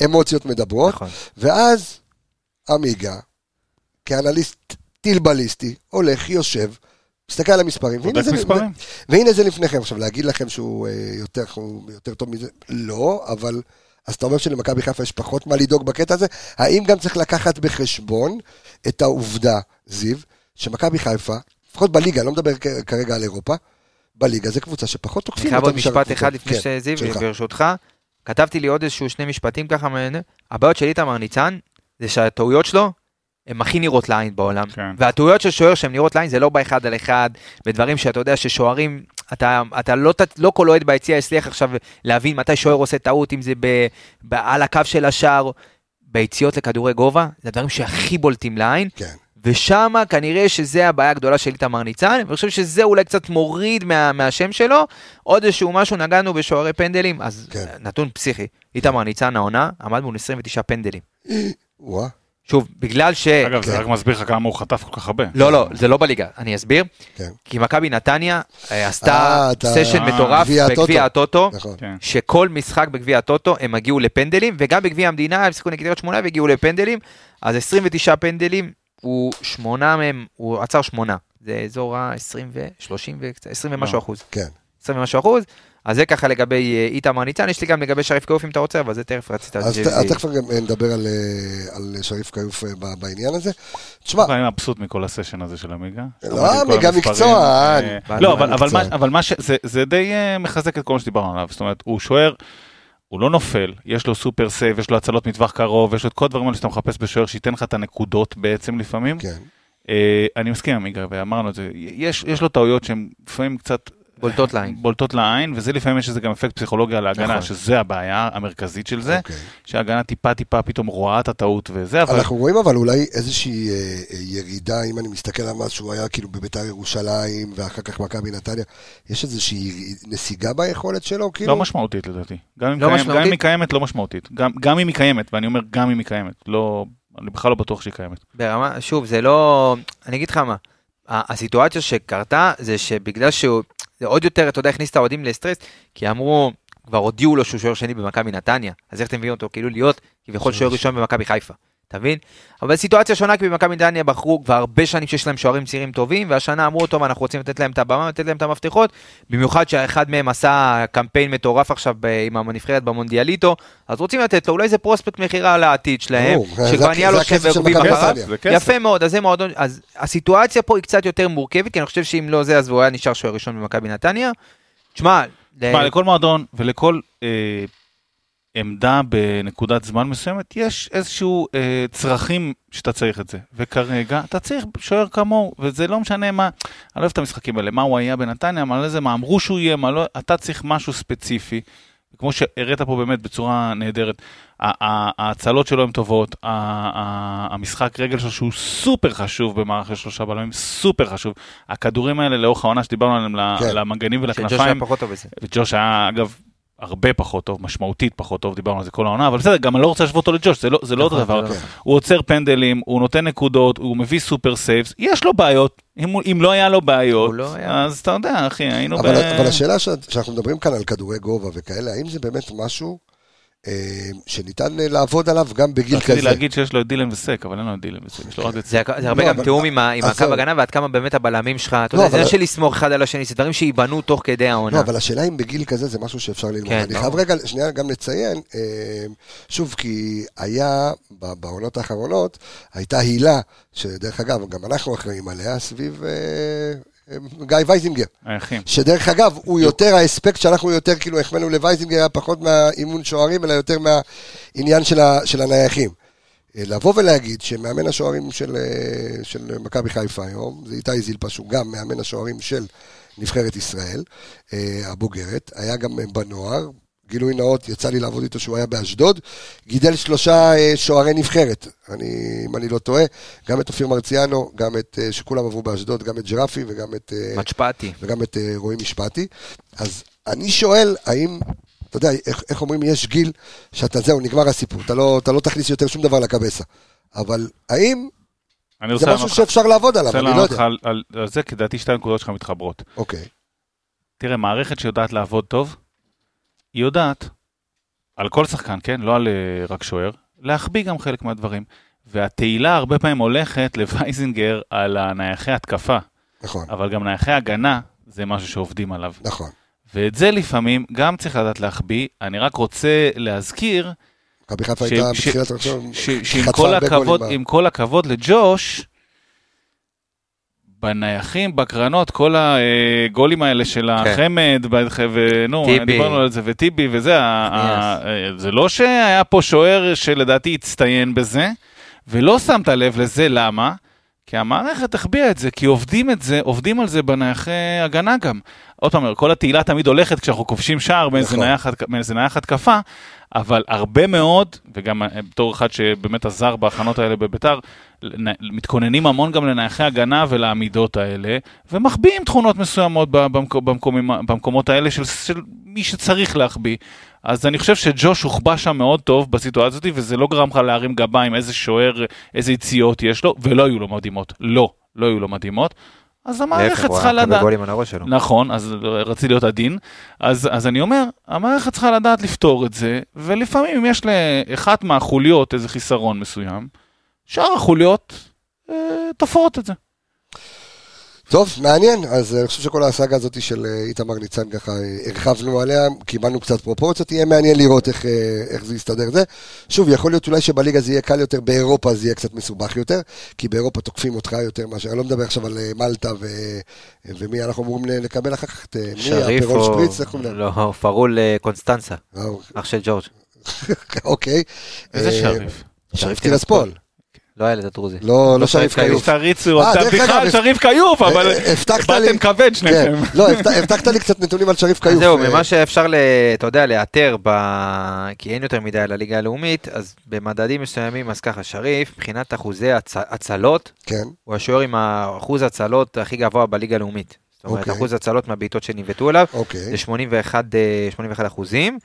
Speaker 1: האמוציות מדברות,
Speaker 2: נכון.
Speaker 1: ואז עמיגה, כאנליסט טילבליסטי, הולך, יושב, מסתכל על המספרים, והנה
Speaker 3: בודק
Speaker 1: זה,
Speaker 3: מספרים.
Speaker 1: והנה זה לפניכם. עכשיו, להגיד לכם שהוא אה, יותר, הוא יותר טוב מזה, לא, אבל... אז אתה אומר שלמכבי חיפה יש פחות מה לדאוג בקטע הזה? האם גם צריך לקחת בחשבון את העובדה, זיו, שמכבי חיפה, לפחות בליגה, אני לא מדבר כ- כרגע על אירופה, בליגה זו קבוצה שפחות תוקפים.
Speaker 2: אני חייב
Speaker 1: אותה
Speaker 2: עוד
Speaker 1: משאר
Speaker 2: משפט
Speaker 1: הקבוצות.
Speaker 2: אחד לפני
Speaker 1: כן,
Speaker 2: שזיו,
Speaker 1: שלך.
Speaker 2: ברשותך. כתבתי לי עוד איזשהו שני משפטים ככה, מעניין. הבעיות של איתמר ניצן, זה שהטעויות שלו, הן הכי נראות לעין בעולם.
Speaker 3: כן.
Speaker 2: והטעויות של שוער שהן נראות לעין, זה לא באחד על אחד, בדברים שאתה יודע ששוערים, אתה, אתה לא, ת- לא כל אוהד ביציע יצליח עכשיו להבין מתי שוער עושה טעות, אם זה ב, ב, על הקו של השער, ביציאות לכדורי גובה, זה הדברים שהכי בולטים לעין.
Speaker 1: כן.
Speaker 2: ושם כנראה שזה הבעיה הגדולה של איתמר ניצן, ואני חושב שזה אולי קצת מוריד מה, מהשם שלו. עוד איזשהו משהו, נגענו בשוערי פנדלים, אז
Speaker 1: כן.
Speaker 2: כן. נתון פסיכי. איתמר ניצן העונה, עמד מול 29 פנדלים.
Speaker 1: וואה.
Speaker 2: שוב, בגלל ש...
Speaker 3: אגב, זה
Speaker 1: כן.
Speaker 3: רק מסביר לך כמה הוא חטף כל כך הרבה.
Speaker 2: לא, לא, זה לא בליגה, אני אסביר.
Speaker 1: כן.
Speaker 2: כי מכבי נתניה אה,
Speaker 1: אה,
Speaker 2: עשתה
Speaker 1: אתה-
Speaker 2: סשן
Speaker 3: אה,
Speaker 2: מטורף
Speaker 1: גביע הטוטו.
Speaker 2: בגביע הטוטו,
Speaker 1: נכון.
Speaker 3: כן.
Speaker 2: שכל משחק בגביע הטוטו הם הגיעו לפנדלים, וגם בגביע המדינה הם שיחקו נגד קריית שמונה והגיעו לפנדלים, אז 29 פנדלים, הוא שמונה מהם, הוא עצר שמונה. זה אזור ה-20 ו-30 ו-20 ומשהו
Speaker 3: לא.
Speaker 2: אחוז.
Speaker 1: כן.
Speaker 2: 20 ומשהו אחוז. אז זה ככה לגבי אה, איתמר ניצן, יש לי גם לגבי שריף קאוף אם אתה רוצה, אבל זה טרף רצית.
Speaker 1: אז
Speaker 2: זה-
Speaker 1: ת- אז
Speaker 2: זה-
Speaker 1: תכף גם אה, נדבר על, אה, על שריף כיוף אה, ב- בעניין הזה. תשמע,
Speaker 3: אני מבסוט מכל הסשן הזה של עמיגה.
Speaker 1: לא,
Speaker 3: עמדתי עם כל
Speaker 1: עמיגה
Speaker 3: המספרים.
Speaker 1: מקצוען.
Speaker 3: אה,
Speaker 2: בעל
Speaker 3: לא,
Speaker 2: עמיגה
Speaker 3: אבל- אבל מה-
Speaker 1: מקצוען.
Speaker 3: אבל מה ש... זה- זה די אה, מחזק את כל מה שדיברנו עליו. זאת אומרת, הוא שוער, הוא לא נופל, יש לו סופר סייב, יש לו הצלות מטווח קרוב, יש לו את כל הדברים האלה שאתה מחפש בשוער, שייתן לך את הנקודות בעצם לפעמים.
Speaker 1: כן,
Speaker 3: אה, אני מסכים עם עמיגה, ואמרנו את זה. יש יש לו טעויות שהן לפעמים קצת
Speaker 2: בולטות לעין.
Speaker 3: בולטות לעין, וזה לפעמים יש לזה גם אפקט פסיכולוגי על ההגנה,
Speaker 2: נכון.
Speaker 3: שזה הבעיה המרכזית של זה,
Speaker 1: אוקיי.
Speaker 3: שההגנה טיפה-טיפה פתאום רואה את הטעות וזה, אבל...
Speaker 1: אנחנו רואים אבל אולי איזושהי אה, אה, ירידה, אם אני מסתכל על מה שהוא היה כאילו בביתר ירושלים, ואחר כך מכבי נתניה, יש איזושהי ירי- נסיגה ביכולת שלו, כאילו?
Speaker 3: לא משמעותית לדעתי. גם אם,
Speaker 2: לא
Speaker 3: קיים,
Speaker 2: משמעותית?
Speaker 3: גם אם היא קיימת, לא משמעותית. גם, גם אם היא קיימת, ואני אומר גם אם היא קיימת. לא, אני בכלל לא בטוח שהיא קיימת.
Speaker 2: ברמה, שוב, זה לא... אני אגיד לך מה, ה- הסיטואציה שקרתה זה שבגלל שהוא... זה עוד יותר, אתה יודע, הכניס את האוהדים לסטרס, כי אמרו, כבר הודיעו לו שהוא שוער שני במכבי נתניה, אז איך אתם מביאים אותו כאילו להיות כביכול שוער ראשון במכבי חיפה, אתה מבין? אבל סיטואציה שונה, כי במכבי נתניה בחרו כבר הרבה שנים שיש להם שוערים צעירים טובים, והשנה אמרו, טוב, אנחנו רוצים לתת להם את הבמה, לתת להם את המפתחות, במיוחד שהאחד מהם עשה קמפיין מטורף עכשיו ב- עם הנבחרת במונדיאליטו, אז רוצים לתת לו, אולי זה פרוספקט מכירה לעתיד שלהם,
Speaker 1: ברור, זה
Speaker 2: שכבר
Speaker 1: הכ-
Speaker 2: נהיה
Speaker 1: זה
Speaker 2: לו שם
Speaker 1: הכסף של
Speaker 2: ועוקבים
Speaker 1: מכבי
Speaker 2: אחריו.
Speaker 1: נתניה.
Speaker 3: זה כסף.
Speaker 2: אוקיי. יפה מאוד, אז זה מועדון, אז הסיטואציה פה היא קצת יותר מורכבת, כי אני חושב שאם לא זה, אז הוא היה נשאר שוער ראשון במכבי נתניה. תשמע, ל-
Speaker 3: תשמע, לכל מועדון ולכל אה, עמדה בנקודת זמן מסוימת, יש איזשהו אה, צרכים שאתה צריך את זה. וכרגע אתה צריך שוער כמוהו, וזה לא משנה מה, אני לא אוהב את המשחקים האלה, מה הוא היה בנתניה, מה זה, מה אמרו שהוא יהיה, מה לא, אתה צריך משהו ספציפי. כמו שהראית פה באמת בצורה נהדרת, ה- ה- ההצלות שלו הן טובות, ה- ה- המשחק רגל שלו שהוא סופר חשוב במערך של שלושה בלמים, סופר חשוב. הכדורים האלה לאורך העונה שדיברנו עליהם, ל-
Speaker 1: כן.
Speaker 3: למגנים
Speaker 2: שג'וש היה
Speaker 3: ולכנפיים,
Speaker 2: פחות טוב בזה.
Speaker 3: וג'וש היה, אגב, הרבה פחות טוב, משמעותית פחות טוב, דיברנו על זה כל העונה, אבל בסדר, גם אני לא רוצה להשוות אותו לג'וש, זה לא, זה לא אותו
Speaker 2: נכון,
Speaker 3: דבר.
Speaker 2: זה לא
Speaker 3: הוא עוצר פנדלים, הוא נותן נקודות, הוא מביא סופר סייבס, יש לו בעיות. אם, הוא- אם לא היה לו בעיות,
Speaker 2: הוא לא היה.
Speaker 3: אז אתה יודע, אחי, היינו
Speaker 1: אבל,
Speaker 3: לא ב...
Speaker 1: אבל השאלה ש... שאנחנו מדברים כאן על כדורי גובה וכאלה, האם זה באמת משהו אה, שניתן אה, לעבוד עליו גם בגיל כזה?
Speaker 3: רציתי להגיד שיש לו את דילן וסק, אבל אין לו את דילן וסק, יש לו רק את...
Speaker 2: זה הכ- זה הרבה
Speaker 1: לא,
Speaker 2: גם
Speaker 1: אבל-
Speaker 2: תיאום עם ה- עם
Speaker 1: אז
Speaker 2: הקו
Speaker 1: זהו.
Speaker 2: הגנה ועד כמה באמת הבלמים שלך, אתה
Speaker 1: לא,
Speaker 2: יודע, זה
Speaker 1: אבל-
Speaker 2: עניין של לסמוך אחד על השני, זה דברים שייבנו תוך כדי
Speaker 1: לא,
Speaker 2: העונה.
Speaker 1: אבל השאלה אם בגיל כזה זה משהו שאפשר ללמוד.
Speaker 2: כן,
Speaker 1: אני
Speaker 2: ברור.
Speaker 1: חייב רגע, שנייה גם לציין, אה, שוב, כי היה, ב- בעונות האחרונות, הייתה הילה, שדרך אגב, גם אנחנו אחראים עליה, סביב אה, אה, גיא וייזינגר.
Speaker 3: האחים.
Speaker 1: שדרך אגב, הוא יותר, האספקט שאנחנו יותר, כאילו, החמאנו לווייזינגר היה פחות מהאימון שוערים, אלא יותר מהעניין של, ה, של הנייחים. אה, לבוא ולהגיד שמאמן השוערים של, אה, של מכבי חיפה היום, זה איתי זילפה, שהוא גם מאמן השוערים של נבחרת ישראל, אה, הבוגרת, היה גם אה, בנוער, גילוי נאות, יצא לי לעבוד איתו שהוא היה באשדוד, גידל שלושה אה, שוערי נבחרת, אני, אם אני לא טועה, גם את אופיר מרציאנו, גם את, אה, שכולם עברו באשדוד, גם את ג'רפי וגם את... אה,
Speaker 2: מצ'פטי.
Speaker 1: וגם את אה, רועי משפטי. אז אני שואל, האם, אתה יודע, איך, איך אומרים, יש גיל שאתה, זהו, נגמר הסיפור, אתה לא, אתה לא תכניס יותר שום דבר לקבסה. אבל האם
Speaker 3: אני
Speaker 1: זה
Speaker 3: רוצה
Speaker 1: משהו
Speaker 3: לענות לך-
Speaker 1: שאפשר לעבוד עליו,
Speaker 3: רוצה
Speaker 1: אני לא
Speaker 3: לענות לך
Speaker 1: יודע.
Speaker 3: על על- על זה, כי לדעתי שתי הנקודות שלך מתחברות.
Speaker 1: אוקיי,
Speaker 3: תראה, מערכת שיודעת לעבוד טוב, היא יודעת, על כל שחקן, כן? לא על אה, רק שוער, להחביא גם חלק מהדברים. והתהילה הרבה פעמים הולכת לווייזינגר על הנייחי התקפה,
Speaker 1: נכון,
Speaker 3: אבל גם נייחי הגנה זה משהו שעובדים עליו.
Speaker 1: נכון.
Speaker 3: ואת זה לפעמים גם צריך לדעת להחביא. אני רק רוצה להזכיר
Speaker 1: מכבי חיפה
Speaker 3: ש-
Speaker 1: הייתה
Speaker 3: ש-
Speaker 1: בתחילת
Speaker 3: ש-
Speaker 1: הראשון,
Speaker 3: ש- שעם
Speaker 1: חטפה
Speaker 3: כל
Speaker 1: הרבה
Speaker 3: הכבוד,
Speaker 1: גולים ב-
Speaker 3: עם כל הכבוד לג'וש, בנייחים, בקרנות, כל הגולים האלה של החמד, ב- ונו,
Speaker 2: טיבי.
Speaker 3: דיברנו על זה, וטיבי וזה, ה- ה- זה לא שהיה פה שוער שלדעתי הצטיין בזה, ולא שמת לב לזה, למה? כי המערכת החביאה את זה, כי עובדים את זה, עובדים על זה בנייחי הגנה גם. עוד פעם, כל התהילה תמיד הולכת כשאנחנו כובשים שער מאיזה
Speaker 1: נכון.
Speaker 3: נייח התק- מאיזה נייח התקפה, אבל הרבה מאוד, וגם אה, בתור אחד שבאמת עזר בהכנות האלה בביתר, לנ- מתכוננים המון גם לנייחי הגנה ולעמידות האלה, ומחביאים תכונות מסוימות ב- במקו- במקומים, במקומות האלה של, של מי שצריך להחביא. אז אני חושב שג'וש הוחבא שם מאוד טוב בסיטואציה הזאת, וזה לא גרם לך להרים גבה עם איזה שוער, איזה יציאות יש לו, ולא היו לו מדהימות. לא, לא היו לו מדהימות. אז המערכת צריכה לדעת.
Speaker 2: גולים על הראש שלו.
Speaker 3: נכון, אז רציתי להיות עדין. אז, אז אני אומר, המערכת צריכה לדעת לפתור את זה, ולפעמים אם יש לאחת מהחוליות איזה חיסרון מסוים, שאר החוליות אה, תופרות את זה.
Speaker 1: טוב, מעניין, אז אה, אני חושב שכל הסאגה הזאת של אה, איתמר ניצן ככה אה, הרחבנו עליה, קיבלנו קצת פרופורציות, יהיה מעניין לראות איך, אה, איך זה יסתדר זה. שוב, יכול להיות אולי שבליגה זה יהיה קל יותר, באירופה זה יהיה קצת מסובך יותר, כי באירופה תוקפים אותך יותר מאשר, אני לא מדבר עכשיו על אה, מלטה ו, אה, ומי אנחנו אמורים ל- לקבל אחר כך, את, אה, מי,
Speaker 2: שריף
Speaker 1: הפירול
Speaker 2: או...
Speaker 1: שפריץ, איך קוראים להם?
Speaker 2: לא, פרול אה, קונסטנצה,
Speaker 1: אה,
Speaker 2: אח של ג'ורג'.
Speaker 1: אוקיי.
Speaker 3: איזה
Speaker 1: אה,
Speaker 3: שריף.
Speaker 1: שריף טירספול,
Speaker 2: לא הילד הדרוזי.
Speaker 1: לא לא שריף
Speaker 2: שריף
Speaker 1: חיוף.
Speaker 3: תריצו
Speaker 1: אה,
Speaker 3: אותה,
Speaker 1: דרך
Speaker 3: בכלל
Speaker 1: אגב,
Speaker 3: שריף כיוף, אבל
Speaker 1: אה, אה, הבטחת לי-
Speaker 3: באתם כבד
Speaker 1: כן,
Speaker 3: שניכם.
Speaker 1: לא, הבטח- הבטחת לי קצת נתונים על שריף
Speaker 2: אז
Speaker 1: כיוף.
Speaker 2: זהו,
Speaker 1: אה,
Speaker 2: ממה שאפשר, ל- אתה יודע, לאתר, ב- כי אין יותר מדי לליגה הלאומית, אז במדדים מסוימים, אז ככה, שריף, מבחינת אחוזי הצ- הצלות,
Speaker 1: כן,
Speaker 2: הוא השוער עם אחוז הצלות הכי גבוה בליגה הלאומית. זאת אומרת,
Speaker 1: אוקיי.
Speaker 2: אחוז הצלות מהבעיטות שנבעטו אליו,
Speaker 1: אוקיי.
Speaker 2: זה 81, אה, 81 אחוזים.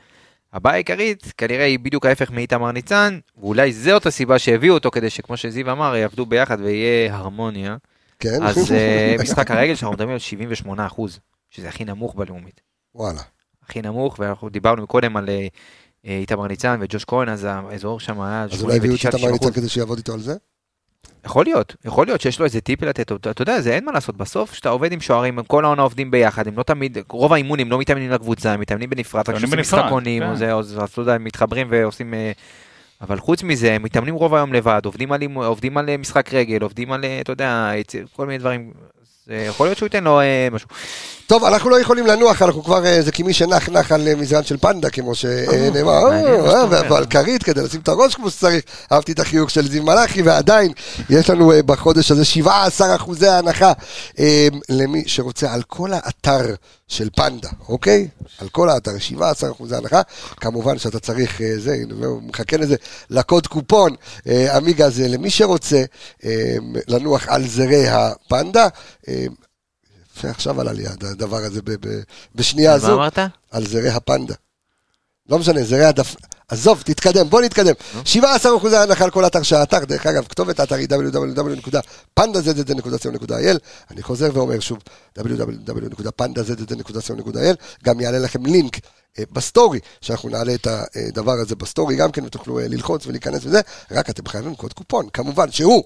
Speaker 2: הבעיה העיקרית כנראה היא בדיוק ההפך מאיתמר ניצן, ואולי זאת הסיבה שהביאו אותו כדי שכמו שזיו אמר, יעבדו ביחד ויהיה הרמוניה.
Speaker 1: כן.
Speaker 2: אז אה, משחק הרגל שאנחנו מדברים על 78 אחוז, שזה הכי נמוך בלאומית.
Speaker 1: וואלה.
Speaker 2: הכי נמוך, ואנחנו דיברנו קודם על אה, אה, איתמר ניצן וג'וש כהן, אז האזור שם היה 89-90
Speaker 1: אז אולי הביאו את איתמר
Speaker 2: אחוז.
Speaker 1: ניצן כדי שיעבוד איתו על זה?
Speaker 2: יכול להיות, יכול להיות שיש לו איזה טיפ לתת, אתה אתה יודע, זה אין מה לעשות, בסוף כשאתה עובד עם שוערים, הם כל העונה עובדים ביחד, הם לא תמיד, רוב האימונים לא מתאמנים לקבוצה, הם מתאמנים בנפרד, רק
Speaker 3: מתאמנים
Speaker 2: כשעושים
Speaker 3: בנפרד,
Speaker 2: משחקונים,
Speaker 3: כן.
Speaker 2: או זה, או זה, אז אתה יודע, הם מתחברים ועושים, אה, אבל חוץ מזה, הם מתאמנים רוב היום לבד, עובדים על, אימ- עובדים על אה, משחק רגל, עובדים על, אה, אתה יודע, יצ- כל מיני דברים, אז, אה, יכול להיות שהוא ייתן לו אה, משהו.
Speaker 1: טוב, אנחנו לא יכולים לנוח, אנחנו כבר, אה, זה כמי שנח נח על אה, מזרן של פנדה, כמו שנאמר,
Speaker 2: מעניין מה
Speaker 1: אה,
Speaker 2: שאתה אומר.
Speaker 1: ועל כרית כדי לשים את הראש כמו שצריך. אהבתי את החיוך של זיו מלאכי, ועדיין יש לנו אה, בחודש הזה 17 אחוזי הנחה אה, למי שרוצה על כל האתר של פנדה, אוקיי? על כל האתר, 17 אחוזי הנחה. כמובן שאתה צריך, אה, זה, הנה, הוא מחכה לזה, לקוד קופון, אה, עמיגה זה למי שרוצה אה, לנוח על זרי הפנדה. אה, עכשיו עלה לי הד- הדבר הזה ב- ב- בשנייה
Speaker 2: מה
Speaker 1: הזו,
Speaker 2: אמרת?
Speaker 1: על זרי הפנדה. לא משנה, זה העדפה. עזוב, תתקדם, בוא נתקדם. 17 אחוזי הנחה על כל אתר שהאתר, דרך אגב, כתובת האתר היא www.pandazz.co.il. אני חוזר ואומר שוב, www.pandazz.co.il. גם יעלה לכם לינק אה, בסטורי, שאנחנו נעלה את הדבר הזה בסטורי גם כן, ותוכלו אה, ללחוץ ולהיכנס וזה, רק אתם חייבים קוד קופון, כמובן שהוא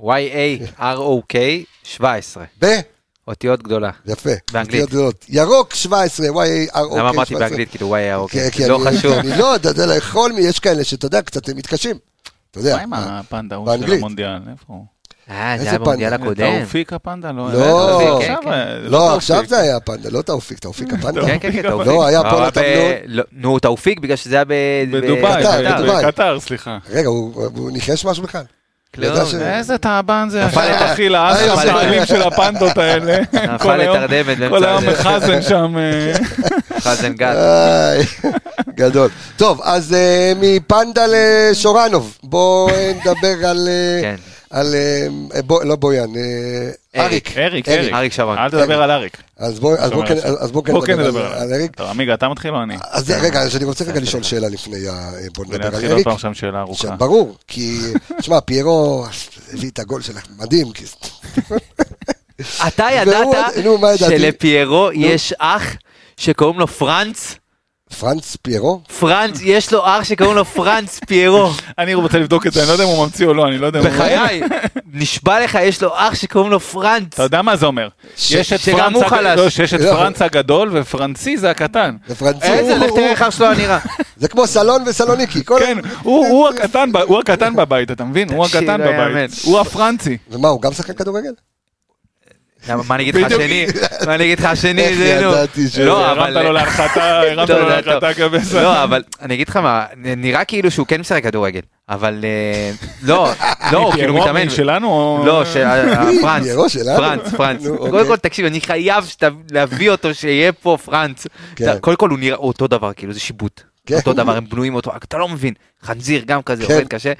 Speaker 2: Y-A-R-O-K 17.
Speaker 1: ב...
Speaker 2: אותיות גדולה.
Speaker 1: יפה.
Speaker 2: באנגלית.
Speaker 1: אותיות גדולות. ירוק 17, Y-A-R-O-K.
Speaker 2: למה אמרתי באנגלית כאילו Y-A-R-O-K?
Speaker 1: אוקיי, כי- כי
Speaker 2: לא
Speaker 1: כן, אני-
Speaker 2: חשוב.
Speaker 1: כי אני לא, אתה יודע, לאכול, מי- יש כאלה שאתה יודע, קצת מתקשים. אתה יודע.
Speaker 3: מה עם הפנדה ההוא של
Speaker 1: אה, באנגלית.
Speaker 3: המונדיאל? איפה הוא?
Speaker 2: אה,
Speaker 1: איזה
Speaker 2: זה היה במונדיאל
Speaker 1: פאנל?
Speaker 2: הקודם.
Speaker 3: תאופיק הפנדה? לא,
Speaker 1: לא.
Speaker 3: לא,
Speaker 2: כן,
Speaker 3: עכשיו
Speaker 2: כן.
Speaker 3: היה-
Speaker 1: לא, עכשיו
Speaker 3: תאופיק.
Speaker 1: זה היה הפנדה, לא תאופיק, תאופיק הפנדה.
Speaker 2: כן, כן, כן, תאופיק.
Speaker 1: לא, היה פה
Speaker 2: אבל
Speaker 1: לתמנון.
Speaker 2: ב- לא, נו, תאופיק, בגלל שזה היה ב...
Speaker 3: בדובאי,
Speaker 1: קטר,
Speaker 3: ב-
Speaker 1: בדובאי.
Speaker 3: בקטר, סליחה.
Speaker 1: רגע, הוא הוא ניחש משהו בכלל?
Speaker 2: לא,
Speaker 1: ידע
Speaker 2: זה-
Speaker 1: ש-
Speaker 3: איזה טעבן זה,
Speaker 2: נפל
Speaker 3: עכשיו
Speaker 2: לתר-
Speaker 3: אחי לעז
Speaker 1: אה,
Speaker 2: נפל-
Speaker 3: הבעלים של הפנדות האלה. כל
Speaker 2: נפל
Speaker 3: היום-
Speaker 2: לתרדמת
Speaker 3: כל
Speaker 2: אה, באמצע
Speaker 3: היום
Speaker 2: הזה.
Speaker 3: מחזן שם. אה.
Speaker 2: חזן
Speaker 1: אה,
Speaker 2: גת.
Speaker 1: איי, גדול. טוב, אז אה, מפנדה לשורנוב, בואו נדבר על... אה,
Speaker 2: כן.
Speaker 1: על... אה, בוא- לא בויאן, אה, אריק.
Speaker 3: אריק,
Speaker 1: אריק.
Speaker 3: אריק.
Speaker 2: אריק שרון.
Speaker 3: אל תדבר על אריק.
Speaker 1: אז בואו אז בואו כן- אז בואו
Speaker 3: בוא כן נדבר
Speaker 1: על
Speaker 3: עליו.
Speaker 1: אריק.
Speaker 3: טוב, עמיגה, אתה מתחיל או אני?
Speaker 1: אז רגע, אז אני רוצה רגע לשאול שאלה לפני ה... בוא נדבר על
Speaker 3: ונתחיל עוד
Speaker 1: אריק.
Speaker 3: פעם שם שאלה ארוכה.
Speaker 1: עכשיו, ברור, כי, שמע, פיירו הביא את הגול שלך, מדהים, כי...
Speaker 2: אתה
Speaker 1: והוא- נו, מה
Speaker 2: ידעת
Speaker 1: ידעתי?
Speaker 2: שלפיירו יש אח שקוראים לו פרנץ?
Speaker 1: פרנץ פיירו?
Speaker 2: פרנץ, יש לו אח שקוראים לו פרנץ פיירו.
Speaker 3: אני רוצה לבדוק את זה, אני לא יודע אם הוא ממציא או לא, אני לא יודע אם הוא...
Speaker 2: בחיי, נשבע לך, יש לו אח שקוראים לו פרנץ.
Speaker 3: אתה יודע מה זה אומר? שיש את
Speaker 2: שגם
Speaker 3: פרנץ
Speaker 2: הוא
Speaker 3: הג-
Speaker 2: חלש.
Speaker 3: לא, שיש את
Speaker 1: לא.
Speaker 3: פרנץ הגדול ופרנסי זה הקטן.
Speaker 1: זה פרנצי.
Speaker 2: איזה,
Speaker 1: הוא-
Speaker 2: לך
Speaker 1: הוא-
Speaker 2: תראה איך אח שלו היה נראה.
Speaker 1: זה כמו סלון וסלוניקי. כל-
Speaker 3: כן, הוא הוא הקטן ב- הוא הקטן בבית, אתה מבין? הוא
Speaker 2: תקשיב,
Speaker 3: הקטן
Speaker 2: לא יאמן.
Speaker 3: בבית. הוא הפרנצי.
Speaker 1: ומה, הוא גם שחקן כדורגל?
Speaker 2: למה, מה אני אגיד לך
Speaker 3: בדיוק.
Speaker 2: השני? מה אני אגיד לך השני?
Speaker 1: איך
Speaker 2: זה נו.
Speaker 1: ידעתי ש-
Speaker 2: לא,
Speaker 3: הרמת לו
Speaker 2: אבל... לא,
Speaker 3: להנחתה, הרמת
Speaker 2: טוב,
Speaker 3: לו
Speaker 2: זה היה
Speaker 3: להנחתה
Speaker 2: טוב.
Speaker 3: כבשה.
Speaker 2: לא, אבל אני אגיד לך מה, נראה כאילו שהוא כן משחק כדורגל, אבל אה, לא, לא, הוא כאילו
Speaker 3: פיירו
Speaker 2: מתאמן.
Speaker 3: מי שלנו או...
Speaker 2: לא, שפרנץ,
Speaker 1: פיירו שלנו?
Speaker 2: פרנץ, פרנץ.
Speaker 1: נו,
Speaker 2: קודם
Speaker 1: אוקיי.
Speaker 2: כל, תקשיב, אני חייב שת- להביא אותו שיהיה פה פרנץ.
Speaker 1: כן.
Speaker 2: אתה- קודם כל הוא נראה הוא אותו דבר, כאילו זה שיבוט.
Speaker 1: כן.
Speaker 2: אותו דבר, הם בנויים אותו, אתה לא מבין, חנזיר גם כזה,
Speaker 1: כן.
Speaker 2: עובד קשה.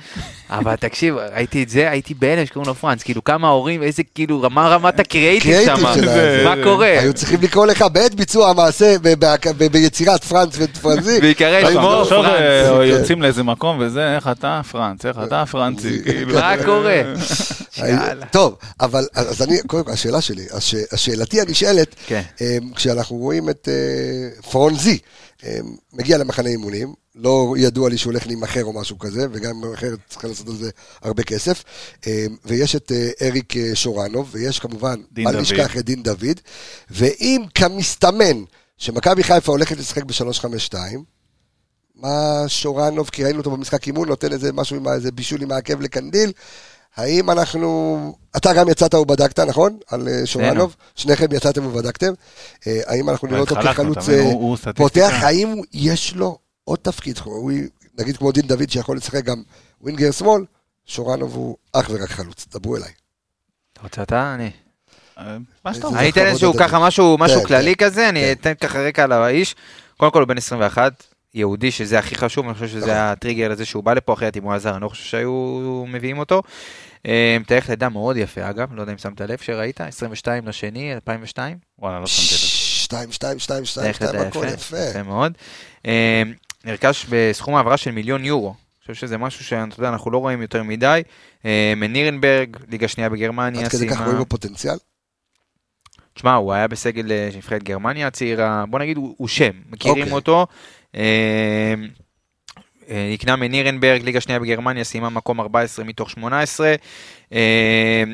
Speaker 2: אבל תקשיב, ראיתי את זה, הייתי בהלם שקוראים לו פרנץ, כאילו כמה הורים, איזה כאילו, מה רמת הקריאייטיב
Speaker 1: קריאייטיב
Speaker 2: שם,
Speaker 1: של ה-
Speaker 2: מה
Speaker 3: זה-
Speaker 2: קורה?
Speaker 1: היו צריכים לקרוא לך בעת ביצוע המעשה ב- ב- ב- ביצירת פרנץ ופרנזי.
Speaker 3: לא,
Speaker 2: ויקרא שמו
Speaker 3: עכשיו
Speaker 2: פרנץ.
Speaker 3: אה, יוצאים לאיזה מקום וזה, איך אתה פרנץ, איך אתה פרנצי, כאילו.
Speaker 2: מה קורה?
Speaker 1: אה, טוב, אבל אז אז אני, קודם כל, השאלה שלי, הש- השאלתי הנשאלת,
Speaker 2: כן.
Speaker 1: אמ, כשאנחנו רואים את אה, פרונזי, אמ, מגיע למחנה אימונים, לא ידוע לי שהוא הולך להימכר או משהו כזה, וגם אם אחר צריך לעשות על זה הרבה כסף, אמ, ויש את אה, אריק אה, שורנוב, ויש כמובן,
Speaker 3: דין
Speaker 1: אל
Speaker 3: דוד.
Speaker 1: נשכח את דין דוד, ואם כמסתמן שמכבי חיפה הולכת לשחק ב-352, מה שורנוב, כי ראינו אותו במשחק אימון, נותן איזה משהו עם איזה בישול עם העקב לקנדיל. האם אנחנו... אתה גם יצאת ובדקת, נכון? על אה, שורנוב? שניכם יצאתם ובדקתם. אה, האם אנחנו נראה אותו
Speaker 3: התחלקנו,
Speaker 1: כחלוץ
Speaker 3: אתה מבין?
Speaker 1: אה,
Speaker 3: הוא- הוא סטטיסטיקה.
Speaker 1: פותח? האם הוא- יש לו עוד תפקיד? הוא, נגיד כמו דין דוד שיכול לשחק גם ווינגר שמאל, שורנוב הוא אך ורק חלוץ. דברו אליי.
Speaker 2: אתה רוצה אתה? אני.
Speaker 3: אה, מה שאתה
Speaker 1: זה
Speaker 2: אני
Speaker 3: אומר.
Speaker 2: אתן
Speaker 1: לכבוד
Speaker 2: איזשהו
Speaker 1: הדדי.
Speaker 2: ככה משהו, משהו
Speaker 1: כן,
Speaker 2: כללי כזה,
Speaker 1: כן.
Speaker 2: אני אתן ככה רקע על האיש. קודם כל הוא בן 21, יהודי, שזה הכי חשוב, אני חושב
Speaker 1: נכון.
Speaker 2: שזה הטריגר לזה שהוא בא לפה, אחרת אם הוא היה זר, אני לא חושב שהיו מביאים אותו. אה, מתאר לך לידה מאוד יפה, אגב, לא יודע אם שמת לב שראית, 22 לשני, 2002.
Speaker 3: וואלה, לא שמתי לב.
Speaker 1: שתיים, שתיים, שתיים, שתיים,
Speaker 2: דרך
Speaker 1: שתיים,
Speaker 2: לידה
Speaker 1: הכל
Speaker 2: יפה,
Speaker 1: יפה.
Speaker 2: יפה מאוד. אה, נרכש בסכום העברה של מיליון יורו. אני חושב שזה משהו שאתה יודע, אנחנו לא רואים יותר מדי. אה, מנירנברג, ליגה שנייה בגרמניה,
Speaker 1: עד כדי כך
Speaker 2: סיימה-
Speaker 1: רואים בפוטנציאל?
Speaker 2: תשמע, הוא היה בסגל אה, של נבחרת גרמניה הצעירה, בוא נגיד הוא, הוא שם, מכירים
Speaker 1: אוקיי.
Speaker 2: okay. אותו. אה, אה, נקנה מנירנברג, ליגה שנייה בגרמניה, סיימה מקום 14 מתוך 18. אה,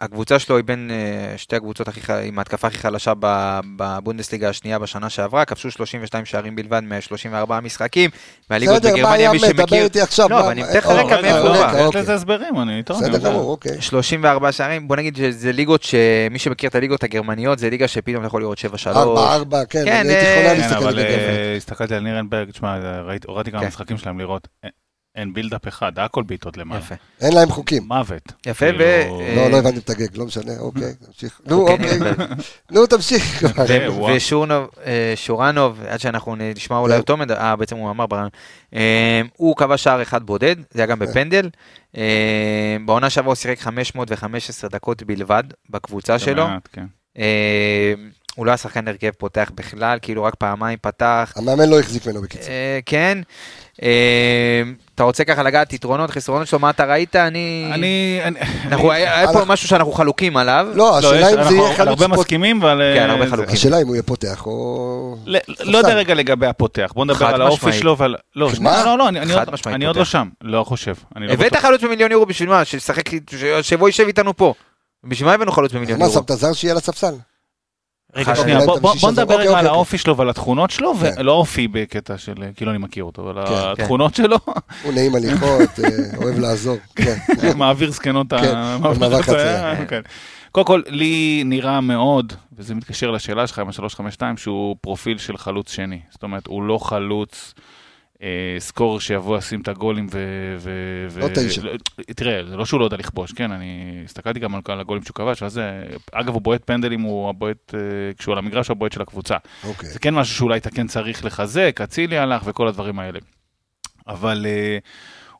Speaker 2: הקבוצה שלו היא בין אה, שתי הקבוצות הכי, ח- עם ההתקפה הכי חלשה ב- בבונדסליגה השנייה בשנה שעברה, כבשו 32 שערים בלבד מ-34 משחקים, והליגות
Speaker 1: בסדר, מה
Speaker 2: בגרמניה,
Speaker 1: ים
Speaker 2: מי
Speaker 1: מדבר
Speaker 2: שמכיר,
Speaker 1: איתי עכשיו?
Speaker 2: לא,
Speaker 1: מה-
Speaker 2: אבל אני אתן לך
Speaker 1: אה,
Speaker 2: רקע
Speaker 1: רגע,
Speaker 2: מאיפה הוא
Speaker 1: רגע,
Speaker 2: בא.
Speaker 3: לא, יש
Speaker 1: אוקיי.
Speaker 3: לזה הסברים, אני איתו. אני
Speaker 1: בסדר
Speaker 3: יודע.
Speaker 1: גמור, אוקיי.
Speaker 2: 34 שערים, בוא נגיד שזה ליגות שמי שמכיר את הליגות הגרמניות, זה ליגה שפתאום אתה יכול לראות 7-3.
Speaker 1: ארבע, ארבע, כן,
Speaker 2: כן,
Speaker 1: אני הייתי
Speaker 2: אה,
Speaker 1: חולה
Speaker 3: כן,
Speaker 1: להסתכל על
Speaker 3: אבל
Speaker 1: זה.
Speaker 3: אה, הסתכלתי על נירנברג, תשמע, ראיתי- הורדתי כמה
Speaker 2: כן.
Speaker 3: משחקים שלהם לראות. אין- אין בילדאפ אחד, הכל בעיטות למעלה.
Speaker 2: יפה.
Speaker 1: אין להם חוקים.
Speaker 3: מוות.
Speaker 2: יפה,
Speaker 3: כאילו,
Speaker 2: ו-
Speaker 3: אה,
Speaker 1: לא, לא הבנתם את הגג, לא משנה, אוקיי, תמשיך. נו,
Speaker 2: אוקיי,
Speaker 1: אוקיי,
Speaker 2: נדבר.
Speaker 1: נו, תמשיך.
Speaker 3: זה, וואו.
Speaker 2: ושורנוב, אה, עד שאנחנו נ- נשמע אולי
Speaker 1: זהו.
Speaker 2: אותו, מד- אה, בעצם הוא אמר ברעיון, אה, הוא כבש שער אחד בודד, זה היה
Speaker 1: כן.
Speaker 2: גם בפנדל. אה, בעונה שעברה הוא שיחק 515 דקות בלבד בקבוצה
Speaker 3: זה
Speaker 2: שלו.
Speaker 3: מעט, כן.
Speaker 2: אה, הוא לא היה שחקן הרכב פותח בכלל, כאילו רק פעמיים פתח.
Speaker 1: המאמן לא החזיק ממנו בקיצור.
Speaker 2: אה, כן. אה, אתה רוצה ככה לגעת יתרונות, חסרונות שלו, מה אתה ראית? אני...
Speaker 3: אני... אני-
Speaker 2: אנחנו, היה היה פה
Speaker 1: אנחנו-
Speaker 2: משהו שאנחנו חלוקים עליו.
Speaker 1: לא,
Speaker 3: לא, יש-
Speaker 1: השאלה אם זה
Speaker 3: אנחנו
Speaker 1: יהיה חלוץ
Speaker 3: הרבה
Speaker 1: פותח.
Speaker 3: מסכימים, אבל... אה,
Speaker 2: כן, הרבה
Speaker 3: זה-
Speaker 2: חלוקים.
Speaker 1: השאלה אם הוא יהיה פותח או...
Speaker 3: ל- לא יודע רגע לגבי הפותח, בוא נדבר
Speaker 2: חד
Speaker 3: על האופי
Speaker 2: משמעית.
Speaker 3: שלו ועל... לא,
Speaker 1: מה?
Speaker 3: שנייה, לא, לא, אני- אני
Speaker 2: חד
Speaker 3: עוד-
Speaker 2: משמעית
Speaker 3: אני עוד
Speaker 2: פותח.
Speaker 3: לא שם, לא חושב. אני לא
Speaker 2: הבאת
Speaker 3: בטוח.
Speaker 2: חלוץ במיליון יורו בשביל מה? שישחק, ש- שיבוא יישב איתנו פה. בשביל מה הבאנו חלוץ
Speaker 1: אז
Speaker 2: במיליון
Speaker 1: מה
Speaker 2: יורו?
Speaker 1: שמת זר שיהיה על הספסל?
Speaker 3: רגע,
Speaker 2: חד-
Speaker 3: שנייה,
Speaker 1: אולי
Speaker 3: בוא-
Speaker 1: את
Speaker 3: בוא
Speaker 1: השישה
Speaker 3: בוא
Speaker 1: זה-
Speaker 3: נדבר
Speaker 1: אוקיי,
Speaker 3: רגע על
Speaker 1: אוקיי.
Speaker 3: האופי שלו ועל התכונות שלו,
Speaker 1: כן.
Speaker 3: ולא אופי בקטע של... כאילו אני מכיר אותו, אבל
Speaker 1: כן.
Speaker 3: התכונות שלו,
Speaker 1: הוא נעים הליכות, אה, אוהב לעזור. כן.
Speaker 3: מעביר זקנות
Speaker 1: כן,
Speaker 3: ה...
Speaker 1: במאבק
Speaker 3: חצייה.
Speaker 1: אה.
Speaker 2: חצייה.
Speaker 3: כן. קודם כל, לי נראה מאוד, וזה מתקשר לשאלה שלך עם ה-352, שהוא פרופיל של חלוץ שני. זאת אומרת, הוא לא חלוץ אה, סקורר שיבוא, ישים את הגולים ו... ו- ו-
Speaker 1: לא תשע.
Speaker 3: לא- תראה, זה לא שהוא לא יודע לכבוש, כן? אני הסתכלתי גם על- על הגולים שהוא כבש, ואז... אה, אגב, הוא בועט פנדלים, הוא הבועט... אה, כשהוא על המגרש, הוא הבועט של הקבוצה.
Speaker 1: אוקיי.
Speaker 3: זה כן משהו שאולי אתה כן צריך לחזק, אצילי הלך וכל הדברים האלה. אבל אה,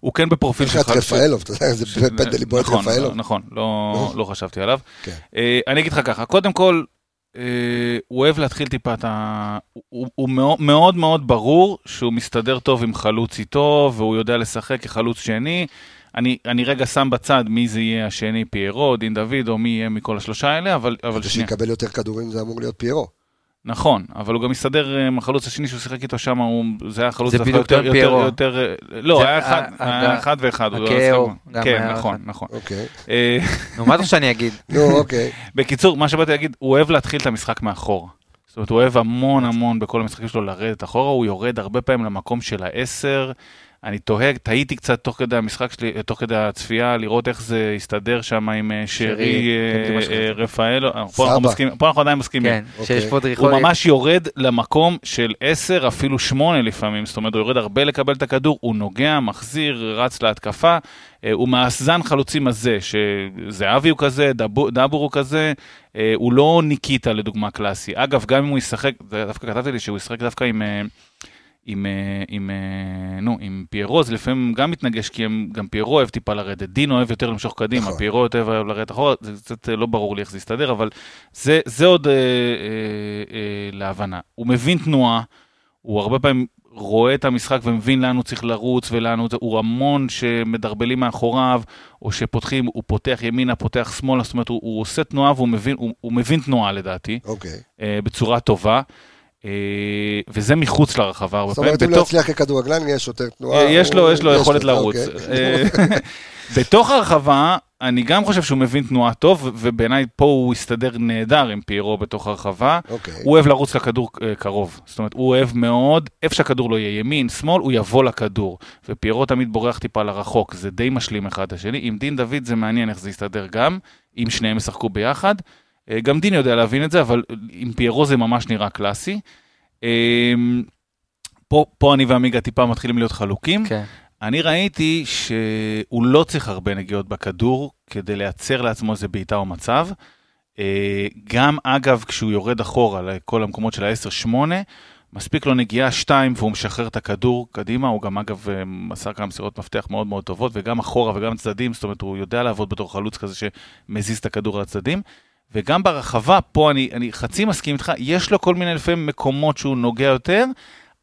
Speaker 3: הוא כן בפרופיל
Speaker 1: יש לך את
Speaker 3: חלוץ-
Speaker 1: רפאלוב, אתה יודע, זה
Speaker 3: ש-
Speaker 1: פנדלי בועט
Speaker 3: נכון,
Speaker 1: רפאלוב.
Speaker 3: נכון, לא, לא חשבתי עליו.
Speaker 1: אוקיי. כן.
Speaker 3: אה, אני אגיד לך ככה, קודם כל, אה, הוא אוהב להתחיל טיפה את ה... הוא, הוא מאוד, מאוד מאוד ברור שהוא מסתדר טוב עם חלוץ איתו, והוא יודע לשחק כחלוץ שני. אני, אני רגע שם בצד מי זה יהיה השני, פיירו, דין דוד, או מי יהיה מכל השלושה האלה, אבל, אבל שנייה.
Speaker 1: שיקבל יותר כדורים זה אמור להיות פיירו.
Speaker 3: נכון, אבל הוא גם הסתדר אה, עם החלוץ השני שהוא שיחק איתו שם, הוא- זה היה חלוץ
Speaker 2: זה
Speaker 3: דווקא
Speaker 2: בדיוק
Speaker 3: יותר,
Speaker 2: גם
Speaker 3: יותר,
Speaker 2: פיירו.
Speaker 3: יותר, אה, לא,
Speaker 2: זה-
Speaker 3: היה אחד,
Speaker 2: אה, אה,
Speaker 3: היה
Speaker 2: גם-
Speaker 3: אחד ואחד. הוא לא
Speaker 2: הקאו,
Speaker 3: שיחק-
Speaker 2: גם
Speaker 3: כן,
Speaker 2: היה
Speaker 3: נכון,
Speaker 2: אחד.
Speaker 3: נכון.
Speaker 1: אוקיי.
Speaker 3: אה,
Speaker 2: נו, מה אתה רוצה שאני אגיד?
Speaker 1: נו, אוקיי.
Speaker 3: בקיצור, מה שבאתי להגיד, הוא אוהב להתחיל את המשחק מאחורה. זאת אומרת, הוא אוהב המון המון בכל המשחקים שלו לרדת אחורה, הוא יורד הרבה פעמים למקום של העשר. אני תוהה, תהיתי קצת תוך כדי המשחק שלי, אה, תוך כדי הצפייה, לראות איך זה הסתדר שם עם אה, שרי,
Speaker 2: שרי,
Speaker 3: אה,
Speaker 2: כן, זה מה שחשבתי.
Speaker 3: אה, רפאלו, אה, פה
Speaker 1: סבא.
Speaker 3: אנחנו מסכימים- פה אנחנו עדיין מסכימים.
Speaker 2: כן,
Speaker 1: אוקיי.
Speaker 2: שיש פה דריכות.
Speaker 3: הוא ממש יורד למקום של 10, אפילו 8 לפעמים, זאת אומרת, הוא יורד הרבה לקבל את הכדור, הוא נוגע, מחזיר, רץ להתקפה. אה, הוא מאזן חלוצים הזה, שזהבי הוא כזה, דבור, דבור הוא כזה, אה, הוא לא ניקיטה לדוגמה קלאסי. אגב, גם אם הוא ישחק, זה דווקא כתבתי לי שהוא ישחק דווקא עם... אה, עם, אה, עם, אה, נו, עם פיירו, זה לפעמים גם מתנגש, כי הם, גם פיירו אוהב טיפה לרדת, דין אוהב יותר למשוך קדימה,
Speaker 1: נכון.
Speaker 3: פיירו יותר אוהב לרדת אחורה, זה קצת אה, לא ברור לי איך זה יסתדר, אבל זה, זה עוד אה, אה, אה, להבנה. הוא מבין תנועה, הוא הרבה פעמים רואה את המשחק ומבין לאן הוא צריך לרוץ ולאן הוא... הוא המון שמדרבלים מאחוריו, או שפותחים, הוא פותח ימינה, פותח שמאלה, זאת אומרת, הוא, הוא עושה תנועה והוא מבין, הוא, הוא מבין תנועה לדעתי,
Speaker 1: אוקיי.
Speaker 3: אה, בצורה טובה, אה, וזה מחוץ לרחבה הרבה
Speaker 1: זאת
Speaker 3: פעמים.
Speaker 1: אומרת, אם לא
Speaker 3: בתוך- אה,
Speaker 1: יצליח ככדורגלן, יש יותר תנועה.
Speaker 3: יש לו,
Speaker 1: הוא-
Speaker 3: יש לו יכולת לרוץ.
Speaker 1: אוקיי.
Speaker 3: אה, בתוך הרחבה, אני גם חושב שהוא מבין תנועה טוב, ו- ובעיניי פה הוא הסתדר נהדר עם פיירו בתוך הרחבה.
Speaker 1: אוקיי.
Speaker 3: הוא אוהב לרוץ לכדור אה, קרוב, זאת אומרת, הוא אוהב מאוד, איפה שהכדור לא יהיה ימין, שמאל, הוא יבוא לכדור. ופיירו תמיד בורח טיפה לרחוק, זה די משלים אחד את השני. עם דין דוד זה מעניין איך זה יסתדר גם, אם שניהם ישחקו ביחד. אה, גם דין יודע להבין את זה, אבל עם פיירו זה ממש נראה קלאסי. אה, פה, פה אני ועמיגה טיפה מתחילים להיות חלוקים.
Speaker 2: כן.
Speaker 3: אני ראיתי שהוא לא צריך הרבה נגיעות בכדור כדי לייצר לעצמו איזה בעיטה או מצב. אה, גם אגב, כשהוא יורד אחורה לכל המקומות של ה-10-8, מספיק לו נגיעה 2 והוא משחרר את הכדור קדימה, הוא גם אגב אה, מסר כמה מסירות מפתח מאוד מאוד טובות, וגם אחורה וגם צדדים, זאת אומרת הוא יודע לעבוד בתור חלוץ כזה שמזיז את הכדור לצדדים. וגם ברחבה, פה אני, אני חצי מסכים איתך, יש לו כל מיני לפעמים מקומות שהוא נוגע יותר,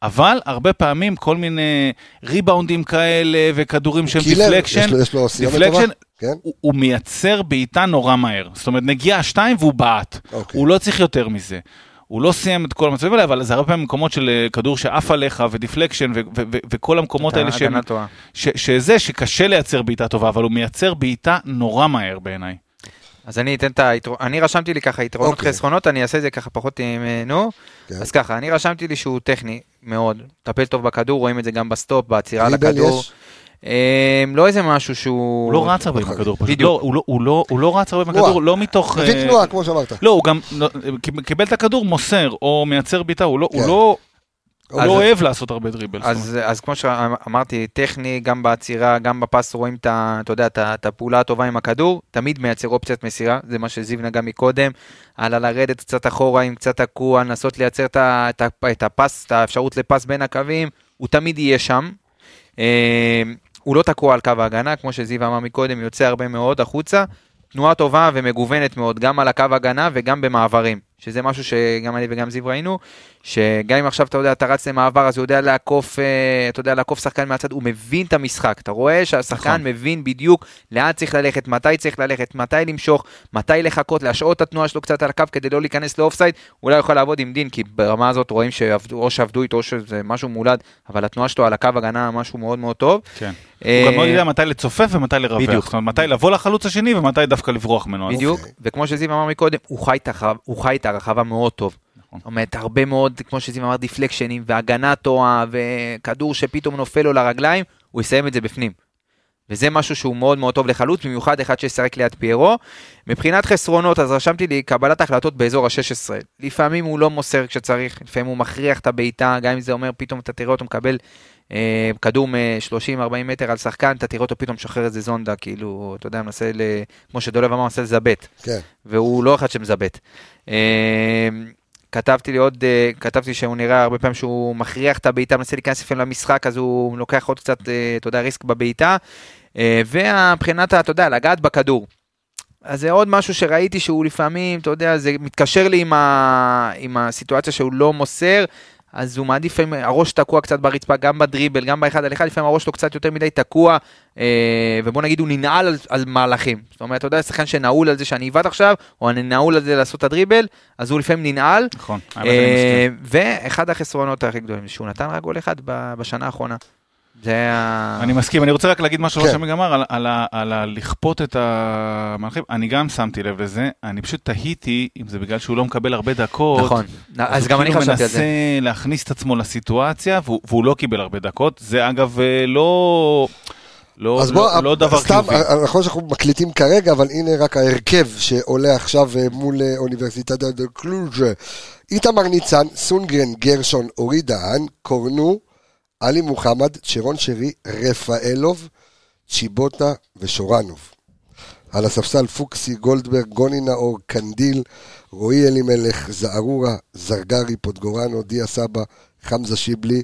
Speaker 3: אבל הרבה פעמים כל מיני ריבאונדים כאלה וכדורים שהם
Speaker 1: קילר,
Speaker 3: דיפלקשן,
Speaker 1: יש לו- יש לו סיומת טובה?
Speaker 3: דיפלקשן,
Speaker 1: כן?
Speaker 3: הוא, הוא מייצר בעיטה נורא מהר. זאת אומרת, נגיעה שתיים והוא בעט.
Speaker 1: אוקיי.
Speaker 3: הוא לא צריך יותר מזה. הוא לא סיים את כל המצבים האלה, אבל זה הרבה פעמים מקומות של אה, כדור שעף עליך ודיפלקשן ו- ו- ו- וכל המקומות האלה שהם,
Speaker 2: הגנה טועה.
Speaker 3: ש- שזה שקשה לייצר בעיטה טובה, אבל הוא מייצר בעיטה נורא מהר בעיניי.
Speaker 2: אז אני אתן את היתרונות, אני רשמתי לי ככה יתרונות
Speaker 1: אוקיי.
Speaker 2: חסרונות, אני אעשה את זה ככה פחות עם, אה, נו.
Speaker 1: כן.
Speaker 2: אז ככה, אני רשמתי לי שהוא טכני מאוד, מטפל טוב בכדור, רואים את זה גם בסטופ, בעצירה
Speaker 1: דריבל
Speaker 2: לכדור.
Speaker 1: יש?
Speaker 2: אה, לא איזה משהו שהוא...
Speaker 3: הוא לא רץ הרבה עם הכדור, פשוט.
Speaker 2: בדיוק.
Speaker 3: לא, הוא לא- הוא לא- הוא לא רץ הרבה עם
Speaker 1: תנועה.
Speaker 3: הכדור, לא מתוך...
Speaker 1: מביא
Speaker 3: אה,
Speaker 1: תנועה, כמו שאמרת.
Speaker 3: לא, הוא גם לא, קיב- קיבל את הכדור, מוסר, או מייצר בעיטה, הוא לא- הוא
Speaker 1: כן.
Speaker 3: לא- הוא
Speaker 1: אז-
Speaker 3: לא אוהב לעשות הרבה דריבל. זאת אומרת.
Speaker 2: אז, אז כמו שאמרתי, טכני, גם בעצירה, גם בפס רואים את, ה- אתה יודע, את ה- את הפעולה הטובה עם הכדור, תמיד מייצר אופציית מסירה, זה מה שזיו נגע מקודם, על הלרדת קצת אחורה עם קצת תקוע, לנסות לייצר את, ה- את, ה- את הפס, את האפשרות לפס בין הקווים, הוא תמיד יהיה שם. אה, הוא לא תקוע על קו ההגנה, כמו שזיו אמר מקודם, יוצא הרבה מאוד החוצה. תנועה טובה ומגוונת מאוד, גם על הקו הגנה וגם במעברים. שזה משהו שגם אני וגם זיו ראינו, שגם אם עכשיו אתה יודע, אתה רץ למעבר, אז הוא יודע לעקוף, אה, אתה יודע לעקוף שחקן מהצד, הוא מבין את המשחק. אתה רואה שהשחקן
Speaker 3: נכון.
Speaker 2: מבין בדיוק לאן צריך ללכת, מתי צריך ללכת, מתי למשוך, מתי לחכות, להשעות את התנועה שלו קצת על הקו כדי לא להיכנס לאופסייד, אולי הוא יכול לעבוד עם דין, כי ברמה הזאת רואים שעבדו, או שעבדו איתו, או שזה משהו מולד, אבל התנועה שלו על הקו הגנה משהו מאוד מאוד טוב.
Speaker 3: כן.
Speaker 2: אה,
Speaker 3: הוא גם מאוד יודע מתי לצופף ומתי לרווח.
Speaker 2: בדיוק.
Speaker 3: בדיוק. זאת אומרת, מתי לבוא לחלוץ השני ומתי דווקא לברוח ממנו. אז
Speaker 2: בדיוק, וכמו שזיו אמר מקודם, הוא חי את הרחב- הוא חי את הרחבה מאוד טוב.
Speaker 3: נכון.
Speaker 2: זאת אומרת, הרבה מאוד, כמו שזיו אמר, דיפלקשנים, והגנה טועה, וכדור שפתאום נופל לו לרגליים, הוא יסיים את זה בפנים. וזה משהו שהוא מאוד מאוד טוב לחלוץ, במיוחד אחד שישחק ליד פיירו. מבחינת חסרונות, אז רשמתי לי קבלת החלטות באזור ה-16. לפעמים הוא לא מוסר כשצריך, לפעמים הוא מכריח את הבעיטה, גם אם זה אומר פתאום אתה תראה אותו מקבל אה, כדור מ-30-40 מטר על שחקן, אתה תראה אותו פתאום משחרר איזה זונדה, כאילו, אתה יודע, מנסה, ל... כמו שדולב אמר, מנסה לזבט.
Speaker 1: כן.
Speaker 2: והוא לא אחד שמזבט. אה, כתבתי לי עוד, אה, כתבתי שהוא נראה הרבה פעמים שהוא מכריח את הבעיטה, מנסה להיכנס לפעמים למשחק, אז הוא לוקח עוד קצת, אה, אתה יודע, ריסק בבעיטה. אה, ומבחינת, ה- אתה יודע, לגעת בכדור. אז זה עוד משהו שראיתי שהוא לפעמים, אתה יודע, זה מתקשר לי עם, ה... עם הסיטואציה שהוא לא מוסר, אז הוא מעדיף, לפעמים, הראש תקוע קצת ברצפה, גם בדריבל, גם באחד על אחד, לפעמים הראש שלו קצת יותר מדי תקוע, אה, ובוא נגיד הוא ננעל על, על מהלכים. זאת אומרת, אתה יודע, שחקן שנעול על זה שאני עיוות עכשיו, או אני נעול על זה לעשות את הדריבל, אז הוא לפעמים ננעל.
Speaker 3: נכון. האמת, אני מסכים.
Speaker 2: אה, ואחד החסרונות הכי גדולים, שהוא נתן רק גול אחד ב- בשנה האחרונה. זה היה...
Speaker 3: אני מסכים, אני רוצה רק להגיד מה
Speaker 1: כן.
Speaker 3: שראש עמיג אמר על- על ה- על הלכפות את המנחים, אני גם שמתי לב לזה, אני פשוט תהיתי אם זה בגלל שהוא לא מקבל הרבה דקות.
Speaker 2: נכון, אז
Speaker 3: הוא
Speaker 2: גם אני
Speaker 3: כאילו
Speaker 2: חשבתי על זה.
Speaker 3: מנסה להכניס את עצמו לסיטואציה, והוא והוא לא קיבל הרבה דקות, זה אגב אה, לא... לא,
Speaker 1: אז
Speaker 3: לא-
Speaker 1: בוא, אה,
Speaker 3: לא דבר
Speaker 1: סתם,
Speaker 3: חיובי.
Speaker 1: נכון שאנחנו מקליטים כרגע, אבל הנה רק ההרכב שעולה עכשיו אה, מול אה, אוניברסיטת דה קלוז' איתמר ניצן, סונגרן, גרשון, אורי דהן, קורנו, עלי מוחמד, צ'רון שרי, רפאלוב, צ'יבוטה ושורנוב. על הספסל פוקסי, גולדברג, גוני נאור, קנדיל, רועי אלימלך, זערורה, זרגרי, פוטגורנו, דיה סבא, חמזה שיבלי,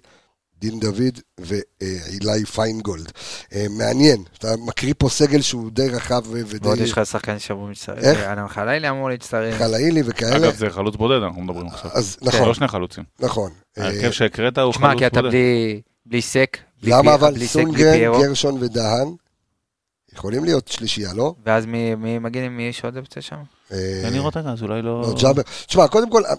Speaker 1: דין דוד ואילי פיינגולד. אה, מעניין, אתה מקריא פה סגל שהוא די רחב ו-
Speaker 2: ועוד
Speaker 1: ודי
Speaker 2: יש לך אה, שחקן שאמור להצטרף,
Speaker 1: איך?
Speaker 2: אדם חלילי אמור להצטרף.
Speaker 1: חלאילי וכאלה.
Speaker 3: אגב, זה חלוץ בודד, אנחנו מדברים עכשיו.
Speaker 1: אז
Speaker 3: זה
Speaker 1: נכון,
Speaker 3: לא שני חלוצים.
Speaker 2: כן.
Speaker 1: נכון. אה,
Speaker 3: ההרכב שהקראת הוא
Speaker 2: תשמע, כי
Speaker 3: חלוץ
Speaker 2: אתה
Speaker 3: בודד.
Speaker 2: בלי בלי סק, בלי
Speaker 1: למה
Speaker 2: פי-
Speaker 1: אבל
Speaker 2: בלי סק, בלי
Speaker 1: סונגרן,
Speaker 2: פיירו,
Speaker 1: גרשון ודהן יכולים להיות שלישייה, לא?
Speaker 2: ואז מי מי מגיע, מי יש עוד אופציה שם?
Speaker 1: אה,
Speaker 3: תן לראות רגע, אז אולי
Speaker 1: לא,
Speaker 3: לא...
Speaker 1: ג'אבר. תשמע, קודם כל... אה,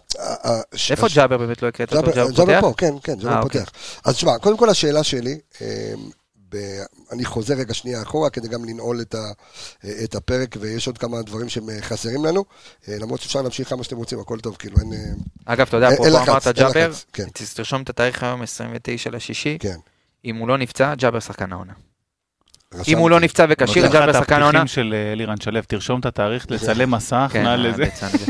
Speaker 1: אה, הש-
Speaker 2: איפה
Speaker 1: הש-
Speaker 2: ג'אבר באמת לא הקראת אותו?
Speaker 1: ג'אבר
Speaker 2: ג'אבר פותח?
Speaker 1: ג'אבר פה, כן, כן,
Speaker 2: אה,
Speaker 1: ג'אבר
Speaker 2: אוקיי.
Speaker 1: פותח. אז שמע, קודם כל השאלה שלי, אמ, ב- אני חוזר רגע שנייה אחורה כדי גם לנעול את ה- את הפרק, ויש עוד כמה דברים שהם אה, חסרים לנו, אה, למרות שאפשר להמשיך כמה שאתם רוצים, הכל טוב, כאילו אין... אה,
Speaker 2: אגב, אתה יודע,
Speaker 1: אין-
Speaker 2: פה
Speaker 1: אין
Speaker 2: פה
Speaker 1: לחץ,
Speaker 2: אמרת
Speaker 1: אין
Speaker 2: ג'אבר,
Speaker 1: לחץ, כן.
Speaker 2: ת- תרשום את התאריך היום, 29 לשישי,
Speaker 1: כן.
Speaker 2: אם הוא לא נפצע, ג'אבר שחקן העונה. אם
Speaker 1: רשמתי.
Speaker 2: הוא לא נפצע
Speaker 3: נותן
Speaker 2: וכשיר,
Speaker 3: לך
Speaker 2: ג'אבר
Speaker 3: את
Speaker 2: שחקן העונה.
Speaker 3: הפתיחים של אה, לירן שלו, תרשום את התאריך, לצלם מסך,
Speaker 2: כן,
Speaker 3: נא לזה.
Speaker 2: הביצה הזה.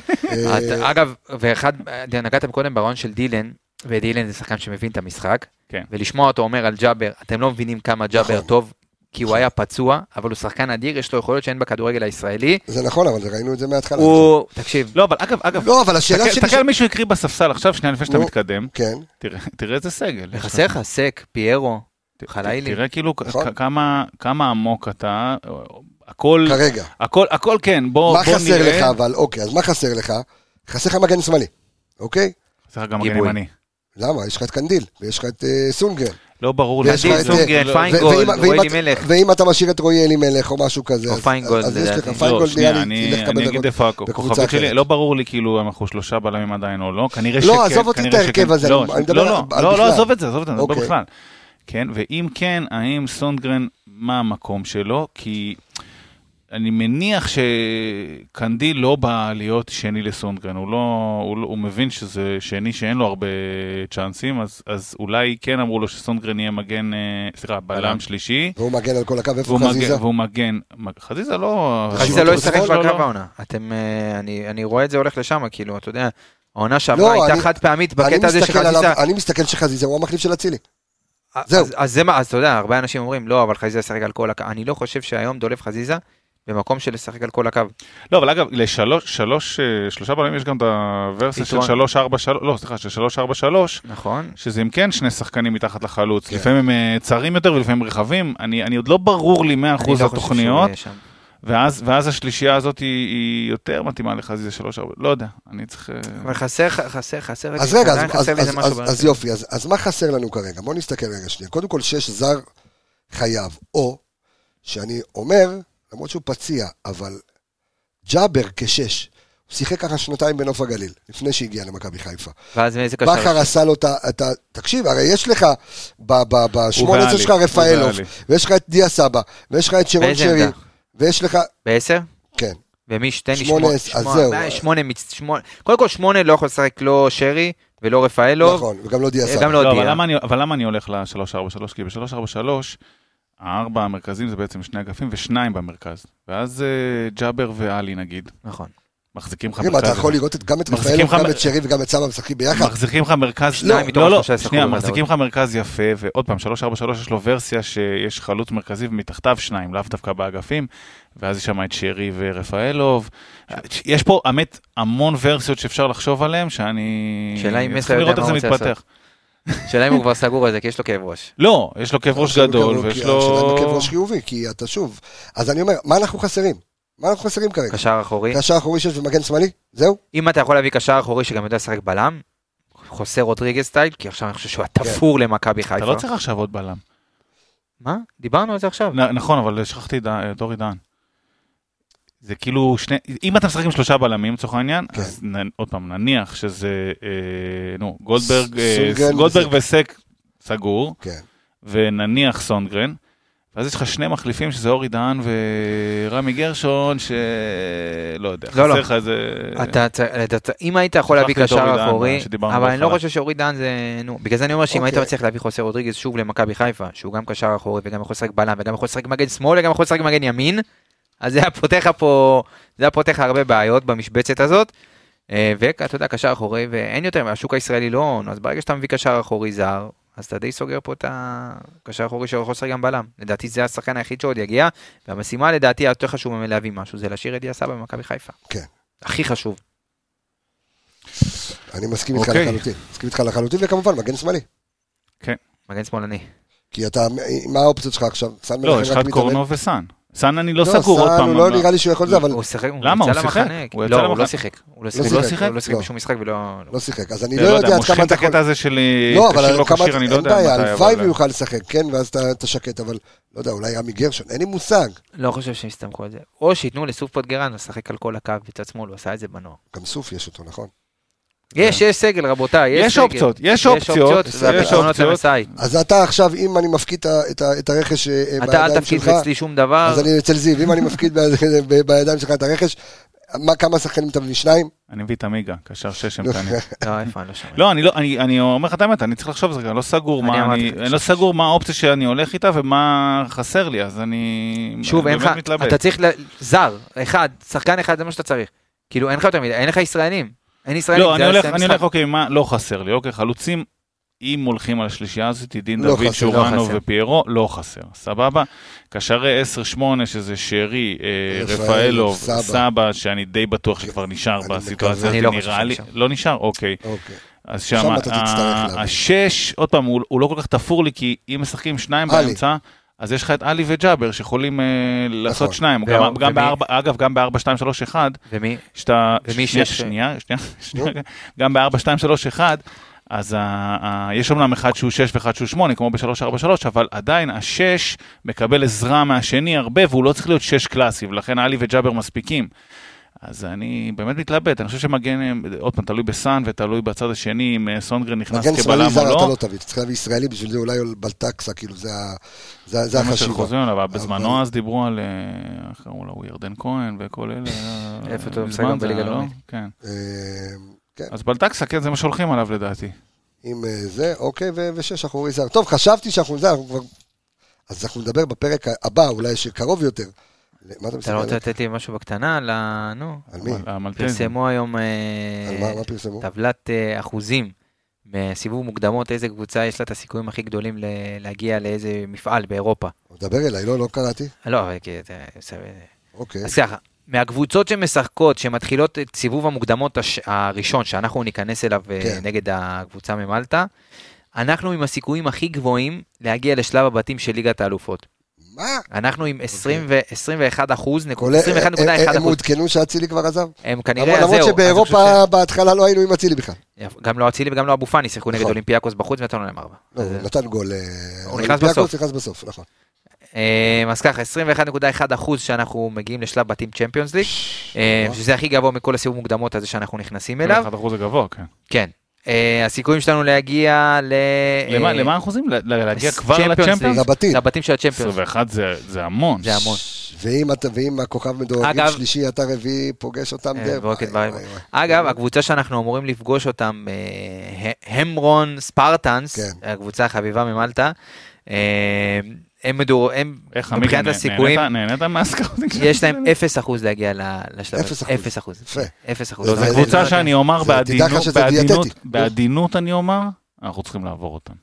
Speaker 1: אה,
Speaker 2: את- אגב, ואחד, אה, נגעתם קודם ברעיון של דילן, ודילן זה שחקן שמבין את המשחק,
Speaker 3: כן.
Speaker 2: ולשמוע אותו אומר על ג'אבר, אתם לא מבינים כמה ג'אבר
Speaker 1: נכון.
Speaker 2: טוב, כי הוא היה פצוע, אבל הוא שחקן אדיר, יש לו יכולות שאין בכדורגל הישראלי.
Speaker 1: זה נכון, אבל ראינו את זה מההתחלה.
Speaker 2: הוא, תקשיב,
Speaker 3: לא, אבל אגב, אגב,
Speaker 1: לא, אבל השאלה
Speaker 3: תסתכל-
Speaker 1: שלי...
Speaker 3: תסתכל על מישהו הקריא בספסל עכשיו, שנייה לפני שאתה
Speaker 1: נו.
Speaker 3: מתקדם,
Speaker 1: כן,
Speaker 3: תראה- תראה איזה סגל.
Speaker 2: חסר לך סק, פיירו,
Speaker 3: ת- ת-
Speaker 2: חלילי.
Speaker 3: תראה כאילו כ-
Speaker 1: נכון.
Speaker 3: כ- כמה- כמה עמוק אתה, הכל,
Speaker 1: כרגע.
Speaker 3: הכל, הכל כן, בוא
Speaker 1: מה
Speaker 3: בוא
Speaker 1: חסר לך
Speaker 3: נראה.
Speaker 1: אבל? אוקיי, אז מה חסר לך? חסר לך מגן שמאלי, אוקיי?
Speaker 3: חסר לך גם מגן
Speaker 2: גיבוי.
Speaker 3: ימני.
Speaker 1: למה? יש לך את קנדיל, ויש לך את אה, סונגרן.
Speaker 3: לא ברור
Speaker 1: ויש
Speaker 3: למה
Speaker 1: לך את,
Speaker 3: זה-
Speaker 1: אה,
Speaker 2: סונגרן,
Speaker 3: לא-
Speaker 2: פיינגולד.
Speaker 1: ו- ואם-
Speaker 2: רועי
Speaker 1: ואם את-
Speaker 2: אלימלך.
Speaker 1: ואם אתה משאיר את רועי אלימלך או משהו כזה,
Speaker 2: או
Speaker 1: אז-
Speaker 2: פיינגולד,
Speaker 1: אז יש לך
Speaker 2: לדעתי.
Speaker 3: לא,
Speaker 1: פיינגולד,
Speaker 3: שנייה,
Speaker 1: נראה לי,
Speaker 3: אני-
Speaker 1: ילך
Speaker 3: אני
Speaker 1: לקבל
Speaker 3: אגיד
Speaker 1: דקות.
Speaker 3: איפה
Speaker 1: בקבוצה
Speaker 3: הכוכבית שלי,
Speaker 1: אחרת.
Speaker 3: לא ברור לי כאילו אם אנחנו שלושה בלמים עדיין או לא, כנראה שכן.
Speaker 1: לא, עזוב אותי את
Speaker 3: כנראה
Speaker 1: ההרכב
Speaker 3: שכן.
Speaker 1: הזה,
Speaker 3: לא,
Speaker 1: אני מדבר
Speaker 3: לא,
Speaker 1: על-
Speaker 3: לא,
Speaker 1: על
Speaker 3: לא,
Speaker 1: בכלל.
Speaker 3: לא, עזוב את זה, עזוב את זה, אני מדבר
Speaker 1: אוקיי.
Speaker 3: בכלל. כן, ואם כן, האם סונדגרן, מה המקום שלו? כי אני מניח שקנדיל לא בא להיות שני לסונדגרן, הוא לא, הוא, לא- הוא מבין שזה שני שאין לו הרבה צ'אנסים, אז, אז אולי כן אמרו לו שסונדגרן יהיה מגן, אה, סליחה,
Speaker 2: בלם.
Speaker 3: בלם שלישי.
Speaker 1: והוא מגן על כל הקו, איפה
Speaker 3: והוא מגן,
Speaker 1: חזיזה?
Speaker 3: והוא מגן, חזיזה לא...
Speaker 2: חזיזה לא ישחק
Speaker 1: לא,
Speaker 2: בקו העונה. אתם, אה, אני אני רואה את זה הולך לשם, כאילו, אתה יודע, העונה שעברה
Speaker 1: לא,
Speaker 2: הייתה
Speaker 1: אני-
Speaker 2: חד פעמית
Speaker 1: אני
Speaker 2: בקטע הזה אוקיי,
Speaker 1: מסתכל
Speaker 2: שחזיזה...
Speaker 1: עליו- אני מסתכל שחזיזה הוא המחליף של אצילי. זהו.
Speaker 2: זהו. אז, אז זה מה, אז אתה יודע, הרבה אנשים אומרים, לא, אבל חזיזה ישחק על כל הקו. אני לא חושב שהיום דולף חזיזה במקום של לשחק על כל הקו.
Speaker 3: לא, אבל אגב, לשלוש, שלוש, אה, שלושה בלמים יש גם את הוורסיה של
Speaker 2: יתרון.
Speaker 3: שלוש, ארבע, שלוש, לא, סליחה, של שלוש, ארבע, שלוש,
Speaker 2: נכון.
Speaker 3: שזה אם כן שני שחקנים מתחת לחלוץ.
Speaker 1: כן.
Speaker 3: לפעמים הם אה, צרים יותר ולפעמים רחבים, אני אני עוד לא ברור לי מאה
Speaker 2: אני לא
Speaker 3: אחוז
Speaker 2: חושב שהוא
Speaker 3: התוכניות,
Speaker 2: יהיה שם.
Speaker 3: ואז, ואז השלישייה הזאת היא, היא יותר מתאימה לחזיזה שלוש ארבע, לא יודע, אני צריך... אה,
Speaker 2: אבל חסר, חסר, חסר,
Speaker 1: אז רגע,
Speaker 2: עדיין
Speaker 1: אז, אז,
Speaker 2: חסר לי איזה
Speaker 1: אז,
Speaker 2: משהו
Speaker 1: אז,
Speaker 2: בהרכב.
Speaker 1: אז יופי, אז, אז מה חסר לנו כרגע? בואו נסתכל רגע שנייה. קודם כל, שש זר חייב, או שאני אומר, למרות שהוא פציע, אבל ג'אבר כשש, הוא שיחק ככה שנתיים בנוף הגליל, לפני שהגיע למכבי חיפה.
Speaker 2: ואז מאיזה קשר?
Speaker 1: בכר עשה לו את ה... את ה- תקשיב, הרי יש לך, ב- ב-
Speaker 3: הוא
Speaker 1: ב-18
Speaker 3: ועלי,
Speaker 1: שלך רפאלוף,
Speaker 3: הוא
Speaker 1: ויש לך את דיה סבא, ויש לך את שרון
Speaker 2: באיזה
Speaker 1: שרי,
Speaker 2: עמדה?
Speaker 1: ויש לך...
Speaker 2: בעשר?
Speaker 1: כן.
Speaker 2: ומי שתן לי
Speaker 1: שמונה,
Speaker 2: שמונה,
Speaker 1: אז
Speaker 2: שמונה,
Speaker 1: זהו.
Speaker 2: מה, שמונה, מצ- שמונה, קודם כל שמונה לא יכול לשחק לא שרי ולא רפאלוב,
Speaker 1: נכון, וגם לא דיה סבא.
Speaker 2: גם לא
Speaker 3: לא, אבל
Speaker 2: דיה.
Speaker 3: למה אני, אבל למה אני הולך ל-343? כי ב-343, הארבע המרכזים זה בעצם שני אגפים ושניים במרכז. ואז אה, ג'אבר ואלי נגיד,
Speaker 2: נכון.
Speaker 3: מחזיקים לך
Speaker 1: תגיד, אתה
Speaker 3: מרכז.
Speaker 1: יכול לראות את- גם את
Speaker 3: מחזיקים
Speaker 1: רפאלוף,
Speaker 3: לך-
Speaker 1: גם את שרי וגם את סבא משחקים ביחד.
Speaker 3: מחזיקים לך מרכז,
Speaker 1: לא,
Speaker 3: לא,
Speaker 2: מתוך
Speaker 3: לא,
Speaker 2: השלושה ישחקו
Speaker 3: שנייה,
Speaker 2: בוודאות.
Speaker 3: מחזיקים לך מרכז יפה, ועוד פעם, 343 יש לו ורסיה שיש חלוץ מרכזי ומתחתיו שניים, לאו דווקא באגפים, ואז יש שם את שרי ורפאלוב. יש פה, האמת, המון ורסיות שאפשר לחשוב עליהן, שאני...
Speaker 2: שאלה אם מסר
Speaker 3: צריך
Speaker 2: יודע
Speaker 3: לראות איך
Speaker 2: מה
Speaker 3: זה
Speaker 2: הוא רוצה
Speaker 3: מתפתח.
Speaker 2: שאלה אם הוא כבר סגור על זה, כי יש לו כאב ראש.
Speaker 3: לא, יש לו כאב ראש
Speaker 1: עכשיו
Speaker 3: גדול,
Speaker 1: גם לא- הוא-
Speaker 3: ויש
Speaker 1: השאלה אם הכאב
Speaker 3: לו...
Speaker 1: ראש חיובי, כי אתה שוב. אז אני אומר, מה אנחנו חסרים? מה אנחנו חסרים כרגע?
Speaker 2: קשר אחורי.
Speaker 1: אוקיי. קשר אחורי שש ומגן שמאלי? זהו?
Speaker 2: אם אתה יכול להביא קשר אחורי שגם יודע לשחק בלם, חוסה רודריגז סטייל, כי עכשיו אני חושב שהוא התפור למכבי
Speaker 3: אתה
Speaker 2: חיפה.
Speaker 3: לא צריך עכשיו עוד בלם.
Speaker 2: מה? דיברנו על זה עכשיו.
Speaker 3: נ- נכון, אבל שכחתי ד- את אורי דהן. זה כאילו שני, אם אתה משחק עם שלושה בלמים לצורך העניין,
Speaker 1: כן.
Speaker 3: אז נ, עוד פעם נניח שזה, אה, נו, גולדברג,
Speaker 1: ס-
Speaker 3: אה,
Speaker 1: סונגרן
Speaker 3: ס- גולדברג
Speaker 1: וזה.
Speaker 3: וסק סגור,
Speaker 1: כן.
Speaker 3: ונניח סונגרן, ואז יש לך שני מחליפים שזה אורי דהן ורמי גרשון, שלא יודע,
Speaker 2: לא,
Speaker 3: חסר
Speaker 2: לא.
Speaker 3: לך איזה...
Speaker 2: אתה, צ- אתה, צ- אם היית יכול להביא
Speaker 3: שכחתי אה, את אורי
Speaker 2: קשר
Speaker 3: דהן, אה,
Speaker 2: אחורי,
Speaker 3: שדיברנו
Speaker 2: אבל אני לא
Speaker 3: בהתחלה.
Speaker 2: חושב שאורי דהן זה... נו, בגלל זה אני אומר שאם היית
Speaker 1: אוקיי.
Speaker 2: מצליח להביא חוסה רודריגז שוב למכבי חיפה, שהוא גם קשר אחורי וגם יכול לשחק בלם וגם יכול לשחק מגן שמאל וגם יכול לשחק מגן ימין, אז זה היה פותח לך פה, זה היה פותח הרבה בעיות במשבצת הזאת. אה, ואתה יודע, קשר אחורי, ואין יותר, השוק הישראלי לא הון, אז ברגע שאתה מביא קשר אחורי זר, אז אתה די סוגר פה את הקשר האחורי שיכול לשחק גם בלם. לדעתי זה השחקן היחיד שעוד יגיע, והמשימה לדעתי היותר חשוב מלהביא משהו, זה להשאיר את יעשה במכבי חיפה.
Speaker 1: כן.
Speaker 2: הכי חשוב.
Speaker 1: אני מסכים איתך
Speaker 3: אוקיי.
Speaker 1: לחלוטין. מסכים איתך לחלוטין, וכמובן, מגן שמאלי.
Speaker 2: מגן שמאלני.
Speaker 1: כי אתה, מה האופציות שלך עכשיו? סן
Speaker 3: לא,
Speaker 1: מנחם
Speaker 3: יש לך
Speaker 1: רק
Speaker 3: את
Speaker 1: מתאמן?
Speaker 3: קורנו וסאן. סאן אני לא סגור עוד
Speaker 1: סן
Speaker 3: פעם.
Speaker 1: הוא לא
Speaker 3: אבל-
Speaker 1: נראה לי שהוא יכול זה, אבל
Speaker 2: הוא שיחק, הוא
Speaker 3: למה?
Speaker 2: יצא
Speaker 3: הוא שיחק?
Speaker 2: למחנה.
Speaker 3: הוא יצא
Speaker 2: לא, הוא לא
Speaker 3: למחנה.
Speaker 2: שיחק. הוא לא
Speaker 1: שיחק,
Speaker 2: שיחק? הוא
Speaker 1: לא.
Speaker 2: לא שיחק בשום משחק ולא...
Speaker 1: לא שיחק. אז אני
Speaker 3: לא
Speaker 1: לא יודע
Speaker 3: יודע,
Speaker 1: עד כמה
Speaker 3: מושכים את
Speaker 1: אתה יכול...
Speaker 3: הקטע הזה של
Speaker 1: לא, אבל
Speaker 3: כשיר לא
Speaker 1: כמה-
Speaker 3: כשיר, אני לא
Speaker 1: אין
Speaker 3: יודע מתי.
Speaker 1: בעיה, הלוואי
Speaker 3: אבל-
Speaker 1: והוא יוכל לשחק, כן, ואז אתה- אתה שקט, אבל לא יודע, אולי עמי גרשון, אין לי מושג.
Speaker 2: לא חושב שהם יסתמכו על זה. או שייתנו לסופוט גרן לשחק על כל הקו בצד שמאל, הוא עשה את זה בנוער.
Speaker 1: גם סוף יש אותו, נכון?
Speaker 2: יש, יש סגל, רבותיי, יש סגל.
Speaker 3: יש אופציות, יש אופציות,
Speaker 1: יש
Speaker 2: והפתרונות
Speaker 3: יש אופציות.
Speaker 2: למסאי.
Speaker 1: אז אתה עכשיו, אם אני מפקיד את ה- את ה- את הרכש אה,
Speaker 2: אתה אל
Speaker 1: בידיים
Speaker 2: תפקיד
Speaker 1: שלך,
Speaker 2: אצלי שום דבר.
Speaker 1: אז אני אצל זיו, אם אני מפקיד ב- ב- בידיים שלך את הרכש, מה, כמה שחקנים אתה מביא? שניים?
Speaker 3: אני מביא את עמיגה, קשר שש אימתני.
Speaker 2: לא, איפה, אני לא שומע.
Speaker 3: לא, אני לא, אני אני אומר לך את האמת, אני צריך לחשוב על זה, אני לא סגור
Speaker 2: אני
Speaker 3: מה
Speaker 2: אמרתי
Speaker 3: אני,
Speaker 2: לך,
Speaker 3: אני לא
Speaker 2: שש.
Speaker 3: סגור מה האופציה שאני הולך איתה ומה חסר לי, אז אני
Speaker 2: שוב,
Speaker 3: אני
Speaker 2: אין לך,
Speaker 3: באמת מתלבט.
Speaker 2: אתה צריך ל- זר, אחד, שחקן אחד, זה מה שאתה צריך. כאילו, אין לך יותר מדי, אין לך ישראלים. אין ישראלים,
Speaker 3: לא,
Speaker 2: זה
Speaker 3: אני הולך,
Speaker 2: זה
Speaker 3: אני
Speaker 2: המשחק.
Speaker 3: הולך, אוקיי, מה לא חסר לי, אוקיי, חלוצים, אם הולכים על השלישייה הזאת, דין
Speaker 1: לא
Speaker 3: דוד,
Speaker 1: חסר,
Speaker 2: לא
Speaker 3: שורנו
Speaker 2: חסר.
Speaker 3: ופיירו, לא חסר, סבבה? קשרי 10-8, שזה שרי, אה,
Speaker 1: רפאלוב,
Speaker 3: רפאלוב,
Speaker 1: סבא.
Speaker 3: סבא, שאני די בטוח שכבר נשאר
Speaker 1: אני מקווה.
Speaker 3: בסיטואציה
Speaker 2: אני
Speaker 3: הזאת,
Speaker 2: לא חושב
Speaker 3: נראה לי,
Speaker 2: שנשאר.
Speaker 3: לא נשאר, אוקיי.
Speaker 1: אוקיי.
Speaker 3: אז שם,
Speaker 1: שם אתה
Speaker 3: ה-
Speaker 1: תצטרך להביא.
Speaker 3: השש, עוד פעם, הוא, הוא לא כל כך תפור לי, כי אם משחקים שניים
Speaker 1: עלי.
Speaker 3: באמצע, אז יש לך את עלי וג'אבר שיכולים אה, לעשות שניים.
Speaker 2: ו-
Speaker 3: גם, גם
Speaker 2: ומי-
Speaker 3: בארבע, אגב, גם בארבע, שתיים, שלוש, אחד,
Speaker 2: ומי?
Speaker 3: שאתה...
Speaker 2: ומי
Speaker 3: שנייה,
Speaker 2: שש?
Speaker 3: שנייה, שנייה, שנייה, רגע. גם בארבע, שתיים, שלוש, אחד, אז ה, ה, יש אמנם אחד שהוא שש ואחד שהוא שמונה, כמו בשלוש, ארבע, שלוש, אבל עדיין השש מקבל עזרה מהשני הרבה, והוא לא צריך להיות שש קלאסי, ולכן עלי וג'אבר מספיקים. אז אני באמת מתלבט, אני חושב שמגן, אה, עוד פעם, תלוי בסאן ותלוי בצד השני, אם אה, סונגרן נכנס
Speaker 1: מגן שמאלי
Speaker 3: כבלם או
Speaker 1: זר אתה
Speaker 3: לא.
Speaker 1: לא תביא, אתה צריך להביא ישראלי, בשביל זה אולי בלטקסה, כאילו, זה ה- זה- זה
Speaker 3: זה מה
Speaker 1: החשיבה.
Speaker 3: שחוזרים עליו, אבל בזמנו
Speaker 1: אבל-
Speaker 3: אז דיברו על, אה, איך קראו לו, הוא ירדן כהן וכל אלה. אה,
Speaker 2: איפה אתה משחק
Speaker 3: מזמן
Speaker 2: גם
Speaker 3: זה היה,
Speaker 2: בליגה
Speaker 3: לא?
Speaker 2: לאומית?
Speaker 3: כן.
Speaker 1: אה, כן,
Speaker 3: אז בלטקסה, כן, זה מה שהולכים עליו לדעתי.
Speaker 1: עם אה, זה, אוקיי, ו- ושש אחורי זר. טוב, חשבתי שאנחנו זה, אנחנו כבר... אז אנחנו נדבר בפרק הבא, אולי שקרוב יותר. מה אתה
Speaker 2: אתה לא
Speaker 1: מסתכל?
Speaker 2: רוצה לתת לי משהו בקטנה? על ה- נו.
Speaker 1: על מי?
Speaker 3: אבל המלטזי.
Speaker 2: פרסמו היום אה,
Speaker 1: על מה- מה פרסמו?
Speaker 2: טבלת אה, אחוזים מסיבוב מוקדמות, איזה קבוצה יש לה את הסיכויים הכי גדולים ל- להגיע לאיזה מפעל באירופה.
Speaker 1: דבר אליי, לא, לא קראתי.
Speaker 2: אה, לא, אבל כי אתה-
Speaker 1: אוקיי.
Speaker 2: אז ככה, מהקבוצות שמשחקות, שמתחילות את סיבוב המוקדמות הש... הראשון, שאנחנו ניכנס אליו אה,
Speaker 1: כן.
Speaker 2: נגד הקבוצה ממלטה, אנחנו עם הסיכויים הכי גבוהים להגיע לשלב הבתים של ליגת האלופות.
Speaker 1: מה?
Speaker 2: אנחנו עם 20 ו- 21 אחוז, נקוד-
Speaker 1: אוקיי. כולל- אה,
Speaker 2: 21.1
Speaker 1: הם
Speaker 2: אחוז.
Speaker 1: עודכנו שאצילי כבר עזב?
Speaker 2: הם
Speaker 1: למרות-
Speaker 2: כנראה, אז זהו.
Speaker 1: למרות
Speaker 2: אז אני חושב ש-
Speaker 1: שבאירופה בהתחלה לא היינו עם אצילי בכלל.
Speaker 2: גם לא אצילי וגם לא אבו פאני שיחקו נגד
Speaker 1: נכון.
Speaker 2: אולימפיאקוס בחוץ ונתנו להם ארבע.
Speaker 1: לא,
Speaker 2: אז,
Speaker 1: הוא נתן גול. אה,
Speaker 2: הוא נכנס
Speaker 1: אולימפיאקוס
Speaker 2: בסוף.
Speaker 1: נכנס בסוף, נכון.
Speaker 2: אה, אז ככה, 21.1 אחוז שאנחנו מגיעים לשלב בתים צ'מפיונס ליג, אה,
Speaker 1: וואו.
Speaker 2: שזה הכי גבוה מכל הסיבוב מוקדמות הזה שאנחנו נכנסים אליו.
Speaker 3: 21% זה גבוה, כן.
Speaker 2: כן. אה, הסיכויים שלנו להגיע ל...
Speaker 3: למה-
Speaker 2: אה,
Speaker 3: למה האחוזים? ל- ל- להגיע
Speaker 2: ס-
Speaker 3: כבר
Speaker 2: צ'מפיונס
Speaker 3: לצ'מפיונס?
Speaker 2: ליג.
Speaker 1: לבתים.
Speaker 2: לבתים של הצ'מפיונס.
Speaker 3: 21 זה- זה המון.
Speaker 2: זה המון.
Speaker 1: ואם אתה- ואם הכוכב מדורגים
Speaker 2: אגב-
Speaker 1: שלישי, אתה רביעי, פוגש אותם
Speaker 2: אה,
Speaker 1: דרך.
Speaker 2: ברוקט
Speaker 1: וואי,
Speaker 2: וייב.
Speaker 1: וואי, וואי.
Speaker 2: אגב, הקבוצה שאנחנו אמורים לפגוש אותם, אה, ה- המרון ספרטנס,
Speaker 1: כן.
Speaker 2: הקבוצה החביבה ממלטה, אה, הם מדור... הם
Speaker 3: איך עמית,
Speaker 2: מבחינת
Speaker 3: נה-
Speaker 2: הסיכויים,
Speaker 3: נהנית- נהנית מהסקאוטינג
Speaker 2: יש להם 0% להגיע ל- לשלב
Speaker 1: אפס
Speaker 2: הזה.
Speaker 1: אחוז.
Speaker 2: 0%. אחוז.
Speaker 1: יפה.
Speaker 2: 0%. אחוז.
Speaker 3: לא,
Speaker 1: אה, זה-
Speaker 3: זו קבוצה שאני אומר
Speaker 1: זה- תדע לך
Speaker 3: בעדינות,
Speaker 1: שזה
Speaker 3: בעדינות,
Speaker 1: דיאטטי.
Speaker 3: בעדינות אני אומר, אנחנו צריכים לעבור אותם.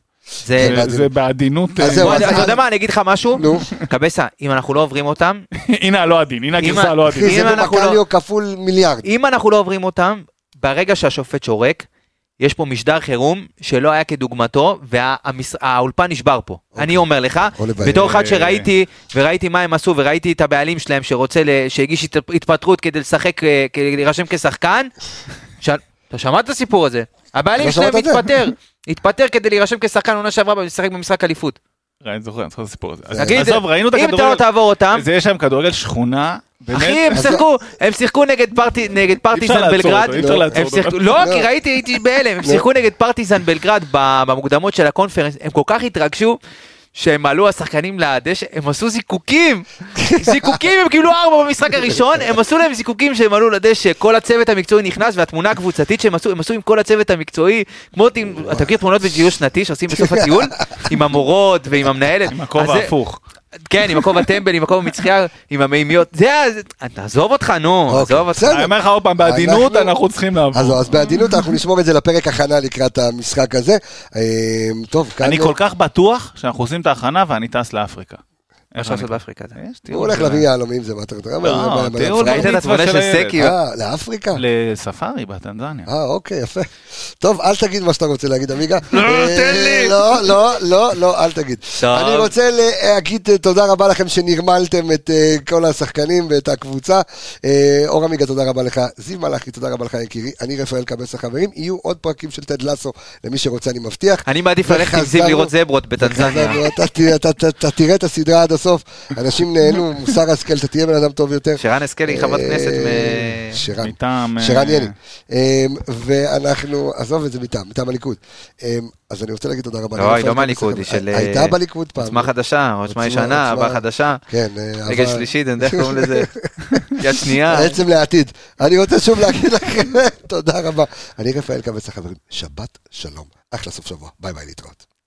Speaker 2: זה-
Speaker 1: אה, בעדינות.
Speaker 3: זה בעדינות,
Speaker 1: אז
Speaker 3: אה,
Speaker 1: זהו,
Speaker 2: בוא,
Speaker 1: אז-
Speaker 2: אתה יודע מה, אני אגיד לך משהו?
Speaker 1: נו,
Speaker 2: קבסה, אם אנחנו לא עוברים אותם,
Speaker 3: הנה הלא עדין, הנה הגרסה
Speaker 2: אמא,
Speaker 3: הלא עדין.
Speaker 1: אחי, זה
Speaker 2: אם אנחנו לא-
Speaker 1: במקליו כפול מיליארד.
Speaker 2: אם אנחנו לא עוברים אותם, ברגע שהשופט שורק, יש פה משדר חירום שלא היה כדוגמתו, והאולפן נשבר פה. אני אומר לך,
Speaker 1: אוקיי. או לבאר.
Speaker 2: בתור אחד
Speaker 3: אה,
Speaker 2: שראיתי, וראיתי מה הם עשו, וראיתי את הבעלים שלהם שרוצה, ל- שהגיש הת- התפטרות כדי לשחק, אה, כדי להירשם כשחקן, ש- אתה שמע את הסיפור הזה? הבעלים
Speaker 1: לא
Speaker 2: שלהם
Speaker 1: שמעת את זה?
Speaker 2: התפטר, התפטר כדי להירשם כשחקן עונה שעברה, משחק במשחק אליפות.
Speaker 1: אה,
Speaker 3: ראי, אני זוכר, אני זוכר את הסיפור הזה. אז
Speaker 2: תגיד,
Speaker 3: עזוב, ראינו את
Speaker 2: אם אתה לא
Speaker 3: הכדורגל,
Speaker 2: תעבור אותם,
Speaker 3: זה יש להם כדורגל שכונה, באמת,
Speaker 2: אחי, הם
Speaker 1: אז-
Speaker 2: שיחקו, הם שיחקו נגד פרטי- נגד פרטיזן
Speaker 3: לעצור
Speaker 2: בלגרד.
Speaker 3: אותו, אי אפשר
Speaker 1: לא,
Speaker 3: לעצור
Speaker 2: הם שיחקו,
Speaker 3: אותו.
Speaker 2: לא,
Speaker 1: לא.
Speaker 2: כי ראיתי, הייתי בהלם, הם
Speaker 1: לא.
Speaker 2: שיחקו נגד פרטיזן בלגרד ב- במוקדמות של הקונפרנס, הם כל כך התרגשו. שהם עלו השחקנים לדשא, הם עשו זיקוקים, זיקוקים, הם קיבלו ארבע במשחק הראשון, הם עשו להם זיקוקים שהם עלו לדשא, כל הצוות המקצועי נכנס, והתמונה הקבוצתית שהם עשו, הם עשו עם כל הצוות המקצועי, כמו, עם- אתה מכיר תמונות בטיול שנתי שעושים בסוף הטיול? עם המורות ועם המנהלת.
Speaker 3: עם
Speaker 2: אז זה-
Speaker 3: הכובע הפוך.
Speaker 2: כן, עם הכובע טמבל, עם הכובע מצחייה, עם המימיות, זה ה... זה- תעזוב אותך, נו,
Speaker 1: אוקיי,
Speaker 2: עזוב אותך.
Speaker 1: בסדר.
Speaker 3: אני אומר לך עוד פעם, בעדינות
Speaker 1: אנחנו-
Speaker 3: אנחנו צריכים
Speaker 1: אז לא,
Speaker 3: לעבור.
Speaker 1: אז בעדינות אנחנו נשמור את זה לפרק הכנה לקראת המשחק הזה. אה, טוב, כאן...
Speaker 3: אני כל כך בטוח שאנחנו עושים את ההכנה ואני טס לאפריקה.
Speaker 2: מה אפשר לעשות באפריקה? זה?
Speaker 3: יש טיול
Speaker 1: הוא הולך
Speaker 3: שלהם.
Speaker 1: להביא יהלומים, זה מה אתה... אתה אומר, זה
Speaker 3: לא,
Speaker 1: מה- מה-
Speaker 3: טיול
Speaker 2: ראית את
Speaker 3: במצווה
Speaker 2: התמונה של
Speaker 3: הילד.
Speaker 2: סקי?
Speaker 1: אה, לאפריקה?
Speaker 3: לספארי בטנזניה.
Speaker 1: אה, אוקיי, יפה. טוב, אל תגיד מה שאתה רוצה להגיד, עמיגה.
Speaker 2: לא,
Speaker 1: אה,
Speaker 2: תן לי.
Speaker 1: לא, לא, לא, לא, אל תגיד.
Speaker 2: טוב.
Speaker 1: אני רוצה להגיד אה, תודה רבה לכם שנרמלתם את אה, כל השחקנים ואת הקבוצה. אה, אור עמיגה, תודה רבה לך. זיו מלאכי, תודה רבה לך, יקירי. אני רפאל קבס החברים. יהיו עוד פרקים של תד לסו, למי שרוצה, אני מבטיח.
Speaker 2: אני מעדיף ללכת עם זיו
Speaker 1: וחזרנו-
Speaker 2: לראות זברות בטנזניה.
Speaker 1: וחזרנו, אתה תראה- אתה- אתה- אתה תראה את הסדרה עד הסוף. אנשים נהנו, מוסר השכל, אתה תהיה בן אדם טוב יותר.
Speaker 2: שרן השכל היא חברת
Speaker 1: אה,
Speaker 2: כנסת מ...
Speaker 1: שרן.
Speaker 3: מטעם... אה,
Speaker 1: שרן ילין. אמ, ואנחנו, עזוב את זה מטעם, מטעם הליכוד. אמ, אז אני רוצה להגיד תודה רבה.
Speaker 2: לא,
Speaker 1: לאלוף
Speaker 2: היא לא
Speaker 1: אלקין
Speaker 2: מהליכוד, היא
Speaker 1: בסדר.
Speaker 2: של,
Speaker 1: הייתה
Speaker 2: אה,
Speaker 1: בליכוד פעם.
Speaker 2: עוצמה חדשה, עוצמה
Speaker 1: עוצמה-
Speaker 2: ישנה,
Speaker 1: עוצמה-
Speaker 2: הבאה חדשה.
Speaker 1: כן, אה,
Speaker 2: רגל
Speaker 1: אבל-
Speaker 2: שלישית, אני יודע איך קוראים לזה. אה. יד שנייה.
Speaker 1: עצם לעתיד. אני רוצה שוב להגיד לכם תודה רבה. אני רפאל קבץ החברים, שבת שלום. אחלה סוף שבוע. ביי ביי להתראות.